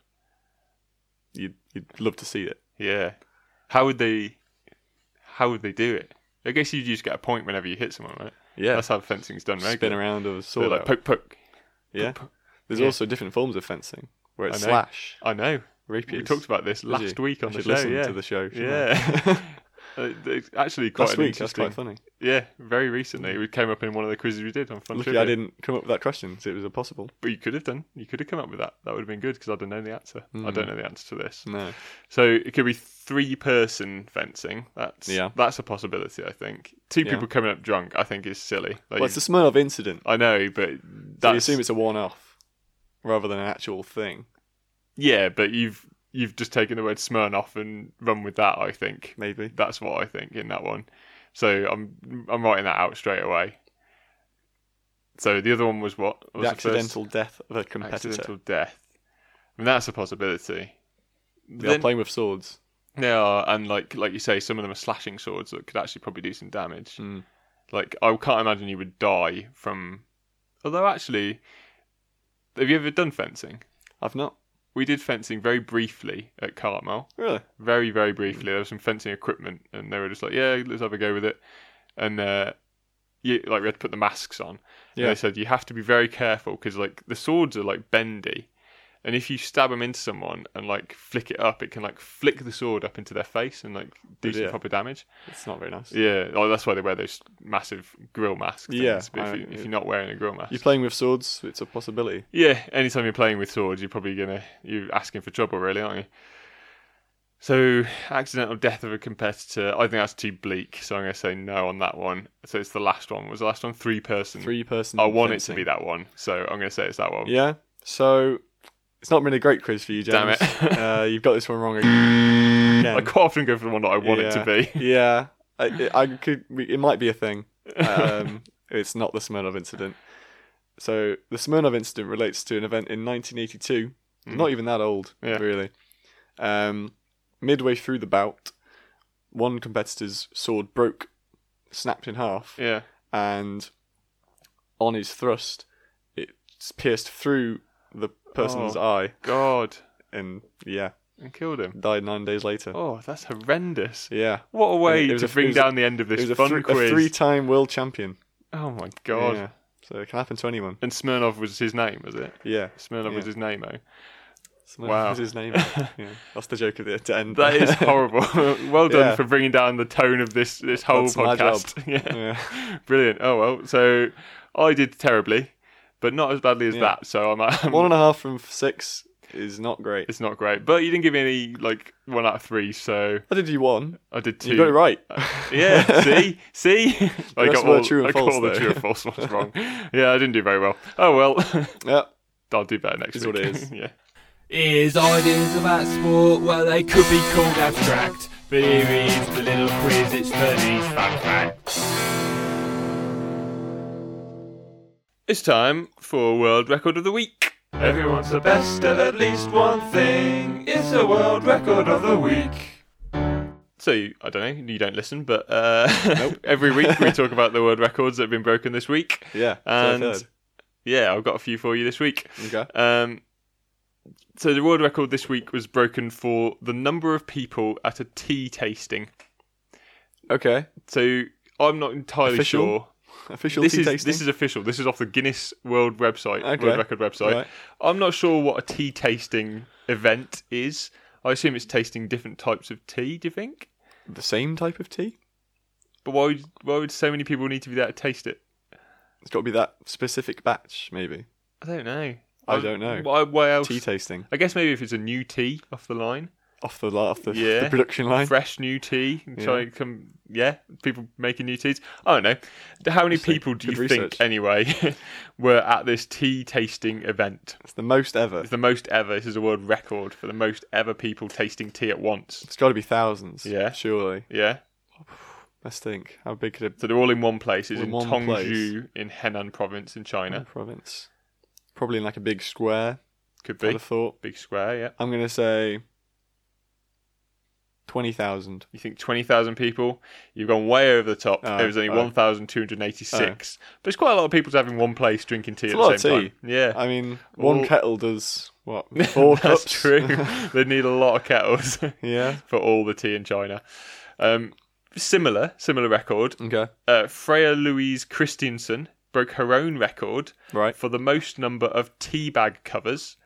[SPEAKER 2] You'd, you'd love to see it.
[SPEAKER 1] Yeah. How would they? How would they do it? I guess you just get a point whenever you hit someone, right?
[SPEAKER 2] Yeah,
[SPEAKER 1] That's how fencing's done, right?
[SPEAKER 2] spin around of a
[SPEAKER 1] So
[SPEAKER 2] sword.
[SPEAKER 1] like
[SPEAKER 2] out.
[SPEAKER 1] poke poke.
[SPEAKER 2] yeah,
[SPEAKER 1] poke,
[SPEAKER 2] there's
[SPEAKER 1] yeah.
[SPEAKER 2] also different forms of fencing where it's
[SPEAKER 1] I know.
[SPEAKER 2] slash,
[SPEAKER 1] I know.
[SPEAKER 2] rapiers.
[SPEAKER 1] We talked about this
[SPEAKER 2] Did
[SPEAKER 1] last
[SPEAKER 2] you?
[SPEAKER 1] week on
[SPEAKER 2] I
[SPEAKER 1] the
[SPEAKER 2] should
[SPEAKER 1] show.
[SPEAKER 2] Listen
[SPEAKER 1] yeah.
[SPEAKER 2] to the show. shouldn't I?
[SPEAKER 1] yeah. Uh, it's actually quite
[SPEAKER 2] last
[SPEAKER 1] an
[SPEAKER 2] week. That's
[SPEAKER 1] interesting.
[SPEAKER 2] quite funny.
[SPEAKER 1] yeah, very recently it came up in one of the quizzes we did on Fun
[SPEAKER 2] Lucky
[SPEAKER 1] Trivia.
[SPEAKER 2] I didn't come up with that question, so it was impossible.
[SPEAKER 1] But you could have done. You could have come up with that. That would have been good because I'd have known the answer. I
[SPEAKER 2] Mm.
[SPEAKER 1] don't know the answer to this.
[SPEAKER 2] No.
[SPEAKER 1] So it could be three-person fencing. That's
[SPEAKER 2] Yeah.
[SPEAKER 1] that's a possibility. I think two
[SPEAKER 2] Yeah.
[SPEAKER 1] people coming up drunk. I think is silly. Like,
[SPEAKER 2] Well, it's the Smirnov incident.
[SPEAKER 1] I know, but
[SPEAKER 2] So you
[SPEAKER 1] that's
[SPEAKER 2] assume it's a one-off rather than an actual thing.
[SPEAKER 1] yeah. But you've you've just taken the word Smirnoff and run with that. I think
[SPEAKER 2] Maybe.
[SPEAKER 1] That's what I think in that one. So I'm I'm writing that out straight away. So the other one was what? What was
[SPEAKER 2] the
[SPEAKER 1] first?
[SPEAKER 2] accidental death of a competitor.
[SPEAKER 1] accidental death. I mean that's a possibility.
[SPEAKER 2] They are
[SPEAKER 1] Then,
[SPEAKER 2] playing with swords.
[SPEAKER 1] they are, and like like you say, some of them are slashing swords that could actually probably do some damage.
[SPEAKER 2] Mm.
[SPEAKER 1] Like I can't imagine you would die from. Although actually, have you ever done fencing?
[SPEAKER 2] I've not.
[SPEAKER 1] We did fencing very briefly at Cartmel
[SPEAKER 2] Really?
[SPEAKER 1] very very briefly. There was some fencing equipment, and they were just like, "Yeah, let's have a go with it." And uh, you like we had to put the masks on. And
[SPEAKER 2] Yeah.
[SPEAKER 1] they said you have to be very careful because like the swords are like bendy, And if you stab them into someone and like flick it up, it can like flick the sword up into their face and like do some
[SPEAKER 2] dear.
[SPEAKER 1] proper damage.
[SPEAKER 2] It's not very nice.
[SPEAKER 1] Yeah, oh, that's why they wear those massive grill masks.
[SPEAKER 2] Yeah,
[SPEAKER 1] things, but
[SPEAKER 2] I-
[SPEAKER 1] if, you, if you're not wearing a grill mask,
[SPEAKER 2] You're playing with swords. It's a possibility.
[SPEAKER 1] yeah, anytime you're playing with swords, you're probably gonna you're asking for trouble, really, aren't you? So, accidental death of a competitor. I think that's too bleak, so I'm gonna say no on that one. So it's the last one. Was the last one three person?
[SPEAKER 2] Three person.
[SPEAKER 1] I want it to be that one, so I'm gonna say it's that one.
[SPEAKER 2] Yeah. So it's not really a great quiz for you,
[SPEAKER 1] Damn
[SPEAKER 2] James.
[SPEAKER 1] it.
[SPEAKER 2] uh, you've got this one wrong again.
[SPEAKER 1] I quite often go for the one that I want it to be.
[SPEAKER 2] yeah. I, I could. It might be a thing. Um, it's not the Smirnov incident. So the Smirnov incident relates to an event in 1982. Not even that old,
[SPEAKER 1] Mm. Yeah.
[SPEAKER 2] really. Um, midway through the bout, one competitor's sword broke, snapped in half,
[SPEAKER 1] Yeah,
[SPEAKER 2] and on his thrust, it pierced through the
[SPEAKER 1] Oh.
[SPEAKER 2] person's eye,
[SPEAKER 1] God,
[SPEAKER 2] and yeah,
[SPEAKER 1] and killed him.
[SPEAKER 2] died nine days later.
[SPEAKER 1] Oh, that's horrendous.
[SPEAKER 2] Yeah,
[SPEAKER 1] What a way
[SPEAKER 2] It was
[SPEAKER 1] to
[SPEAKER 2] a- it
[SPEAKER 1] bring
[SPEAKER 2] was a-
[SPEAKER 1] down the end of
[SPEAKER 2] it
[SPEAKER 1] this
[SPEAKER 2] was a,
[SPEAKER 1] fun
[SPEAKER 2] thr- a
[SPEAKER 1] quiz.
[SPEAKER 2] three-time world champion.
[SPEAKER 1] Oh my God.
[SPEAKER 2] Yeah. So it can happen to anyone.
[SPEAKER 1] And Smirnov was his name, was it?
[SPEAKER 2] Yeah,
[SPEAKER 1] Smirnov
[SPEAKER 2] Yeah.
[SPEAKER 1] was his name, oh.
[SPEAKER 2] Someone
[SPEAKER 1] Wow.
[SPEAKER 2] was his name. yeah. That's the joke of the to end.
[SPEAKER 1] That is horrible. well done
[SPEAKER 2] Yeah.
[SPEAKER 1] for bringing down the tone of this this whole
[SPEAKER 2] That's my job.
[SPEAKER 1] podcast. yeah.
[SPEAKER 2] yeah.
[SPEAKER 1] Brilliant. Oh well. So I did terribly, but not as badly as
[SPEAKER 2] Yeah.
[SPEAKER 1] that. So I'm, I'm
[SPEAKER 2] One and a half from six is not great.
[SPEAKER 1] it's not great. But you didn't give me any like one out of three, so
[SPEAKER 2] I did you one.
[SPEAKER 1] I did two.
[SPEAKER 2] You got it right.
[SPEAKER 1] Yeah, see, see, I
[SPEAKER 2] rest
[SPEAKER 1] got
[SPEAKER 2] were
[SPEAKER 1] all,
[SPEAKER 2] true and
[SPEAKER 1] I got
[SPEAKER 2] false,
[SPEAKER 1] all the
[SPEAKER 2] though.
[SPEAKER 1] true and false ones wrong. Yeah, I didn't do very well. Oh well,
[SPEAKER 2] yeah.
[SPEAKER 1] I'll do better next
[SPEAKER 2] Is
[SPEAKER 1] week.
[SPEAKER 2] what it is.
[SPEAKER 1] yeah.
[SPEAKER 3] Is ideas about sport, well, they could be called abstract. But here is the little quiz, it's 30s fun fact.
[SPEAKER 1] It's time for world record of the week.
[SPEAKER 3] Everyone's the best at at least one thing. It's a world record of the week.
[SPEAKER 1] So I don't know. You don't listen, but uh, every week we talk about the world records that have been broken this week.
[SPEAKER 2] Yeah. So
[SPEAKER 1] And-
[SPEAKER 2] third.
[SPEAKER 1] Yeah, I've got a few for you this week.
[SPEAKER 2] Okay.
[SPEAKER 1] Um, so the world record this week was broken for the number of people at a tea tasting.
[SPEAKER 2] Okay.
[SPEAKER 1] So I'm not entirely
[SPEAKER 2] Official?
[SPEAKER 1] sure.
[SPEAKER 2] Official
[SPEAKER 1] This
[SPEAKER 2] tea
[SPEAKER 1] is
[SPEAKER 2] tasting.
[SPEAKER 1] this is official. This is off the Guinness World website,
[SPEAKER 2] Okay.
[SPEAKER 1] World Record website.
[SPEAKER 2] Right.
[SPEAKER 1] I'm not sure what a tea tasting event is. I assume it's tasting different types of tea. Do you think?
[SPEAKER 2] the same type of tea.
[SPEAKER 1] But why would why would so many people need to be there to taste it?
[SPEAKER 2] It's got to be that specific batch, maybe.
[SPEAKER 1] I don't know.
[SPEAKER 2] I don't know.
[SPEAKER 1] Why, why else?
[SPEAKER 2] Tea tasting
[SPEAKER 1] I guess maybe if it's a new tea off the line,
[SPEAKER 2] off the li- off the,
[SPEAKER 1] Yeah.
[SPEAKER 2] the production line.
[SPEAKER 1] fresh new tea, and try and come. Yeah, people making new teas. I don't know. D- How many people do
[SPEAKER 2] Good
[SPEAKER 1] you
[SPEAKER 2] research.
[SPEAKER 1] think anyway were at this tea tasting event?
[SPEAKER 2] It's the most ever.
[SPEAKER 1] It's the most ever. This is a world record for the most ever people tasting tea at once.
[SPEAKER 2] It's got to be thousands.
[SPEAKER 1] Yeah.
[SPEAKER 2] surely.
[SPEAKER 1] Yeah.
[SPEAKER 2] Let's think. How big could
[SPEAKER 1] So they're all in one place. It's
[SPEAKER 2] All in
[SPEAKER 1] in
[SPEAKER 2] one Mm.
[SPEAKER 1] Tongju in Henan province in
[SPEAKER 2] a
[SPEAKER 1] China.
[SPEAKER 2] province? Probably in like a big square.
[SPEAKER 1] Could
[SPEAKER 2] I'd
[SPEAKER 1] be
[SPEAKER 2] have thought.
[SPEAKER 1] big square. Yeah.
[SPEAKER 2] I'm gonna say twenty thousand.
[SPEAKER 1] You think 20,000 people? You've gone way over the top.
[SPEAKER 2] Oh,
[SPEAKER 1] There was only
[SPEAKER 2] oh.
[SPEAKER 1] 1,286. But it's quite a lot of people to have in one place drinking tea at
[SPEAKER 2] a lot
[SPEAKER 1] the
[SPEAKER 2] of
[SPEAKER 1] same
[SPEAKER 2] tea.
[SPEAKER 1] time. Yeah.
[SPEAKER 2] I mean, one
[SPEAKER 1] Well-
[SPEAKER 2] kettle does what? Four
[SPEAKER 1] That's
[SPEAKER 2] cups.
[SPEAKER 1] true. they need a lot of kettles
[SPEAKER 2] yeah.
[SPEAKER 1] for all the tea in China. Um, similar, similar record.
[SPEAKER 2] Okay.
[SPEAKER 1] Uh, Freya Louise Christensen broke her own record
[SPEAKER 2] Right.
[SPEAKER 1] for the most number of tea bag covers.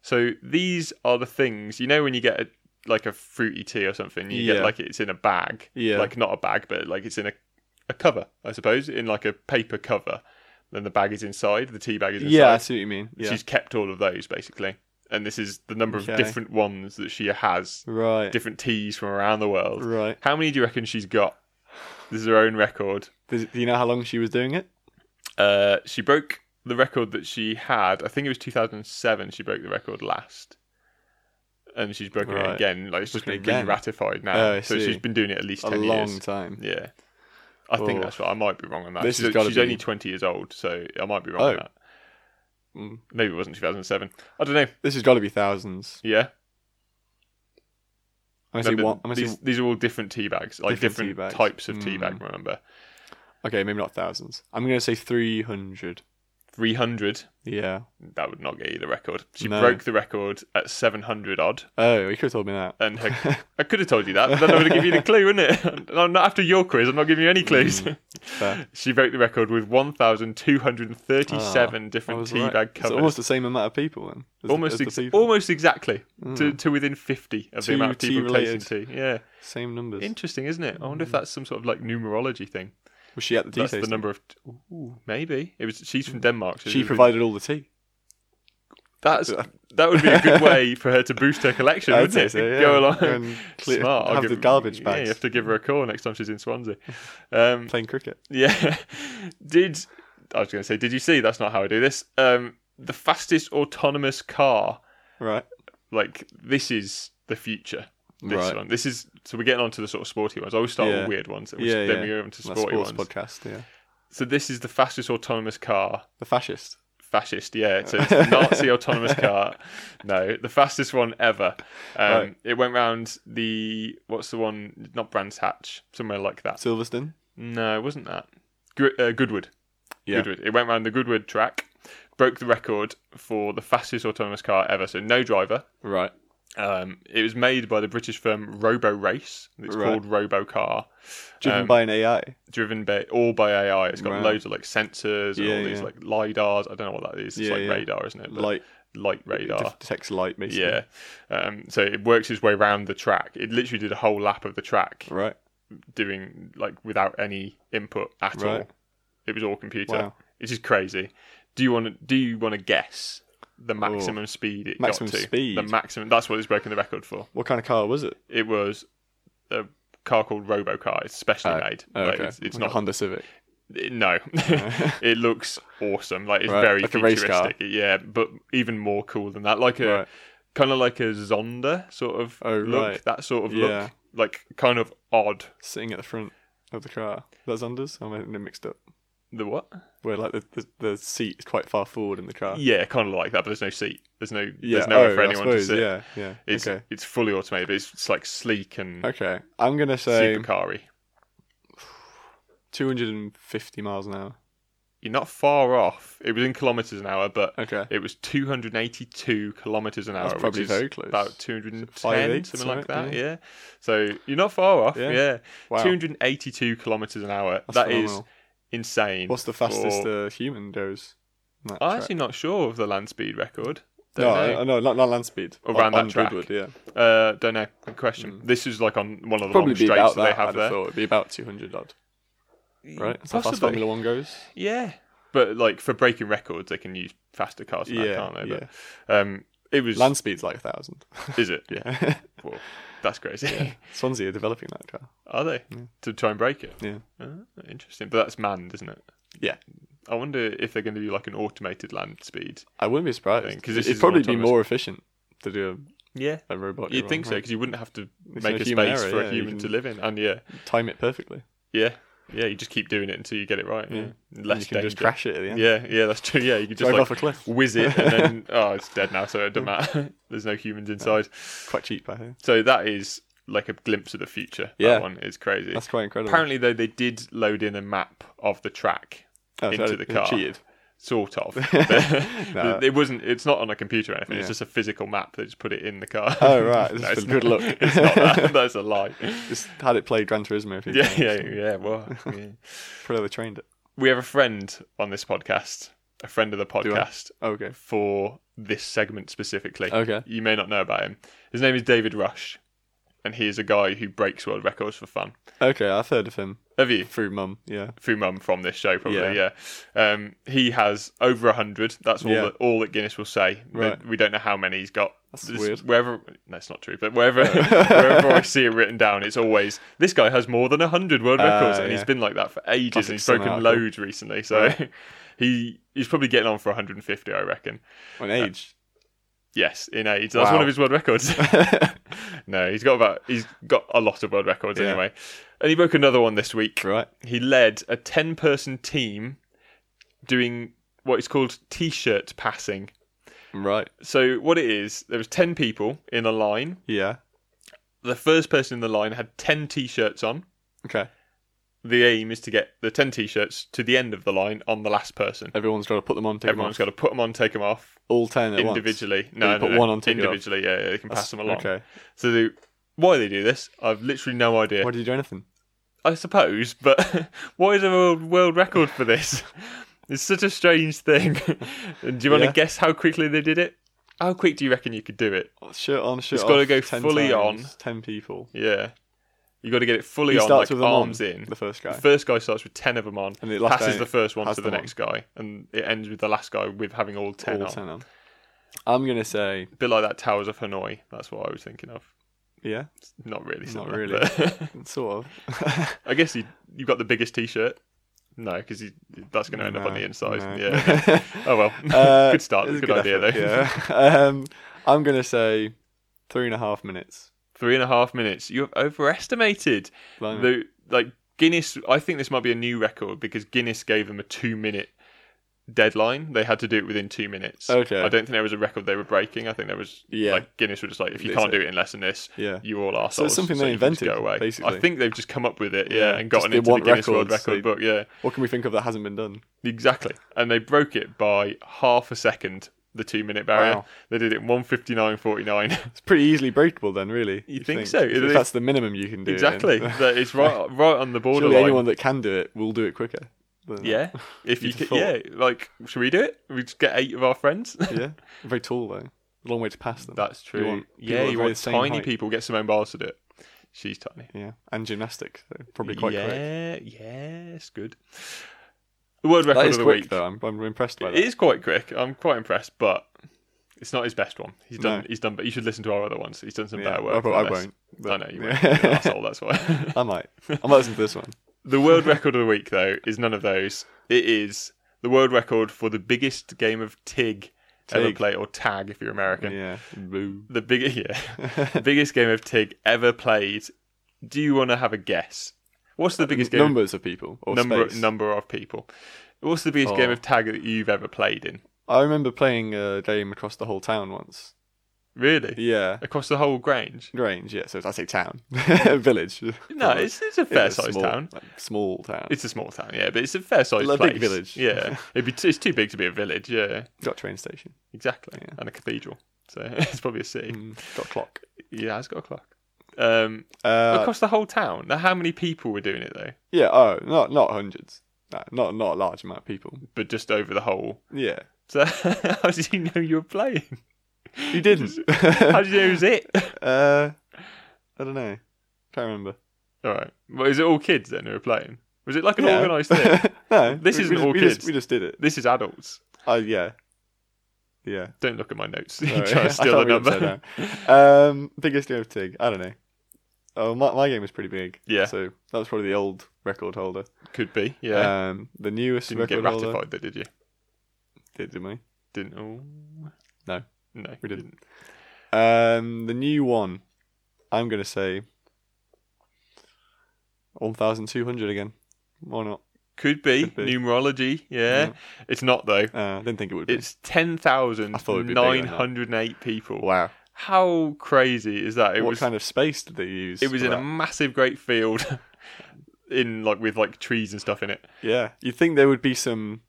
[SPEAKER 1] So these are the things you know when you get a, like a fruity tea or something, you
[SPEAKER 2] Yeah.
[SPEAKER 1] get like it's in a bag,
[SPEAKER 2] Yeah.
[SPEAKER 1] like not a bag, but like it's in a a cover, I suppose, in like a paper cover. Then the bag is inside, the tea bag is inside.
[SPEAKER 2] Yeah, I see what you mean. Yeah.
[SPEAKER 1] She's kept all of those basically, and this is the number
[SPEAKER 2] Okay.
[SPEAKER 1] of different ones that she has,
[SPEAKER 2] right.
[SPEAKER 1] different teas from around the world.
[SPEAKER 2] Right.
[SPEAKER 1] How many do you reckon she's got? This is her own record.
[SPEAKER 2] Does- Do you know how long she was doing it?
[SPEAKER 1] Uh, she broke the record that she had. I think it was 2007. She broke the record last, and she's broken
[SPEAKER 2] Right.
[SPEAKER 1] it again. Like it's just
[SPEAKER 2] Broken it
[SPEAKER 1] been re
[SPEAKER 2] again.
[SPEAKER 1] ratified now.
[SPEAKER 2] Oh, I
[SPEAKER 1] so
[SPEAKER 2] see.
[SPEAKER 1] she's been doing it at least
[SPEAKER 2] A
[SPEAKER 1] ten
[SPEAKER 2] long
[SPEAKER 1] years.
[SPEAKER 2] time.
[SPEAKER 1] Yeah, I think
[SPEAKER 2] Oh.
[SPEAKER 1] that's right. I might be wrong on that.
[SPEAKER 2] This
[SPEAKER 1] she's
[SPEAKER 2] has gotta
[SPEAKER 1] she's
[SPEAKER 2] be-
[SPEAKER 1] only 20 years old, so I might be wrong on
[SPEAKER 2] Oh.
[SPEAKER 1] that.
[SPEAKER 2] Mm.
[SPEAKER 1] Maybe it wasn't 2007. I don't know.
[SPEAKER 2] This has got to be thousands.
[SPEAKER 1] Yeah,
[SPEAKER 2] I'm gonna say
[SPEAKER 1] Remember,
[SPEAKER 2] one. I'm gonna
[SPEAKER 1] these,
[SPEAKER 2] say,
[SPEAKER 1] these are all different tea bags, like
[SPEAKER 2] Different
[SPEAKER 1] different,
[SPEAKER 2] tea bags.
[SPEAKER 1] types of
[SPEAKER 2] Mm.
[SPEAKER 1] tea bag. Remember,
[SPEAKER 2] okay, maybe not thousands. I'm gonna say three hundred.
[SPEAKER 1] 300,
[SPEAKER 2] Yeah.
[SPEAKER 1] that would not get you the record. She
[SPEAKER 2] No.
[SPEAKER 1] broke the record at 700 odd.
[SPEAKER 2] Oh, you could have told me that.
[SPEAKER 1] And her, I could have told you that, but then I would have given you the clue, wouldn't it? And I'm not after your quiz. I'm not giving you any clues.
[SPEAKER 2] Hmm, Fair.
[SPEAKER 1] she broke the record with 1,237
[SPEAKER 2] Ah, I
[SPEAKER 1] different
[SPEAKER 2] was
[SPEAKER 1] teabag
[SPEAKER 2] right.
[SPEAKER 1] covers.
[SPEAKER 2] It's almost the same amount of people then. as the-
[SPEAKER 1] almost,
[SPEAKER 2] as the
[SPEAKER 1] ex-
[SPEAKER 2] people. Hmm.
[SPEAKER 1] almost exactly to, to within 50 of the
[SPEAKER 2] Two
[SPEAKER 1] amount of people
[SPEAKER 2] tea-related.
[SPEAKER 1] tasting tea. Yeah,
[SPEAKER 2] Same numbers.
[SPEAKER 1] interesting, isn't it? I wonder if that's some sort of like numerology thing.
[SPEAKER 2] Was she at the Hmm. tea
[SPEAKER 1] That's the
[SPEAKER 2] tasting? Hmm.
[SPEAKER 1] number of. Ooh, maybe it was. She's from Denmark. So it
[SPEAKER 2] She
[SPEAKER 1] was-
[SPEAKER 2] provided all the tea.
[SPEAKER 1] That's that would be a good way for her to boost her collection,
[SPEAKER 2] I'd
[SPEAKER 1] wouldn't
[SPEAKER 2] say
[SPEAKER 1] it?
[SPEAKER 2] so, yeah.
[SPEAKER 1] Go along,
[SPEAKER 2] Go and clear-
[SPEAKER 1] smart. I'll
[SPEAKER 2] have
[SPEAKER 1] give-
[SPEAKER 2] the garbage
[SPEAKER 1] Yeah, you
[SPEAKER 2] bags.
[SPEAKER 1] have to give her a call next time she's in Swansea. Um,
[SPEAKER 2] Playing cricket.
[SPEAKER 1] yeah. Did I was going to say? Did you see? That's not how I do this. Um, the fastest autonomous car.
[SPEAKER 2] Right.
[SPEAKER 1] Like this is the future. This
[SPEAKER 2] Right.
[SPEAKER 1] one. This is. So we're getting on to the sort of sporty ones. I always start
[SPEAKER 2] Yeah.
[SPEAKER 1] with weird ones, and we,
[SPEAKER 2] Yeah,
[SPEAKER 1] then
[SPEAKER 2] yeah.
[SPEAKER 1] we go on to
[SPEAKER 2] That
[SPEAKER 1] sporty
[SPEAKER 2] sports
[SPEAKER 1] ones.
[SPEAKER 2] podcast, yeah.
[SPEAKER 1] So this is the fastest autonomous car
[SPEAKER 2] The fascist.
[SPEAKER 1] fascist. Yeah, so it's a Nazi autonomous car. No, the fastest one ever. Um,
[SPEAKER 2] Right.
[SPEAKER 1] It went round the what's the one? Not Brands Hatch, somewhere like that.
[SPEAKER 2] Silverstone.
[SPEAKER 1] No, it wasn't that. Gr- uh, Goodwood.
[SPEAKER 2] Yeah.
[SPEAKER 1] Goodwood. It went round the Goodwood track, broke the record for the fastest autonomous car ever. So no driver.
[SPEAKER 2] Right.
[SPEAKER 1] Um, it was made by the British firm Robo Race. It's
[SPEAKER 2] Right.
[SPEAKER 1] called Robo Car
[SPEAKER 2] Driven
[SPEAKER 1] Um,
[SPEAKER 2] by an AI.
[SPEAKER 1] driven by all by AI. It's got
[SPEAKER 2] Right.
[SPEAKER 1] loads of like sensors and
[SPEAKER 2] Yeah,
[SPEAKER 1] all these
[SPEAKER 2] yeah.
[SPEAKER 1] like lidars. I don't know what that is. It's
[SPEAKER 2] Yeah,
[SPEAKER 1] like
[SPEAKER 2] yeah.
[SPEAKER 1] radar, isn't it? But
[SPEAKER 2] Light.
[SPEAKER 1] light
[SPEAKER 2] It
[SPEAKER 1] radar.
[SPEAKER 2] def- detects light, basically.
[SPEAKER 1] Yeah. Um, so it works its way round the track. It literally did a whole lap of the track
[SPEAKER 2] Right.
[SPEAKER 1] doing like without any input at
[SPEAKER 2] Right.
[SPEAKER 1] all. It was all computer.
[SPEAKER 2] Wow.
[SPEAKER 1] It's just crazy. Do you want to do you want to guess the maximum speed it
[SPEAKER 2] Oh. Maximum
[SPEAKER 1] got to?
[SPEAKER 2] speed?
[SPEAKER 1] The maximum that's what it's broken the record for.
[SPEAKER 2] What kind of car was it?
[SPEAKER 1] It was a car called Robocar. It's specially made.
[SPEAKER 2] Oh,
[SPEAKER 1] Like,
[SPEAKER 2] okay.
[SPEAKER 1] It's, it's
[SPEAKER 2] Like a
[SPEAKER 1] not
[SPEAKER 2] Honda Civic.
[SPEAKER 1] it- no, it looks awesome. Like it's
[SPEAKER 2] Right,
[SPEAKER 1] very
[SPEAKER 2] like a race
[SPEAKER 1] futuristic.
[SPEAKER 2] car.
[SPEAKER 1] Yeah, but even more cool than that. Like a
[SPEAKER 2] Right.
[SPEAKER 1] kind of like a Zonda sort of
[SPEAKER 2] Oh,
[SPEAKER 1] look.
[SPEAKER 2] right.
[SPEAKER 1] That sort of
[SPEAKER 2] Yeah.
[SPEAKER 1] look, like kind of odd.
[SPEAKER 2] Sitting at the front of the car. That's Honda's? I'm getting it mixed up.
[SPEAKER 1] The what?
[SPEAKER 2] Where like the, the, the seat is quite far forward in the car.
[SPEAKER 1] Yeah, kind of like that. But there's no seat. There's no.
[SPEAKER 2] Uh. Yeah,
[SPEAKER 1] There's nowhere
[SPEAKER 2] oh,
[SPEAKER 1] for
[SPEAKER 2] I
[SPEAKER 1] anyone
[SPEAKER 2] suppose,
[SPEAKER 1] to sit.
[SPEAKER 2] Yeah, yeah.
[SPEAKER 1] It's
[SPEAKER 2] okay.
[SPEAKER 1] it's fully automated. But it's, it's like sleek and
[SPEAKER 2] Okay. I'm gonna say
[SPEAKER 1] supercar-y.
[SPEAKER 2] 250 miles an hour.
[SPEAKER 1] You're not far off. It was in kilometers an hour, but
[SPEAKER 2] Okay.
[SPEAKER 1] it was 282 kilometers an hour,
[SPEAKER 2] That's probably
[SPEAKER 1] which is
[SPEAKER 2] very close.
[SPEAKER 1] about 210,
[SPEAKER 2] Five eighths,
[SPEAKER 1] something like
[SPEAKER 2] right?
[SPEAKER 1] that. Yeah.
[SPEAKER 2] Yeah.
[SPEAKER 1] So you're not far off. Yeah.
[SPEAKER 2] Yeah. Wow.
[SPEAKER 1] 282 kilometers an hour.
[SPEAKER 2] That's
[SPEAKER 1] That is
[SPEAKER 2] phenomenal.
[SPEAKER 1] insane.
[SPEAKER 2] What's the fastest
[SPEAKER 1] for-
[SPEAKER 2] uh, human goes? on that
[SPEAKER 1] I'm
[SPEAKER 2] track?
[SPEAKER 1] actually not sure of the land speed record. Don't
[SPEAKER 2] no,
[SPEAKER 1] know.
[SPEAKER 2] I- no, not, not land speed.
[SPEAKER 1] Or
[SPEAKER 2] On-
[SPEAKER 1] around that
[SPEAKER 2] on
[SPEAKER 1] track.
[SPEAKER 2] Goodwood, yeah.
[SPEAKER 1] Uh, don't know. Good question. This is like on one of the
[SPEAKER 2] Mm. Probably
[SPEAKER 1] long
[SPEAKER 2] be
[SPEAKER 1] straights
[SPEAKER 2] about
[SPEAKER 1] that,
[SPEAKER 2] that.
[SPEAKER 1] they have
[SPEAKER 2] I'd
[SPEAKER 1] there. Mm,
[SPEAKER 2] have thought it'd be about 200 odd, right? That's how fast
[SPEAKER 1] Possibly.
[SPEAKER 2] Formula One goes.
[SPEAKER 1] Yeah. But like for breaking records, they can use faster cars than that,
[SPEAKER 2] Yeah,
[SPEAKER 1] can't they? But um, it was.
[SPEAKER 2] Land speed's like a thousand.
[SPEAKER 1] is it?
[SPEAKER 2] yeah.
[SPEAKER 1] Well, that's crazy.
[SPEAKER 2] Swansea are developing that car.
[SPEAKER 1] Are they to try and break it?
[SPEAKER 2] Yeah.
[SPEAKER 1] Uh, interesting, but that's manned, isn't it?
[SPEAKER 2] Yeah.
[SPEAKER 1] I wonder if they're going to do like an automated land speed.
[SPEAKER 2] I wouldn't be surprised
[SPEAKER 1] Thing, 'cause this
[SPEAKER 2] it'd
[SPEAKER 1] is an
[SPEAKER 2] probably be
[SPEAKER 1] autonomous-
[SPEAKER 2] more efficient to do
[SPEAKER 1] Yeah,
[SPEAKER 2] a, a robot.
[SPEAKER 1] you'd think so
[SPEAKER 2] right?
[SPEAKER 1] because you wouldn't have to
[SPEAKER 2] There's
[SPEAKER 1] make
[SPEAKER 2] no
[SPEAKER 1] a space
[SPEAKER 2] human error,
[SPEAKER 1] for
[SPEAKER 2] yeah,
[SPEAKER 1] a
[SPEAKER 2] you
[SPEAKER 1] human to
[SPEAKER 2] can-
[SPEAKER 1] live in, and yeah,
[SPEAKER 2] Time it perfectly.
[SPEAKER 1] yeah, yeah. You just keep doing it until you get it right. Yeah,
[SPEAKER 2] And
[SPEAKER 1] less
[SPEAKER 2] you can
[SPEAKER 1] danger.
[SPEAKER 2] just crash it at the end.
[SPEAKER 1] Yeah, yeah, that's true. Yeah, you could just
[SPEAKER 2] Drive
[SPEAKER 1] like
[SPEAKER 2] off a cliff.
[SPEAKER 1] whiz it, and then oh, it's dead now, so it doesn't matter. There's no humans inside,
[SPEAKER 2] Quite cheap, I think.
[SPEAKER 1] so that is like a glimpse of the future.
[SPEAKER 2] Yeah.
[SPEAKER 1] that one is crazy.
[SPEAKER 2] That's quite incredible.
[SPEAKER 1] Apparently, though, they did load in a map of the track
[SPEAKER 2] Oh, so
[SPEAKER 1] into the
[SPEAKER 2] they- they
[SPEAKER 1] car.
[SPEAKER 2] Cheated.
[SPEAKER 1] sort of.
[SPEAKER 2] No.
[SPEAKER 1] It wasn't. It's not on a computer or anything. It's
[SPEAKER 2] Yeah.
[SPEAKER 1] just a physical map. They just put it in the car.
[SPEAKER 2] Oh, right. This
[SPEAKER 1] No,
[SPEAKER 2] is
[SPEAKER 1] it's
[SPEAKER 2] for good
[SPEAKER 1] not-
[SPEAKER 2] luck.
[SPEAKER 1] It's not that. That's a lie.
[SPEAKER 2] Just had it played Gran Turismo. A few
[SPEAKER 1] Yeah,
[SPEAKER 2] times.
[SPEAKER 1] yeah, yeah. Well, yeah.
[SPEAKER 2] Probably they trained it.
[SPEAKER 1] we have a friend on this podcast, a friend of the podcast,
[SPEAKER 2] Oh, Okay.
[SPEAKER 1] for this segment specifically.
[SPEAKER 2] Okay.
[SPEAKER 1] You may not know about him. His name is David Rush, and he is a guy who breaks world records for fun.
[SPEAKER 2] Okay, I've heard of him
[SPEAKER 1] Have you?
[SPEAKER 2] through mum. Yeah.
[SPEAKER 1] through mum from this show probably yeah, Um, he has over 100 that's all
[SPEAKER 2] Yeah.
[SPEAKER 1] that all that guinness will say
[SPEAKER 2] Right.
[SPEAKER 1] we don't know how many he's got
[SPEAKER 2] That's
[SPEAKER 1] This-
[SPEAKER 2] weird.
[SPEAKER 1] wherever that's not true but wherever wherever i see it written down it's always this guy has more than 100 world
[SPEAKER 2] Ah,
[SPEAKER 1] records and he's
[SPEAKER 2] yeah.
[SPEAKER 1] been like that for ages
[SPEAKER 2] Classic
[SPEAKER 1] and he's broken
[SPEAKER 2] Sonata.
[SPEAKER 1] loads recently so he he's probably getting on for 150 i reckon
[SPEAKER 2] On age.
[SPEAKER 1] yes in age that's
[SPEAKER 2] Wow.
[SPEAKER 1] one of his world records no he's got about he's got a lot of world records
[SPEAKER 2] Yeah.
[SPEAKER 1] anyway and he broke another one this week
[SPEAKER 2] right.
[SPEAKER 1] he led a 10 person team doing what is called t-shirt passing
[SPEAKER 2] Right.
[SPEAKER 1] so what it is there was 10 people in a line
[SPEAKER 2] Yeah.
[SPEAKER 1] the first person in the line had 10 t-shirts on
[SPEAKER 2] Okay.
[SPEAKER 1] the aim is to get the 10 t shirts to the end of the line on the last person.
[SPEAKER 2] Everyone's got to put them on. Take
[SPEAKER 1] Everyone's
[SPEAKER 2] them
[SPEAKER 1] got to put them on, take them off
[SPEAKER 2] off. all ten at once.
[SPEAKER 1] individually.
[SPEAKER 2] you
[SPEAKER 1] No, no,
[SPEAKER 2] put
[SPEAKER 1] no,
[SPEAKER 2] one on, take it off.
[SPEAKER 1] individually. Yeah, yeah, they can pass them along.
[SPEAKER 2] Okay.
[SPEAKER 1] So the, why they do this, I've literally no idea.
[SPEAKER 2] Why do you do anything?
[SPEAKER 1] I suppose, but what is a world, world record for this? It's such a strange thing. And do you want
[SPEAKER 2] Yeah.
[SPEAKER 1] to guess how quickly they did it? How quick do you reckon you could do it?
[SPEAKER 2] Shirt Oh, on, shirt
[SPEAKER 1] It's
[SPEAKER 2] off.
[SPEAKER 1] gotta go
[SPEAKER 2] 10
[SPEAKER 1] fully
[SPEAKER 2] times,
[SPEAKER 1] on.
[SPEAKER 2] Ten people.
[SPEAKER 1] Yeah, you got to get it fully
[SPEAKER 2] He
[SPEAKER 1] on,
[SPEAKER 2] starts
[SPEAKER 1] like
[SPEAKER 2] with them on,
[SPEAKER 1] arms in.
[SPEAKER 2] The first guy.
[SPEAKER 1] The first guy starts with ten of them on,
[SPEAKER 2] And the last
[SPEAKER 1] passes
[SPEAKER 2] guy
[SPEAKER 1] the first one
[SPEAKER 2] has
[SPEAKER 1] to the
[SPEAKER 2] them on.
[SPEAKER 1] next guy, and it ends with the last guy with having all ten
[SPEAKER 2] all
[SPEAKER 1] on.
[SPEAKER 2] ten on. I'm gonna say
[SPEAKER 1] A bit like that Towers of Hanoi. That's what I was thinking of.
[SPEAKER 2] yeah,
[SPEAKER 1] It's not really. Similar,
[SPEAKER 2] really.
[SPEAKER 1] but-
[SPEAKER 2] sort of.
[SPEAKER 1] I guess you you got the biggest T-shirt. No, because that's going to end up on
[SPEAKER 2] No,
[SPEAKER 1] the inside.
[SPEAKER 2] no.
[SPEAKER 1] Yeah. Oh well,
[SPEAKER 2] Uh,
[SPEAKER 1] good start.
[SPEAKER 2] it's
[SPEAKER 1] Good, idea
[SPEAKER 2] effort,
[SPEAKER 1] though.
[SPEAKER 2] Yeah. um, I'm gonna say three and a half minutes.
[SPEAKER 1] Three and a half minutes. You have overestimated
[SPEAKER 2] Blimey.
[SPEAKER 1] the like Guinness. I think this might be a new record because Guinness gave them a two-minute deadline. They had to do it within two minutes.
[SPEAKER 2] Okay.
[SPEAKER 1] I don't think there was a record they were breaking. I think there was
[SPEAKER 2] Yeah.
[SPEAKER 1] like Guinness were just like, if you
[SPEAKER 2] It's
[SPEAKER 1] can't
[SPEAKER 2] a-
[SPEAKER 1] do it in less than this,
[SPEAKER 2] yeah.
[SPEAKER 1] you all are.
[SPEAKER 2] something they invented,
[SPEAKER 1] Go away. I
[SPEAKER 2] basically.
[SPEAKER 1] think they've just come up with it, yeah,
[SPEAKER 2] Yeah,
[SPEAKER 1] and
[SPEAKER 2] just
[SPEAKER 1] gotten
[SPEAKER 2] they
[SPEAKER 1] into the
[SPEAKER 2] want
[SPEAKER 1] Guinness World
[SPEAKER 2] records,
[SPEAKER 1] Record
[SPEAKER 2] they-
[SPEAKER 1] book. Yeah.
[SPEAKER 2] What can we think of that hasn't been done?
[SPEAKER 1] Exactly. And they broke it by half a second, the two minute barrier.
[SPEAKER 2] Wow.
[SPEAKER 1] They did it 159.49.
[SPEAKER 2] It's pretty easily breakable then, really.
[SPEAKER 1] You think so?
[SPEAKER 2] If
[SPEAKER 1] It is-
[SPEAKER 2] that's the minimum you can do. it in.
[SPEAKER 1] exactly. That it's right right on the borderline.
[SPEAKER 2] Surely anyone that can do it will do it quicker. than that.
[SPEAKER 1] yeah. If you
[SPEAKER 2] You'd
[SPEAKER 1] could,
[SPEAKER 2] have
[SPEAKER 1] yeah, like should we do it? We just get eight of our friends.
[SPEAKER 2] yeah. Very tall though. Long way to pass them.
[SPEAKER 1] That's true.
[SPEAKER 2] want people
[SPEAKER 1] yeah,
[SPEAKER 2] of
[SPEAKER 1] you
[SPEAKER 2] very
[SPEAKER 1] want
[SPEAKER 2] same
[SPEAKER 1] tiny
[SPEAKER 2] height.
[SPEAKER 1] people. Get Simone Biles to do it. She's tiny.
[SPEAKER 2] Yeah, and gymnastics. So probably quite
[SPEAKER 1] yeah,
[SPEAKER 2] quick.
[SPEAKER 1] yeah, it's good. The world record
[SPEAKER 2] That is
[SPEAKER 1] of the
[SPEAKER 2] quick
[SPEAKER 1] week.
[SPEAKER 2] though. I'm, I'm impressed by
[SPEAKER 1] It
[SPEAKER 2] that.
[SPEAKER 1] is quite quick. I'm quite impressed, but it's not his best one. He's done.
[SPEAKER 2] No.
[SPEAKER 1] He's done. But you should listen to our other ones. He's done some
[SPEAKER 2] Yeah,
[SPEAKER 1] better work.
[SPEAKER 2] I, prob-
[SPEAKER 1] than
[SPEAKER 2] I
[SPEAKER 1] this.
[SPEAKER 2] won't. but-
[SPEAKER 1] I know you won't. You're an arsehole, that's why.
[SPEAKER 2] I might. I might listen to this one.
[SPEAKER 1] the world record of the week, though, is none of those. It is the world record for the biggest game of TIG, ever
[SPEAKER 2] Tig.
[SPEAKER 1] played, or TAG if you're American.
[SPEAKER 2] Yeah. Boo.
[SPEAKER 1] The big, yeah, the biggest game of TIG ever played. Do you want to have a guess? What's the biggest game?
[SPEAKER 2] Uh, Numbers of people or
[SPEAKER 1] number,
[SPEAKER 2] space.
[SPEAKER 1] number of people. What's the biggest
[SPEAKER 2] Oh.
[SPEAKER 1] game of tag that you've ever played in?
[SPEAKER 2] I remember playing a game across the whole town once.
[SPEAKER 1] Really?
[SPEAKER 2] Yeah.
[SPEAKER 1] Across the whole Grange?
[SPEAKER 2] Grange, yeah. So I say town, village.
[SPEAKER 1] No, it's, it's a fair sized
[SPEAKER 2] small,
[SPEAKER 1] town.
[SPEAKER 2] like, small town.
[SPEAKER 1] It's a small town, yeah, but it's a fair sized
[SPEAKER 2] A
[SPEAKER 1] place.
[SPEAKER 2] big village.
[SPEAKER 1] Yeah, It'd be t- it's too big to be a village. Yeah,
[SPEAKER 2] got a train station.
[SPEAKER 1] exactly,
[SPEAKER 2] Yeah.
[SPEAKER 1] and a cathedral. So it's probably a city.
[SPEAKER 2] Mm, got a clock.
[SPEAKER 1] Yeah, it's got a clock. Um,
[SPEAKER 2] Uh,
[SPEAKER 1] across the whole town. Now, how many people were doing it though?
[SPEAKER 2] yeah. Oh, not not hundreds. No, not not a large amount of people.
[SPEAKER 1] But just over the whole.
[SPEAKER 2] Yeah.
[SPEAKER 1] So how did you know you were playing?
[SPEAKER 2] You didn't.
[SPEAKER 1] How did you know it was it?
[SPEAKER 2] uh, I don't know. Can't remember.
[SPEAKER 1] All right. Well, is it all kids then who were playing? Was it like an
[SPEAKER 2] Yeah.
[SPEAKER 1] organised thing?
[SPEAKER 2] no,
[SPEAKER 1] This
[SPEAKER 2] we-
[SPEAKER 1] isn't
[SPEAKER 2] we,
[SPEAKER 1] all
[SPEAKER 2] we
[SPEAKER 1] kids.
[SPEAKER 2] Just, we just did it.
[SPEAKER 1] This is adults.
[SPEAKER 2] Uh, yeah. Yeah.
[SPEAKER 1] Don't look at my notes.
[SPEAKER 2] Sorry.
[SPEAKER 1] You're
[SPEAKER 2] I
[SPEAKER 1] trying to
[SPEAKER 2] can't
[SPEAKER 1] steal the
[SPEAKER 2] read upside
[SPEAKER 1] number.
[SPEAKER 2] down. Um, biggest game of Tig. I don't know. Oh, my, my game was pretty big.
[SPEAKER 1] Yeah.
[SPEAKER 2] So that was probably the old record holder.
[SPEAKER 1] Could be. Yeah.
[SPEAKER 2] Um, the newest
[SPEAKER 1] Didn't get
[SPEAKER 2] record holder.
[SPEAKER 1] ratified though, did you?
[SPEAKER 2] Did, did we?
[SPEAKER 1] Didn't. Oh.
[SPEAKER 2] No.
[SPEAKER 1] No.
[SPEAKER 2] We didn't. Um, the new one. I'm gonna say. One thousand two hundred again. Why not?
[SPEAKER 1] Could be.
[SPEAKER 2] Could be.
[SPEAKER 1] Numerology. Yeah.
[SPEAKER 2] Yeah.
[SPEAKER 1] It's not though.
[SPEAKER 2] Uh, I didn't think it would be.
[SPEAKER 1] It's ten thousand
[SPEAKER 2] I thought it'd be bigger than
[SPEAKER 1] nine
[SPEAKER 2] that.
[SPEAKER 1] hundred and eight people.
[SPEAKER 2] wow.
[SPEAKER 1] How crazy is that? It
[SPEAKER 2] what
[SPEAKER 1] was
[SPEAKER 2] kind of space did they use?
[SPEAKER 1] it was
[SPEAKER 2] for
[SPEAKER 1] in a
[SPEAKER 2] that?
[SPEAKER 1] massive great field in like with like trees and stuff in it.
[SPEAKER 2] Yeah, you'd think there would be some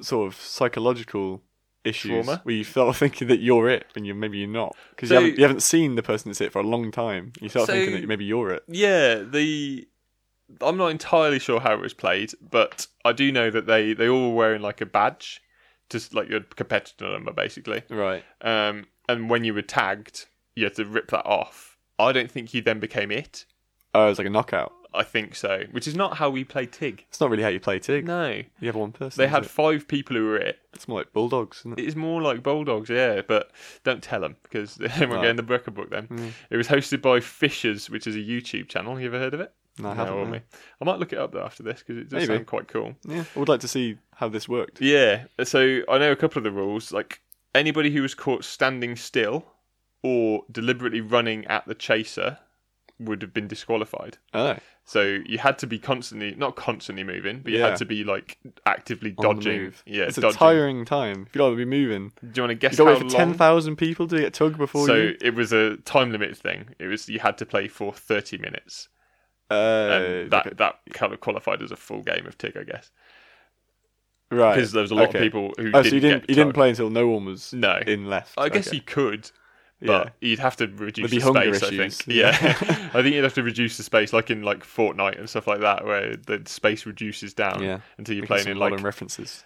[SPEAKER 2] sort of psychological issues
[SPEAKER 1] Trauma?
[SPEAKER 2] where you start thinking that you're it, and you maybe you're not because
[SPEAKER 1] So-
[SPEAKER 2] you, haven't, you haven't seen the person that's it for a long time. You start
[SPEAKER 1] So-
[SPEAKER 2] thinking that maybe you're it.
[SPEAKER 1] Yeah, the I'm not entirely sure how it was played, but I do know that they they all were wearing like a badge, just like your competitor number basically.
[SPEAKER 2] Right.
[SPEAKER 1] Um, and when you were tagged, you had to rip that off. I don't think you then became it.
[SPEAKER 2] Oh, it's like a knockout.
[SPEAKER 1] I think so, which is not how we play Tig.
[SPEAKER 2] It's not really how you play Tig.
[SPEAKER 1] No,
[SPEAKER 2] You have one person.
[SPEAKER 1] they
[SPEAKER 2] is
[SPEAKER 1] had
[SPEAKER 2] it?
[SPEAKER 1] five people who were it.
[SPEAKER 2] It's more like bulldogs, isn't it?
[SPEAKER 1] It's more like Bulldogs, yeah, but don't tell them because they won't
[SPEAKER 2] No.
[SPEAKER 1] get in the record book then.
[SPEAKER 2] Hmm.
[SPEAKER 1] It was hosted by Fishers, which is a YouTube channel. You ever heard of it?
[SPEAKER 2] No, I haven't,
[SPEAKER 1] will
[SPEAKER 2] no.
[SPEAKER 1] we? I might look it up though after this because it does
[SPEAKER 2] Maybe.
[SPEAKER 1] sound quite cool.
[SPEAKER 2] Yeah. I would like to see how this worked.
[SPEAKER 1] Yeah, so I know a couple of the rules. Like anybody who was caught standing still or deliberately running at the chaser would have been disqualified.
[SPEAKER 2] Oh,
[SPEAKER 1] So you had to be constantly, not constantly moving, but you
[SPEAKER 2] Yeah.
[SPEAKER 1] had to be like actively
[SPEAKER 2] on the
[SPEAKER 1] dodging.
[SPEAKER 2] move.
[SPEAKER 1] Yeah,
[SPEAKER 2] it's
[SPEAKER 1] dodging.
[SPEAKER 2] a tiring time. If you don't be moving,
[SPEAKER 1] Do you want to
[SPEAKER 2] you
[SPEAKER 1] guess
[SPEAKER 2] got
[SPEAKER 1] how
[SPEAKER 2] to wait for
[SPEAKER 1] long?
[SPEAKER 2] ten thousand people to get tugged before
[SPEAKER 1] so
[SPEAKER 2] you.
[SPEAKER 1] it was a time limit thing. It was you had to play for thirty minutes,
[SPEAKER 2] Uh,
[SPEAKER 1] and um, that
[SPEAKER 2] okay.
[SPEAKER 1] that kind of qualified as a full game of Tig, I guess,
[SPEAKER 2] right.
[SPEAKER 1] because there was a lot
[SPEAKER 2] Oh, okay.
[SPEAKER 1] of people who
[SPEAKER 2] Oh,
[SPEAKER 1] didn't,
[SPEAKER 2] so you didn't
[SPEAKER 1] get
[SPEAKER 2] you didn't
[SPEAKER 1] time.
[SPEAKER 2] play until no one was
[SPEAKER 1] No,
[SPEAKER 2] in left.
[SPEAKER 1] I guess
[SPEAKER 2] Okay.
[SPEAKER 1] you could,
[SPEAKER 2] yeah.
[SPEAKER 1] but you'd have to reduce
[SPEAKER 2] There'd be
[SPEAKER 1] the
[SPEAKER 2] hunger
[SPEAKER 1] space. I
[SPEAKER 2] issues.
[SPEAKER 1] think. Yeah, I think you'd have to reduce the space, like in like Fortnite and stuff like that, where the space reduces down
[SPEAKER 2] Yeah.
[SPEAKER 1] until you're
[SPEAKER 2] Making
[SPEAKER 1] playing
[SPEAKER 2] some
[SPEAKER 1] in like.
[SPEAKER 2] modern references.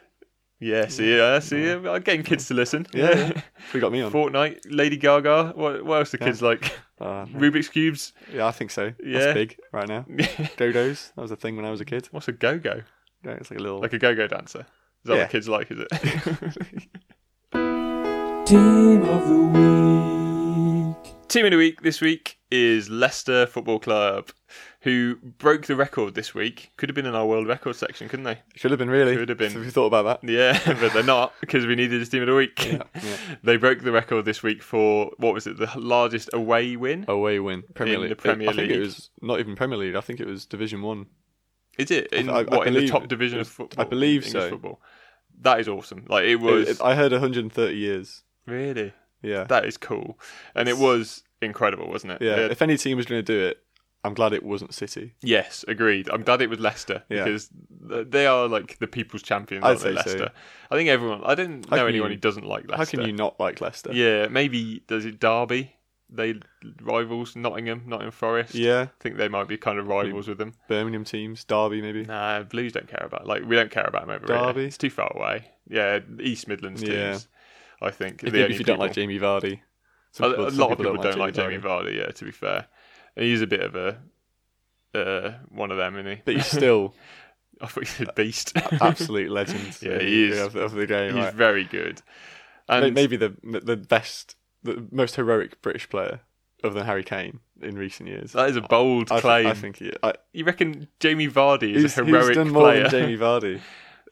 [SPEAKER 1] yeah, see, yeah, see, yeah. I'm getting kids to listen.
[SPEAKER 2] Yeah, yeah. We got me on.
[SPEAKER 1] Fortnite, Lady Gaga. What, what else do
[SPEAKER 2] Yeah.
[SPEAKER 1] kids like?
[SPEAKER 2] Uh,
[SPEAKER 1] Rubik's cubes.
[SPEAKER 2] yeah, I think so.
[SPEAKER 1] Yeah.
[SPEAKER 2] That's big right now. Dodos. That was a thing when I was a kid.
[SPEAKER 1] What's a go-go?
[SPEAKER 2] Yeah, it's like a little.
[SPEAKER 1] Like a go-go dancer. Is that
[SPEAKER 2] Yeah.
[SPEAKER 1] what kids like? Is it?
[SPEAKER 3] Team of the week.
[SPEAKER 1] Team of the week this week is Leicester Football Club, who broke the record this week. Could have been in our world record section, couldn't they?
[SPEAKER 2] should have been really.
[SPEAKER 1] Should have been.
[SPEAKER 2] If you thought about that.
[SPEAKER 1] Yeah, but they're not because we needed this team of the week.
[SPEAKER 2] yeah.
[SPEAKER 1] They broke the record this week for what was it? The largest away win.
[SPEAKER 2] Away win. Premier
[SPEAKER 1] In the
[SPEAKER 2] League.
[SPEAKER 1] Premier
[SPEAKER 2] I think it
[SPEAKER 1] League.
[SPEAKER 2] was not even Premier League. I think it was Division One.
[SPEAKER 1] Is it in
[SPEAKER 2] I- I
[SPEAKER 1] what in the
[SPEAKER 2] believe
[SPEAKER 1] top
[SPEAKER 2] it
[SPEAKER 1] division of
[SPEAKER 2] was-
[SPEAKER 1] football?
[SPEAKER 2] I believe
[SPEAKER 1] English
[SPEAKER 2] so.
[SPEAKER 1] Football. That is awesome. Like it
[SPEAKER 2] It-
[SPEAKER 1] was
[SPEAKER 2] it- I heard 130 years.
[SPEAKER 1] really.
[SPEAKER 2] Yeah.
[SPEAKER 1] That is cool, and it was incredible, wasn't it?
[SPEAKER 2] yeah.
[SPEAKER 1] They had
[SPEAKER 2] If any team was going to do it, I'm glad it wasn't City.
[SPEAKER 1] Yes, agreed. I'm glad it was Leicester
[SPEAKER 2] Yeah.
[SPEAKER 1] because th- they are like the people's champions.
[SPEAKER 2] I'd
[SPEAKER 1] Aren't they,
[SPEAKER 2] say so.
[SPEAKER 1] Leicester. I think everyone. I don't
[SPEAKER 2] How
[SPEAKER 1] know
[SPEAKER 2] can
[SPEAKER 1] anyone
[SPEAKER 2] you-
[SPEAKER 1] who doesn't like Leicester.
[SPEAKER 2] How can you not like Leicester?
[SPEAKER 1] Yeah, maybe does it Derby? They rivals Nottingham, Nottingham Forest.
[SPEAKER 2] Yeah.
[SPEAKER 1] I think they might be kind of rivals with them.
[SPEAKER 2] Birmingham teams, Derby maybe.
[SPEAKER 1] Nah, Blues don't care about. Like we don't care about them over
[SPEAKER 2] Derby?
[SPEAKER 1] here. It's too far away. Yeah, East Midlands teams.
[SPEAKER 2] Yeah.
[SPEAKER 1] I think
[SPEAKER 2] If,
[SPEAKER 1] the
[SPEAKER 2] you-
[SPEAKER 1] only
[SPEAKER 2] if you don't like
[SPEAKER 1] people-
[SPEAKER 2] Jamie Vardy,
[SPEAKER 1] a, a lot of people don't, like Jamie Vardy. Yeah, to be fair, he's a bit of a uh, one of them, isn't he?
[SPEAKER 2] but he's still
[SPEAKER 1] I thought he said beast.
[SPEAKER 2] absolute legend.
[SPEAKER 1] Yeah, he is.
[SPEAKER 2] of, of the game.
[SPEAKER 1] He's
[SPEAKER 2] right.
[SPEAKER 1] very good. And
[SPEAKER 2] May- Maybe the the best, the most heroic British player other than Harry Kane in recent years.
[SPEAKER 1] that is a bold
[SPEAKER 2] I, thi-
[SPEAKER 1] claim.
[SPEAKER 2] I think he. I,
[SPEAKER 1] you reckon Jamie Vardy is
[SPEAKER 2] he's,
[SPEAKER 1] a
[SPEAKER 2] he's
[SPEAKER 1] heroic
[SPEAKER 2] done more
[SPEAKER 1] player?
[SPEAKER 2] than Jamie Vardy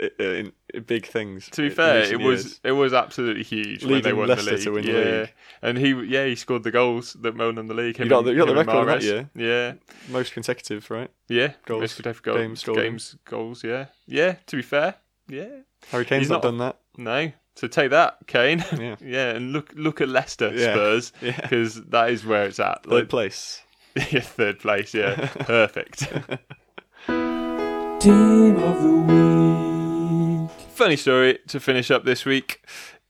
[SPEAKER 2] i- i- in, in big things.
[SPEAKER 1] to be
[SPEAKER 2] in
[SPEAKER 1] fair,
[SPEAKER 2] recent
[SPEAKER 1] it was
[SPEAKER 2] years.
[SPEAKER 1] it was absolutely huge when they
[SPEAKER 2] Leading
[SPEAKER 1] won the
[SPEAKER 2] Leicester
[SPEAKER 1] league.
[SPEAKER 2] to win the
[SPEAKER 1] yeah,
[SPEAKER 2] league.
[SPEAKER 1] and he yeah he scored the goals that won them the league. Him
[SPEAKER 2] You got
[SPEAKER 1] and-
[SPEAKER 2] the- you got the
[SPEAKER 1] him and
[SPEAKER 2] record,
[SPEAKER 1] Mahrez.
[SPEAKER 2] haven't
[SPEAKER 1] Yeah,
[SPEAKER 2] most consecutive, right?
[SPEAKER 1] yeah.
[SPEAKER 2] Goals,
[SPEAKER 1] Most consecutive goals,
[SPEAKER 2] games scored.
[SPEAKER 1] games, goals. Yeah, yeah. To be fair, yeah.
[SPEAKER 2] Harry Kane's
[SPEAKER 1] He's
[SPEAKER 2] not,
[SPEAKER 1] not-
[SPEAKER 2] done that.
[SPEAKER 1] No, so take that, Kane.
[SPEAKER 2] Yeah.
[SPEAKER 1] yeah, and look look at Leicester
[SPEAKER 2] Yeah.
[SPEAKER 1] Spurs
[SPEAKER 2] Yeah.
[SPEAKER 1] because that is where it's at.
[SPEAKER 2] Third place.
[SPEAKER 1] Like, yeah, third place. Yeah, perfect.
[SPEAKER 3] Team of the week.
[SPEAKER 1] Funny story to finish up this week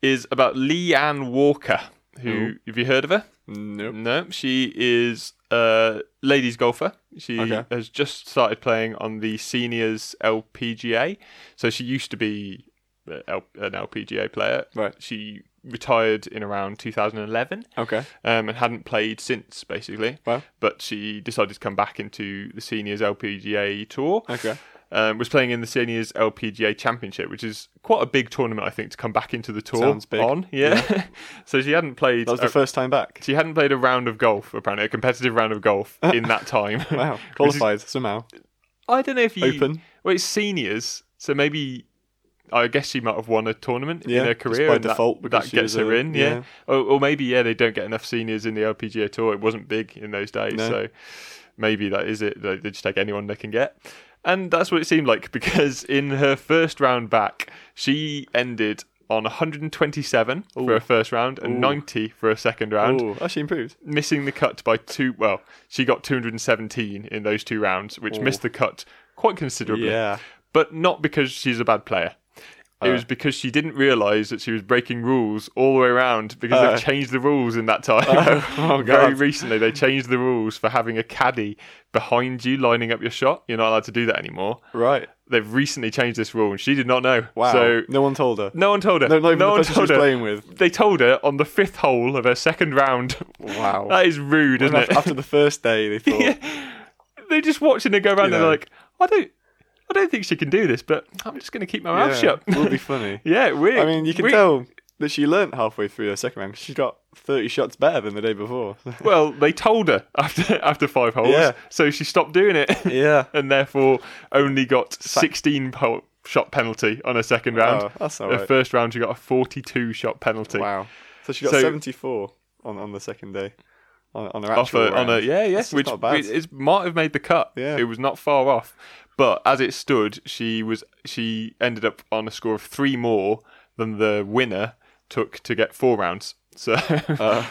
[SPEAKER 1] is about Leanne Walker. Who
[SPEAKER 2] Ooh.
[SPEAKER 1] have you heard of her?
[SPEAKER 2] Nope.
[SPEAKER 1] No, she is a ladies golfer. She
[SPEAKER 2] Okay.
[SPEAKER 1] has just started playing on the seniors LPGA. So she used to be uh, L- an LPGA player.
[SPEAKER 2] Right.
[SPEAKER 1] She retired in around 2011
[SPEAKER 2] Okay.
[SPEAKER 1] um, and hadn't played since, basically.
[SPEAKER 2] Wow.
[SPEAKER 1] But she decided to come back into the seniors LPGA tour.
[SPEAKER 2] Okay.
[SPEAKER 1] Um, was playing in the seniors LPGA Championship, which is quite a big tournament, I think, to come back into the tour
[SPEAKER 2] Sounds big.
[SPEAKER 1] on. Yeah. so she hadn't played.
[SPEAKER 2] That was the
[SPEAKER 1] a-
[SPEAKER 2] first time back.
[SPEAKER 1] she hadn't played a round of golf, apparently, a competitive round of golf in that time.
[SPEAKER 2] Wow. Qualified somehow.
[SPEAKER 1] I don't know if you.
[SPEAKER 2] Open.
[SPEAKER 1] Well, it's seniors, so maybe. I guess she might have won a tournament
[SPEAKER 2] Yeah,
[SPEAKER 1] in her
[SPEAKER 2] just
[SPEAKER 1] career.
[SPEAKER 2] by
[SPEAKER 1] and that-
[SPEAKER 2] default
[SPEAKER 1] That,
[SPEAKER 2] because she
[SPEAKER 1] gets
[SPEAKER 2] was a-
[SPEAKER 1] her in, yeah.
[SPEAKER 2] yeah.
[SPEAKER 1] Or, or maybe, yeah, they don't get enough seniors in the LPGA Tour. It wasn't big in those days.
[SPEAKER 2] No.
[SPEAKER 1] So maybe that is it. They, they just take anyone they can get. And that's what it seemed like because in her first round back, she ended on 127 for her first round and 90 for her second round
[SPEAKER 2] Oh, actually improved.
[SPEAKER 1] missing the cut by two. Well, she got 217 in those two rounds, which missed the cut quite considerably.
[SPEAKER 2] Yeah. Uh.
[SPEAKER 1] But not because she's a bad player. It was because she didn't realise that she was breaking rules all the way around because
[SPEAKER 2] Oh.
[SPEAKER 1] they've changed the rules in that time.
[SPEAKER 2] Oh,
[SPEAKER 1] Very
[SPEAKER 2] God.
[SPEAKER 1] recently, they changed the rules for having a caddy behind you lining up your shot. You're not allowed to do that anymore.
[SPEAKER 2] Right.
[SPEAKER 1] They've recently changed this rule, and she did not know.
[SPEAKER 2] Wow.
[SPEAKER 1] So
[SPEAKER 2] no one told her.
[SPEAKER 1] no one told her.
[SPEAKER 2] No, not even the
[SPEAKER 1] one
[SPEAKER 2] person she
[SPEAKER 1] told
[SPEAKER 2] was
[SPEAKER 1] her.
[SPEAKER 2] playing with.
[SPEAKER 1] They told her on the fifth hole of her second round.
[SPEAKER 2] Wow.
[SPEAKER 1] That is rude, isn't it?
[SPEAKER 2] after, after the first day, they thought,
[SPEAKER 1] they're just watching her go around.
[SPEAKER 2] You
[SPEAKER 1] and
[SPEAKER 2] know.
[SPEAKER 1] They're like, I don't, I don't think she can do this, but I'm just going to keep my mouth
[SPEAKER 2] yeah,
[SPEAKER 1] shut.
[SPEAKER 2] will be funny.
[SPEAKER 1] yeah, weird.
[SPEAKER 2] I mean, you can
[SPEAKER 1] Weird.
[SPEAKER 2] tell that she learnt halfway through her second round. 'cause She got 30 shots better than the day before.
[SPEAKER 1] Well, they told her after after five holes,
[SPEAKER 2] Yeah.
[SPEAKER 1] so she stopped doing it,
[SPEAKER 2] yeah.
[SPEAKER 1] and therefore only got 16 po- shot penalty on her second round.
[SPEAKER 2] Oh, that's all
[SPEAKER 1] her
[SPEAKER 2] right.
[SPEAKER 1] first round, she got a 42 shot penalty.
[SPEAKER 2] Wow. So she got
[SPEAKER 1] So-
[SPEAKER 2] 74 on, on the second day. On, on her
[SPEAKER 1] off
[SPEAKER 2] actual
[SPEAKER 1] a, on a
[SPEAKER 2] round.
[SPEAKER 1] yeah yeah
[SPEAKER 2] That's
[SPEAKER 1] which
[SPEAKER 2] not bad.
[SPEAKER 1] it, it's- might have made the cut
[SPEAKER 2] Yeah.
[SPEAKER 1] it was not far off but as it stood she was she ended up on a score of three more than the winner took to get four rounds so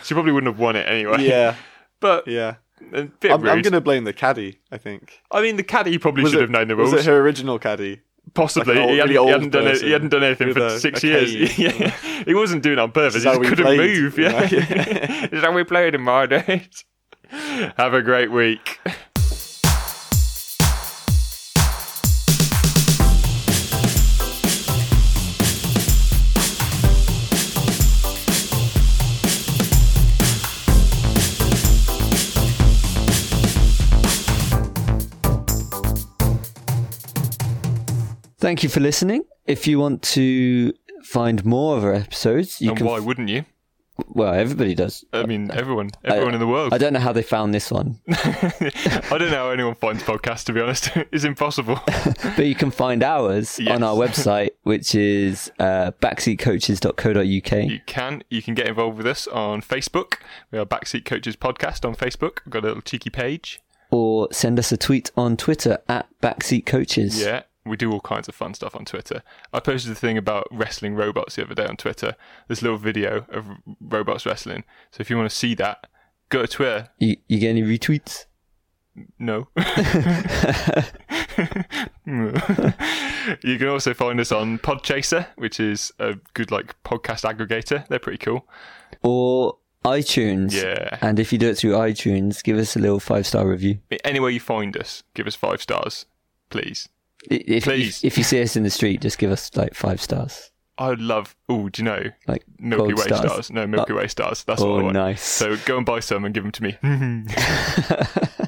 [SPEAKER 1] she probably wouldn't have won it anyway
[SPEAKER 2] Uh, yeah.
[SPEAKER 1] but
[SPEAKER 2] Yeah.
[SPEAKER 1] a bit
[SPEAKER 2] I'm,
[SPEAKER 1] rude.
[SPEAKER 2] I'm going to blame the caddy. I think
[SPEAKER 1] I mean, the caddy probably
[SPEAKER 2] Was
[SPEAKER 1] should
[SPEAKER 2] it-
[SPEAKER 1] have known the
[SPEAKER 2] was
[SPEAKER 1] rules.
[SPEAKER 2] it her original caddy?
[SPEAKER 1] Possibly,
[SPEAKER 2] like an old-
[SPEAKER 1] he, hadn't,
[SPEAKER 2] really old
[SPEAKER 1] he, hadn't done it,
[SPEAKER 2] person
[SPEAKER 1] he hadn't done anything for
[SPEAKER 2] with a-
[SPEAKER 1] six
[SPEAKER 2] a
[SPEAKER 1] years.
[SPEAKER 2] cane.
[SPEAKER 1] yeah. He wasn't doing it on purpose.
[SPEAKER 2] This is
[SPEAKER 1] He
[SPEAKER 2] how
[SPEAKER 1] just
[SPEAKER 2] we
[SPEAKER 1] couldn't
[SPEAKER 2] played,
[SPEAKER 1] move.
[SPEAKER 2] you
[SPEAKER 1] Yeah,
[SPEAKER 2] know?
[SPEAKER 1] this is how we played in my days. Have a great week.
[SPEAKER 4] Thank you for listening. If you want to find more of our episodes, you
[SPEAKER 1] and
[SPEAKER 4] can.
[SPEAKER 1] why wouldn't you?
[SPEAKER 4] Well, everybody does.
[SPEAKER 1] I mean, everyone, everyone in the world.
[SPEAKER 4] I don't know how they found this one,
[SPEAKER 1] I don't know how anyone finds podcasts. To be honest, it's impossible.
[SPEAKER 4] but you can find ours
[SPEAKER 1] Yes.
[SPEAKER 4] on our website, which is uh, backseatcoaches.co.uk.
[SPEAKER 1] You can. You can get involved with us on Facebook. We are Backseat Coaches Podcast on Facebook. We've got a little cheeky page.
[SPEAKER 4] Or send us a tweet on Twitter at backseatcoaches.
[SPEAKER 1] Yeah, we do all kinds of fun stuff on Twitter. I posted a thing about wrestling robots the other day on Twitter. This little video of robots wrestling. So if you want to see that, go to Twitter.
[SPEAKER 4] You, you get any retweets?
[SPEAKER 1] No. you can also find us on Podchaser, which is a good like podcast aggregator. They're pretty cool.
[SPEAKER 4] Or iTunes.
[SPEAKER 1] Yeah.
[SPEAKER 4] And if you do it through iTunes, give us a little five star review.
[SPEAKER 1] Anywhere you find us, give us five stars, please.
[SPEAKER 4] I- If,
[SPEAKER 1] Please.
[SPEAKER 4] If, if you see us in the street, just give us like five stars.
[SPEAKER 1] I would love. Oh, do you know
[SPEAKER 4] Like
[SPEAKER 1] Milky
[SPEAKER 4] gold
[SPEAKER 1] Way stars.
[SPEAKER 4] stars.
[SPEAKER 1] No, Milky Way stars. That's
[SPEAKER 4] Oh,
[SPEAKER 1] what I want.
[SPEAKER 4] nice.
[SPEAKER 1] So go and buy some and give them to me.